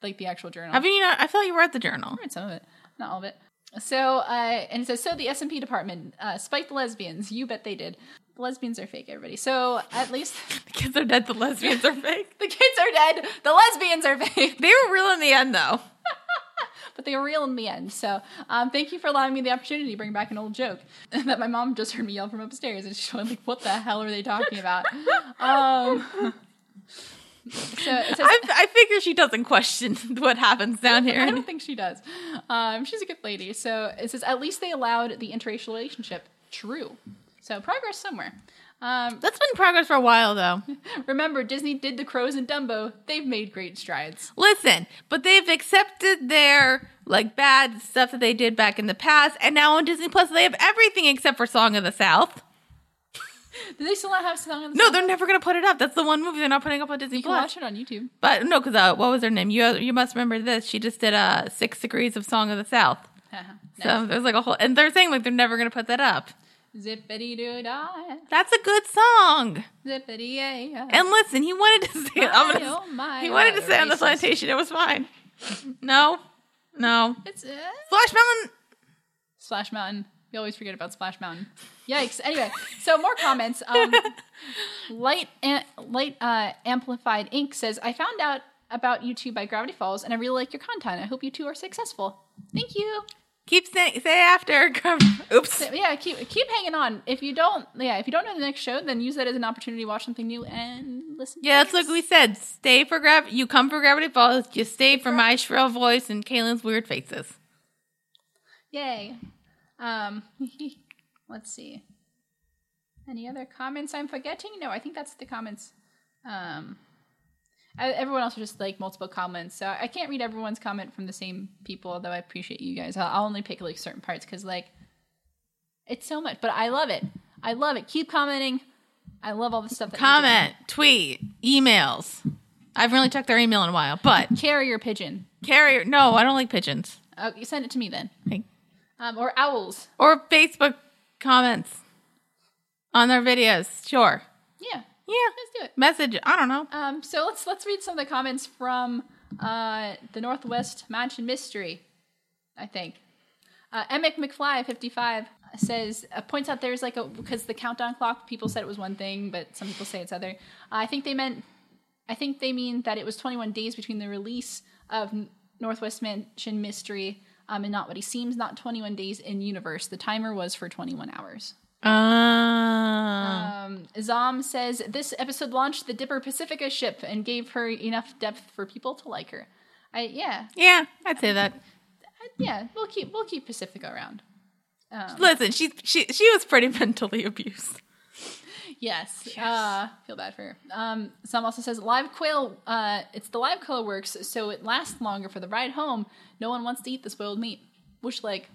Speaker 1: like the actual journal.
Speaker 2: Have you not? I thought you were at the journal.
Speaker 1: read some of it, not all of it. So, uh, and it says, so the S and P department uh, spiked the lesbians. You bet they did. The lesbians are fake, everybody. So at least
Speaker 2: The kids are dead. The lesbians are fake.
Speaker 1: the kids are dead. The lesbians are fake,
Speaker 2: They were real in the end, though.
Speaker 1: but they were real in the end. So um, thank you for allowing me the opportunity to bring back an old joke that my mom just heard me yell from upstairs, and she was like, "What the hell are they talking about?" Um, so it says,
Speaker 2: I, I figure she doesn't question what happens down here.
Speaker 1: I don't think she does. Um, she's a good lady. So it says at least they allowed the interracial relationship. True. So progress somewhere. Um,
Speaker 2: That's been progress for a while, though.
Speaker 1: remember, Disney did the crows and Dumbo. They've made great strides.
Speaker 2: Listen, but they've accepted their like bad stuff that they did back in the past, and now on Disney Plus they have everything except for Song of the South.
Speaker 1: Do they still not have Song of the
Speaker 2: No,
Speaker 1: South?
Speaker 2: they're never gonna put it up. That's the one movie they're not putting up on Disney
Speaker 1: You can
Speaker 2: Plus.
Speaker 1: watch it on YouTube.
Speaker 2: But no, because uh, what was her name? You you must remember this. She just did uh, Six Degrees of Song of the South.
Speaker 1: nice.
Speaker 2: So there's like a whole, and they're saying like they're never gonna put that up.
Speaker 1: Zippity doo dah,
Speaker 2: That's a good song.
Speaker 1: zippity yay.
Speaker 2: And listen, he wanted to say it. I'm gonna.
Speaker 1: Oh my.
Speaker 2: He wanted to stay on the
Speaker 1: racist.
Speaker 2: plantation. It was fine. No, no.
Speaker 1: It's uh,
Speaker 2: Flash Mountain.
Speaker 1: Splash Mountain. We always forget about Splash Mountain. Yikes. Anyway, so more comments. Um, Light Am- Light uh, Amplified Inc. says, I found out about you two by Gravity Falls, and I really like your content. I hope you two are successful. Thank you.
Speaker 2: Keep saying say after. Oops.
Speaker 1: So, yeah, keep keep hanging on. If you don't, yeah, if you don't know the next show, then use that as an opportunity to watch something new and listen. to
Speaker 2: Yeah, that's
Speaker 1: us.
Speaker 2: like we said. Stay for grav. You come for Gravity Falls. You stay for my shrill voice and Kaylin's weird faces.
Speaker 1: Yay. Um, let's see. Any other comments I'm forgetting? No, I think that's the comments. Um, I, everyone else are just like multiple comments, so I can't read everyone's comment from the same people. Although I appreciate you guys, I'll, I'll only pick like certain parts because like it's so much, but I love it. I love it. Keep commenting. I love all the stuff. That you do.
Speaker 2: Comment, tweet, emails. I haven't really checked their email in a while, but
Speaker 1: Carrier pigeon.
Speaker 2: carrier. No, I don't like pigeons.
Speaker 1: Oh, you send it to me then,
Speaker 2: Like-
Speaker 1: um, or owls.
Speaker 2: Or Facebook comments on their videos. Sure.
Speaker 1: Yeah,
Speaker 2: Yeah.
Speaker 1: let's do it.
Speaker 2: Message. I don't know.
Speaker 1: Um, so let's let's read some of the comments from uh, the Northwest Mansion Mystery. I think uh, Emick McFly fifty five says uh, points out there's like a because the countdown clock people said it was one thing, but some people say it's other. I think they meant I think they mean that it was 21 days between the release of N- Northwest Mansion Mystery um, and not what he seems, not 21 days in universe. The timer was for 21 hours.
Speaker 2: Ah.
Speaker 1: Um, Zom says this episode launched the Dipper Pacifica ship and gave her enough depth for people to like her. I yeah,
Speaker 2: Yeah, I'd say that.
Speaker 1: I- yeah. We'll keep we'll keep Pacifica around. Um,
Speaker 2: Listen, she she she was pretty mentally abused.
Speaker 1: Yes. Uh, feel bad for her. Um, Sam also says live quail. Uh, it's the live quail works, so it lasts longer for the ride home. No one wants to eat the spoiled meat. Which, like,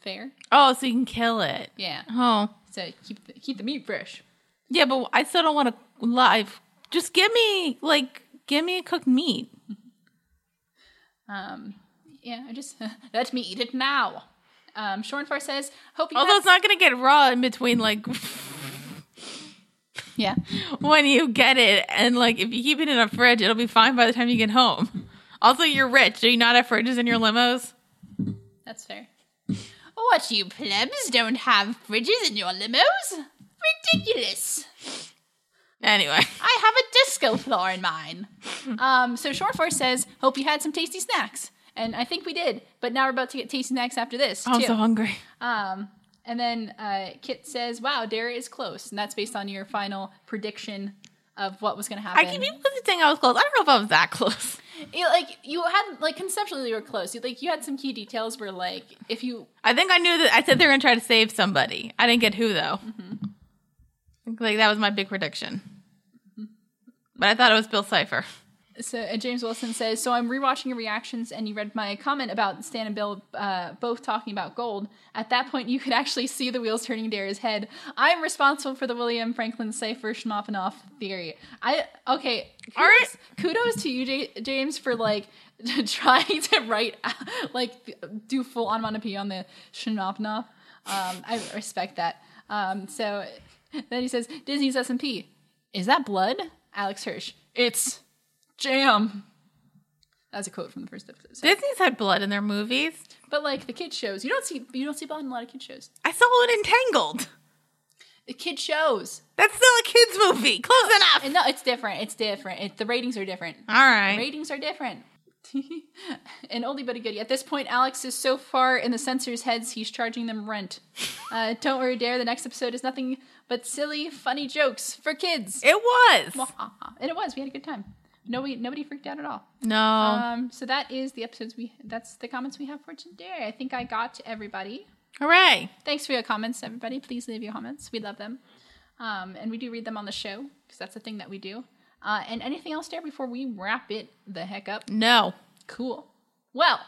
Speaker 1: fair.
Speaker 2: Oh, so you can kill it.
Speaker 1: Yeah.
Speaker 2: Oh,
Speaker 1: So keep the, keep the meat fresh.
Speaker 2: yeah, but I still don't want to live. Just give me like give me cooked meat.
Speaker 1: Um, yeah. I just let me eat it now. Um, Shornfar says, "Hope you."
Speaker 2: Although
Speaker 1: had-
Speaker 2: it's not gonna get raw in between like
Speaker 1: yeah.
Speaker 2: when you get it, and like if you keep it in a fridge, it'll be fine by the time you get home. Also, you're rich. Do you not have fridges in your limos?
Speaker 1: That's fair. What you plebs don't have fridges in your limos? Ridiculous.
Speaker 2: Anyway,
Speaker 1: I have a disco floor in mine. um, so Shortforce says, "Hope you had some tasty snacks," and I think we did. But now we're about to get tasty snacks after this
Speaker 2: Oh, I'm
Speaker 1: too.
Speaker 2: so hungry.
Speaker 1: um, and then uh, Kit says, "Wow, Dara is close," and that's based on your final prediction of what was going to
Speaker 2: I
Speaker 1: happen.
Speaker 2: keep people keep saying I was close. I don't know if I was that close.
Speaker 1: You- like you had like conceptually you were close. You, like you had some key details where like if you
Speaker 2: I think I knew that. I said they were gonna try to save somebody. I didn't get who though.
Speaker 1: Mm-hmm.
Speaker 2: Like that was my big prediction. But I thought it was Bill Cipher.
Speaker 1: So uh, James Wilson says, so I'm rewatching your reactions, and you read my comment about Stan and Bill uh, both talking about gold. At that point, you could actually see the wheels turning Dara's head. I'm responsible for the William Franklin Cipher Schmoffenoff theory. I okay. Kudos,
Speaker 2: All right.
Speaker 1: kudos to you, J- James, for like trying to write like do full onomatopoeia on the Schmoffenoff. Um, I respect that. Um, so then he says, Disney's S and P. Is that blood? Alex Hirsch. It's jam. That's a quote from the first episode. So-
Speaker 2: Disney's had blood in their movies.
Speaker 1: But like the kids shows, you don't see you don't see blood in a lot of kids shows.
Speaker 2: I saw it Entangled.
Speaker 1: The kid shows,
Speaker 2: That's still a kids movie. Close enough.
Speaker 1: and no, it's different. It's different. It, the ratings are different.
Speaker 2: All right.
Speaker 1: Ratings are different. and oldie but a goodie. At this point, Alex is so far in the censors' heads, he's charging them rent. Uh, don't worry, Dare. The next episode is nothing but silly, funny jokes for kids.
Speaker 2: It was.
Speaker 1: and it was. We had a good time. Nobody, nobody freaked out at all.
Speaker 2: No.
Speaker 1: Um, so that is the episodes we. That's the comments we have for today. I think I got to everybody.
Speaker 2: Hooray.
Speaker 1: Thanks for your comments, everybody. Please leave your comments. We love them, um, and we do read them on the show because that's the thing that we do. Uh, and anything else there before we wrap it the heck up?
Speaker 2: No.
Speaker 1: Cool. Well,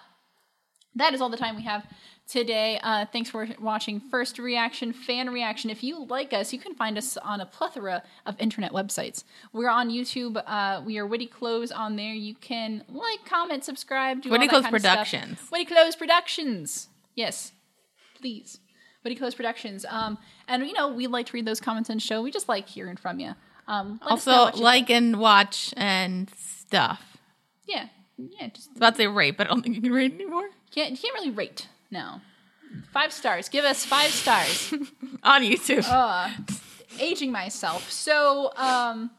Speaker 1: that is all the time we have today. Uh, thanks for watching First Reaction, Fan Reaction. If you like us, you can find us on a plethora of internet websites. We're on YouTube. Uh, we are Witty Close on there. You can like, comment, subscribe, do all
Speaker 2: Witty
Speaker 1: that
Speaker 2: Close
Speaker 1: kind of stuff.
Speaker 2: Productions.
Speaker 1: Witty Close Productions. Yes, please. Witty Close Productions. Um, and you know we like to read those comments and show. We just like hearing from you. Um, let us know
Speaker 2: Also,
Speaker 1: what you
Speaker 2: like and watch and stuff.
Speaker 1: think. yeah, yeah, just
Speaker 2: I was about to say rate, but I don't think you can rate anymore.
Speaker 1: Can't you can't really rate now. Five stars. Give us five stars.
Speaker 2: On YouTube.
Speaker 1: uh, aging myself. So um,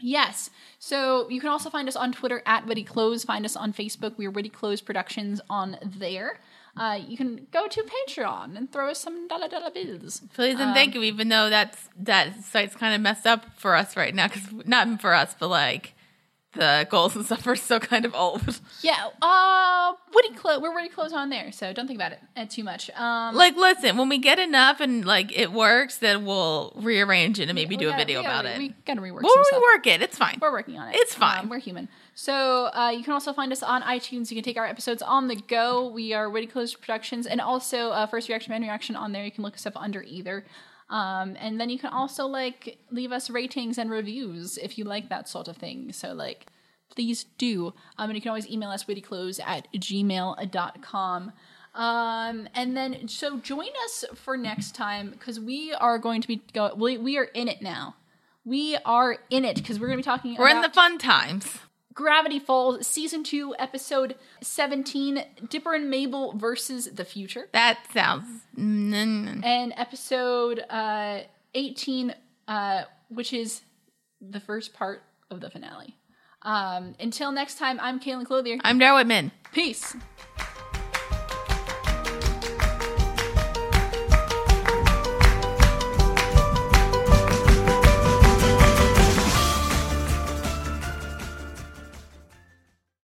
Speaker 1: yes. So you can also find us on Twitter at Witty Close. Find us on Facebook. We're Witty Close Productions on there. Uh, you can go to Patreon and throw us some dollar dollar bills.
Speaker 2: Please and
Speaker 1: Um,
Speaker 2: thank you, even though that's that site's kind of messed up for us right now, because not for us, but like the goals and stuff are still kind of old.
Speaker 1: Yeah. Uh, Witty Close. We're Witty Close on there. So don't think about it uh, too much. Um,
Speaker 2: like, listen, when we get enough and like it works, then we'll rearrange it and maybe
Speaker 1: we
Speaker 2: do a
Speaker 1: gotta-
Speaker 2: video
Speaker 1: we gotta
Speaker 2: about
Speaker 1: re-
Speaker 2: it.
Speaker 1: We gotta rework.
Speaker 2: we'll
Speaker 1: some stuff.
Speaker 2: rework it. It's fine.
Speaker 1: We're working on it.
Speaker 2: It's fine.
Speaker 1: Um, we're human. So uh, you can also find us on iTunes. You can take our episodes on the go. We are Witty Close Productions, and also uh, First Reaction Man Reaction on there. You can look us up under either. Um, and then you can also like leave us ratings and reviews if you like that sort of thing. So like, please do. Um, and you can always email us wittyclose at gmail.com. Um, and then so join us for next time because we are going to be go. We, we are in it now. We are in it because we're going to be talking.
Speaker 2: We're in
Speaker 1: about-
Speaker 2: the fun times.
Speaker 1: Gravity Falls, Season 2, Episode 17, Dipper and Mabel versus the Future.
Speaker 2: That sounds. mm,
Speaker 1: And Episode uh, 18, uh, which is the first part of the finale. Um, until next time, I'm Kaylin Clothier.
Speaker 2: I'm Dara Whitman.
Speaker 1: Peace.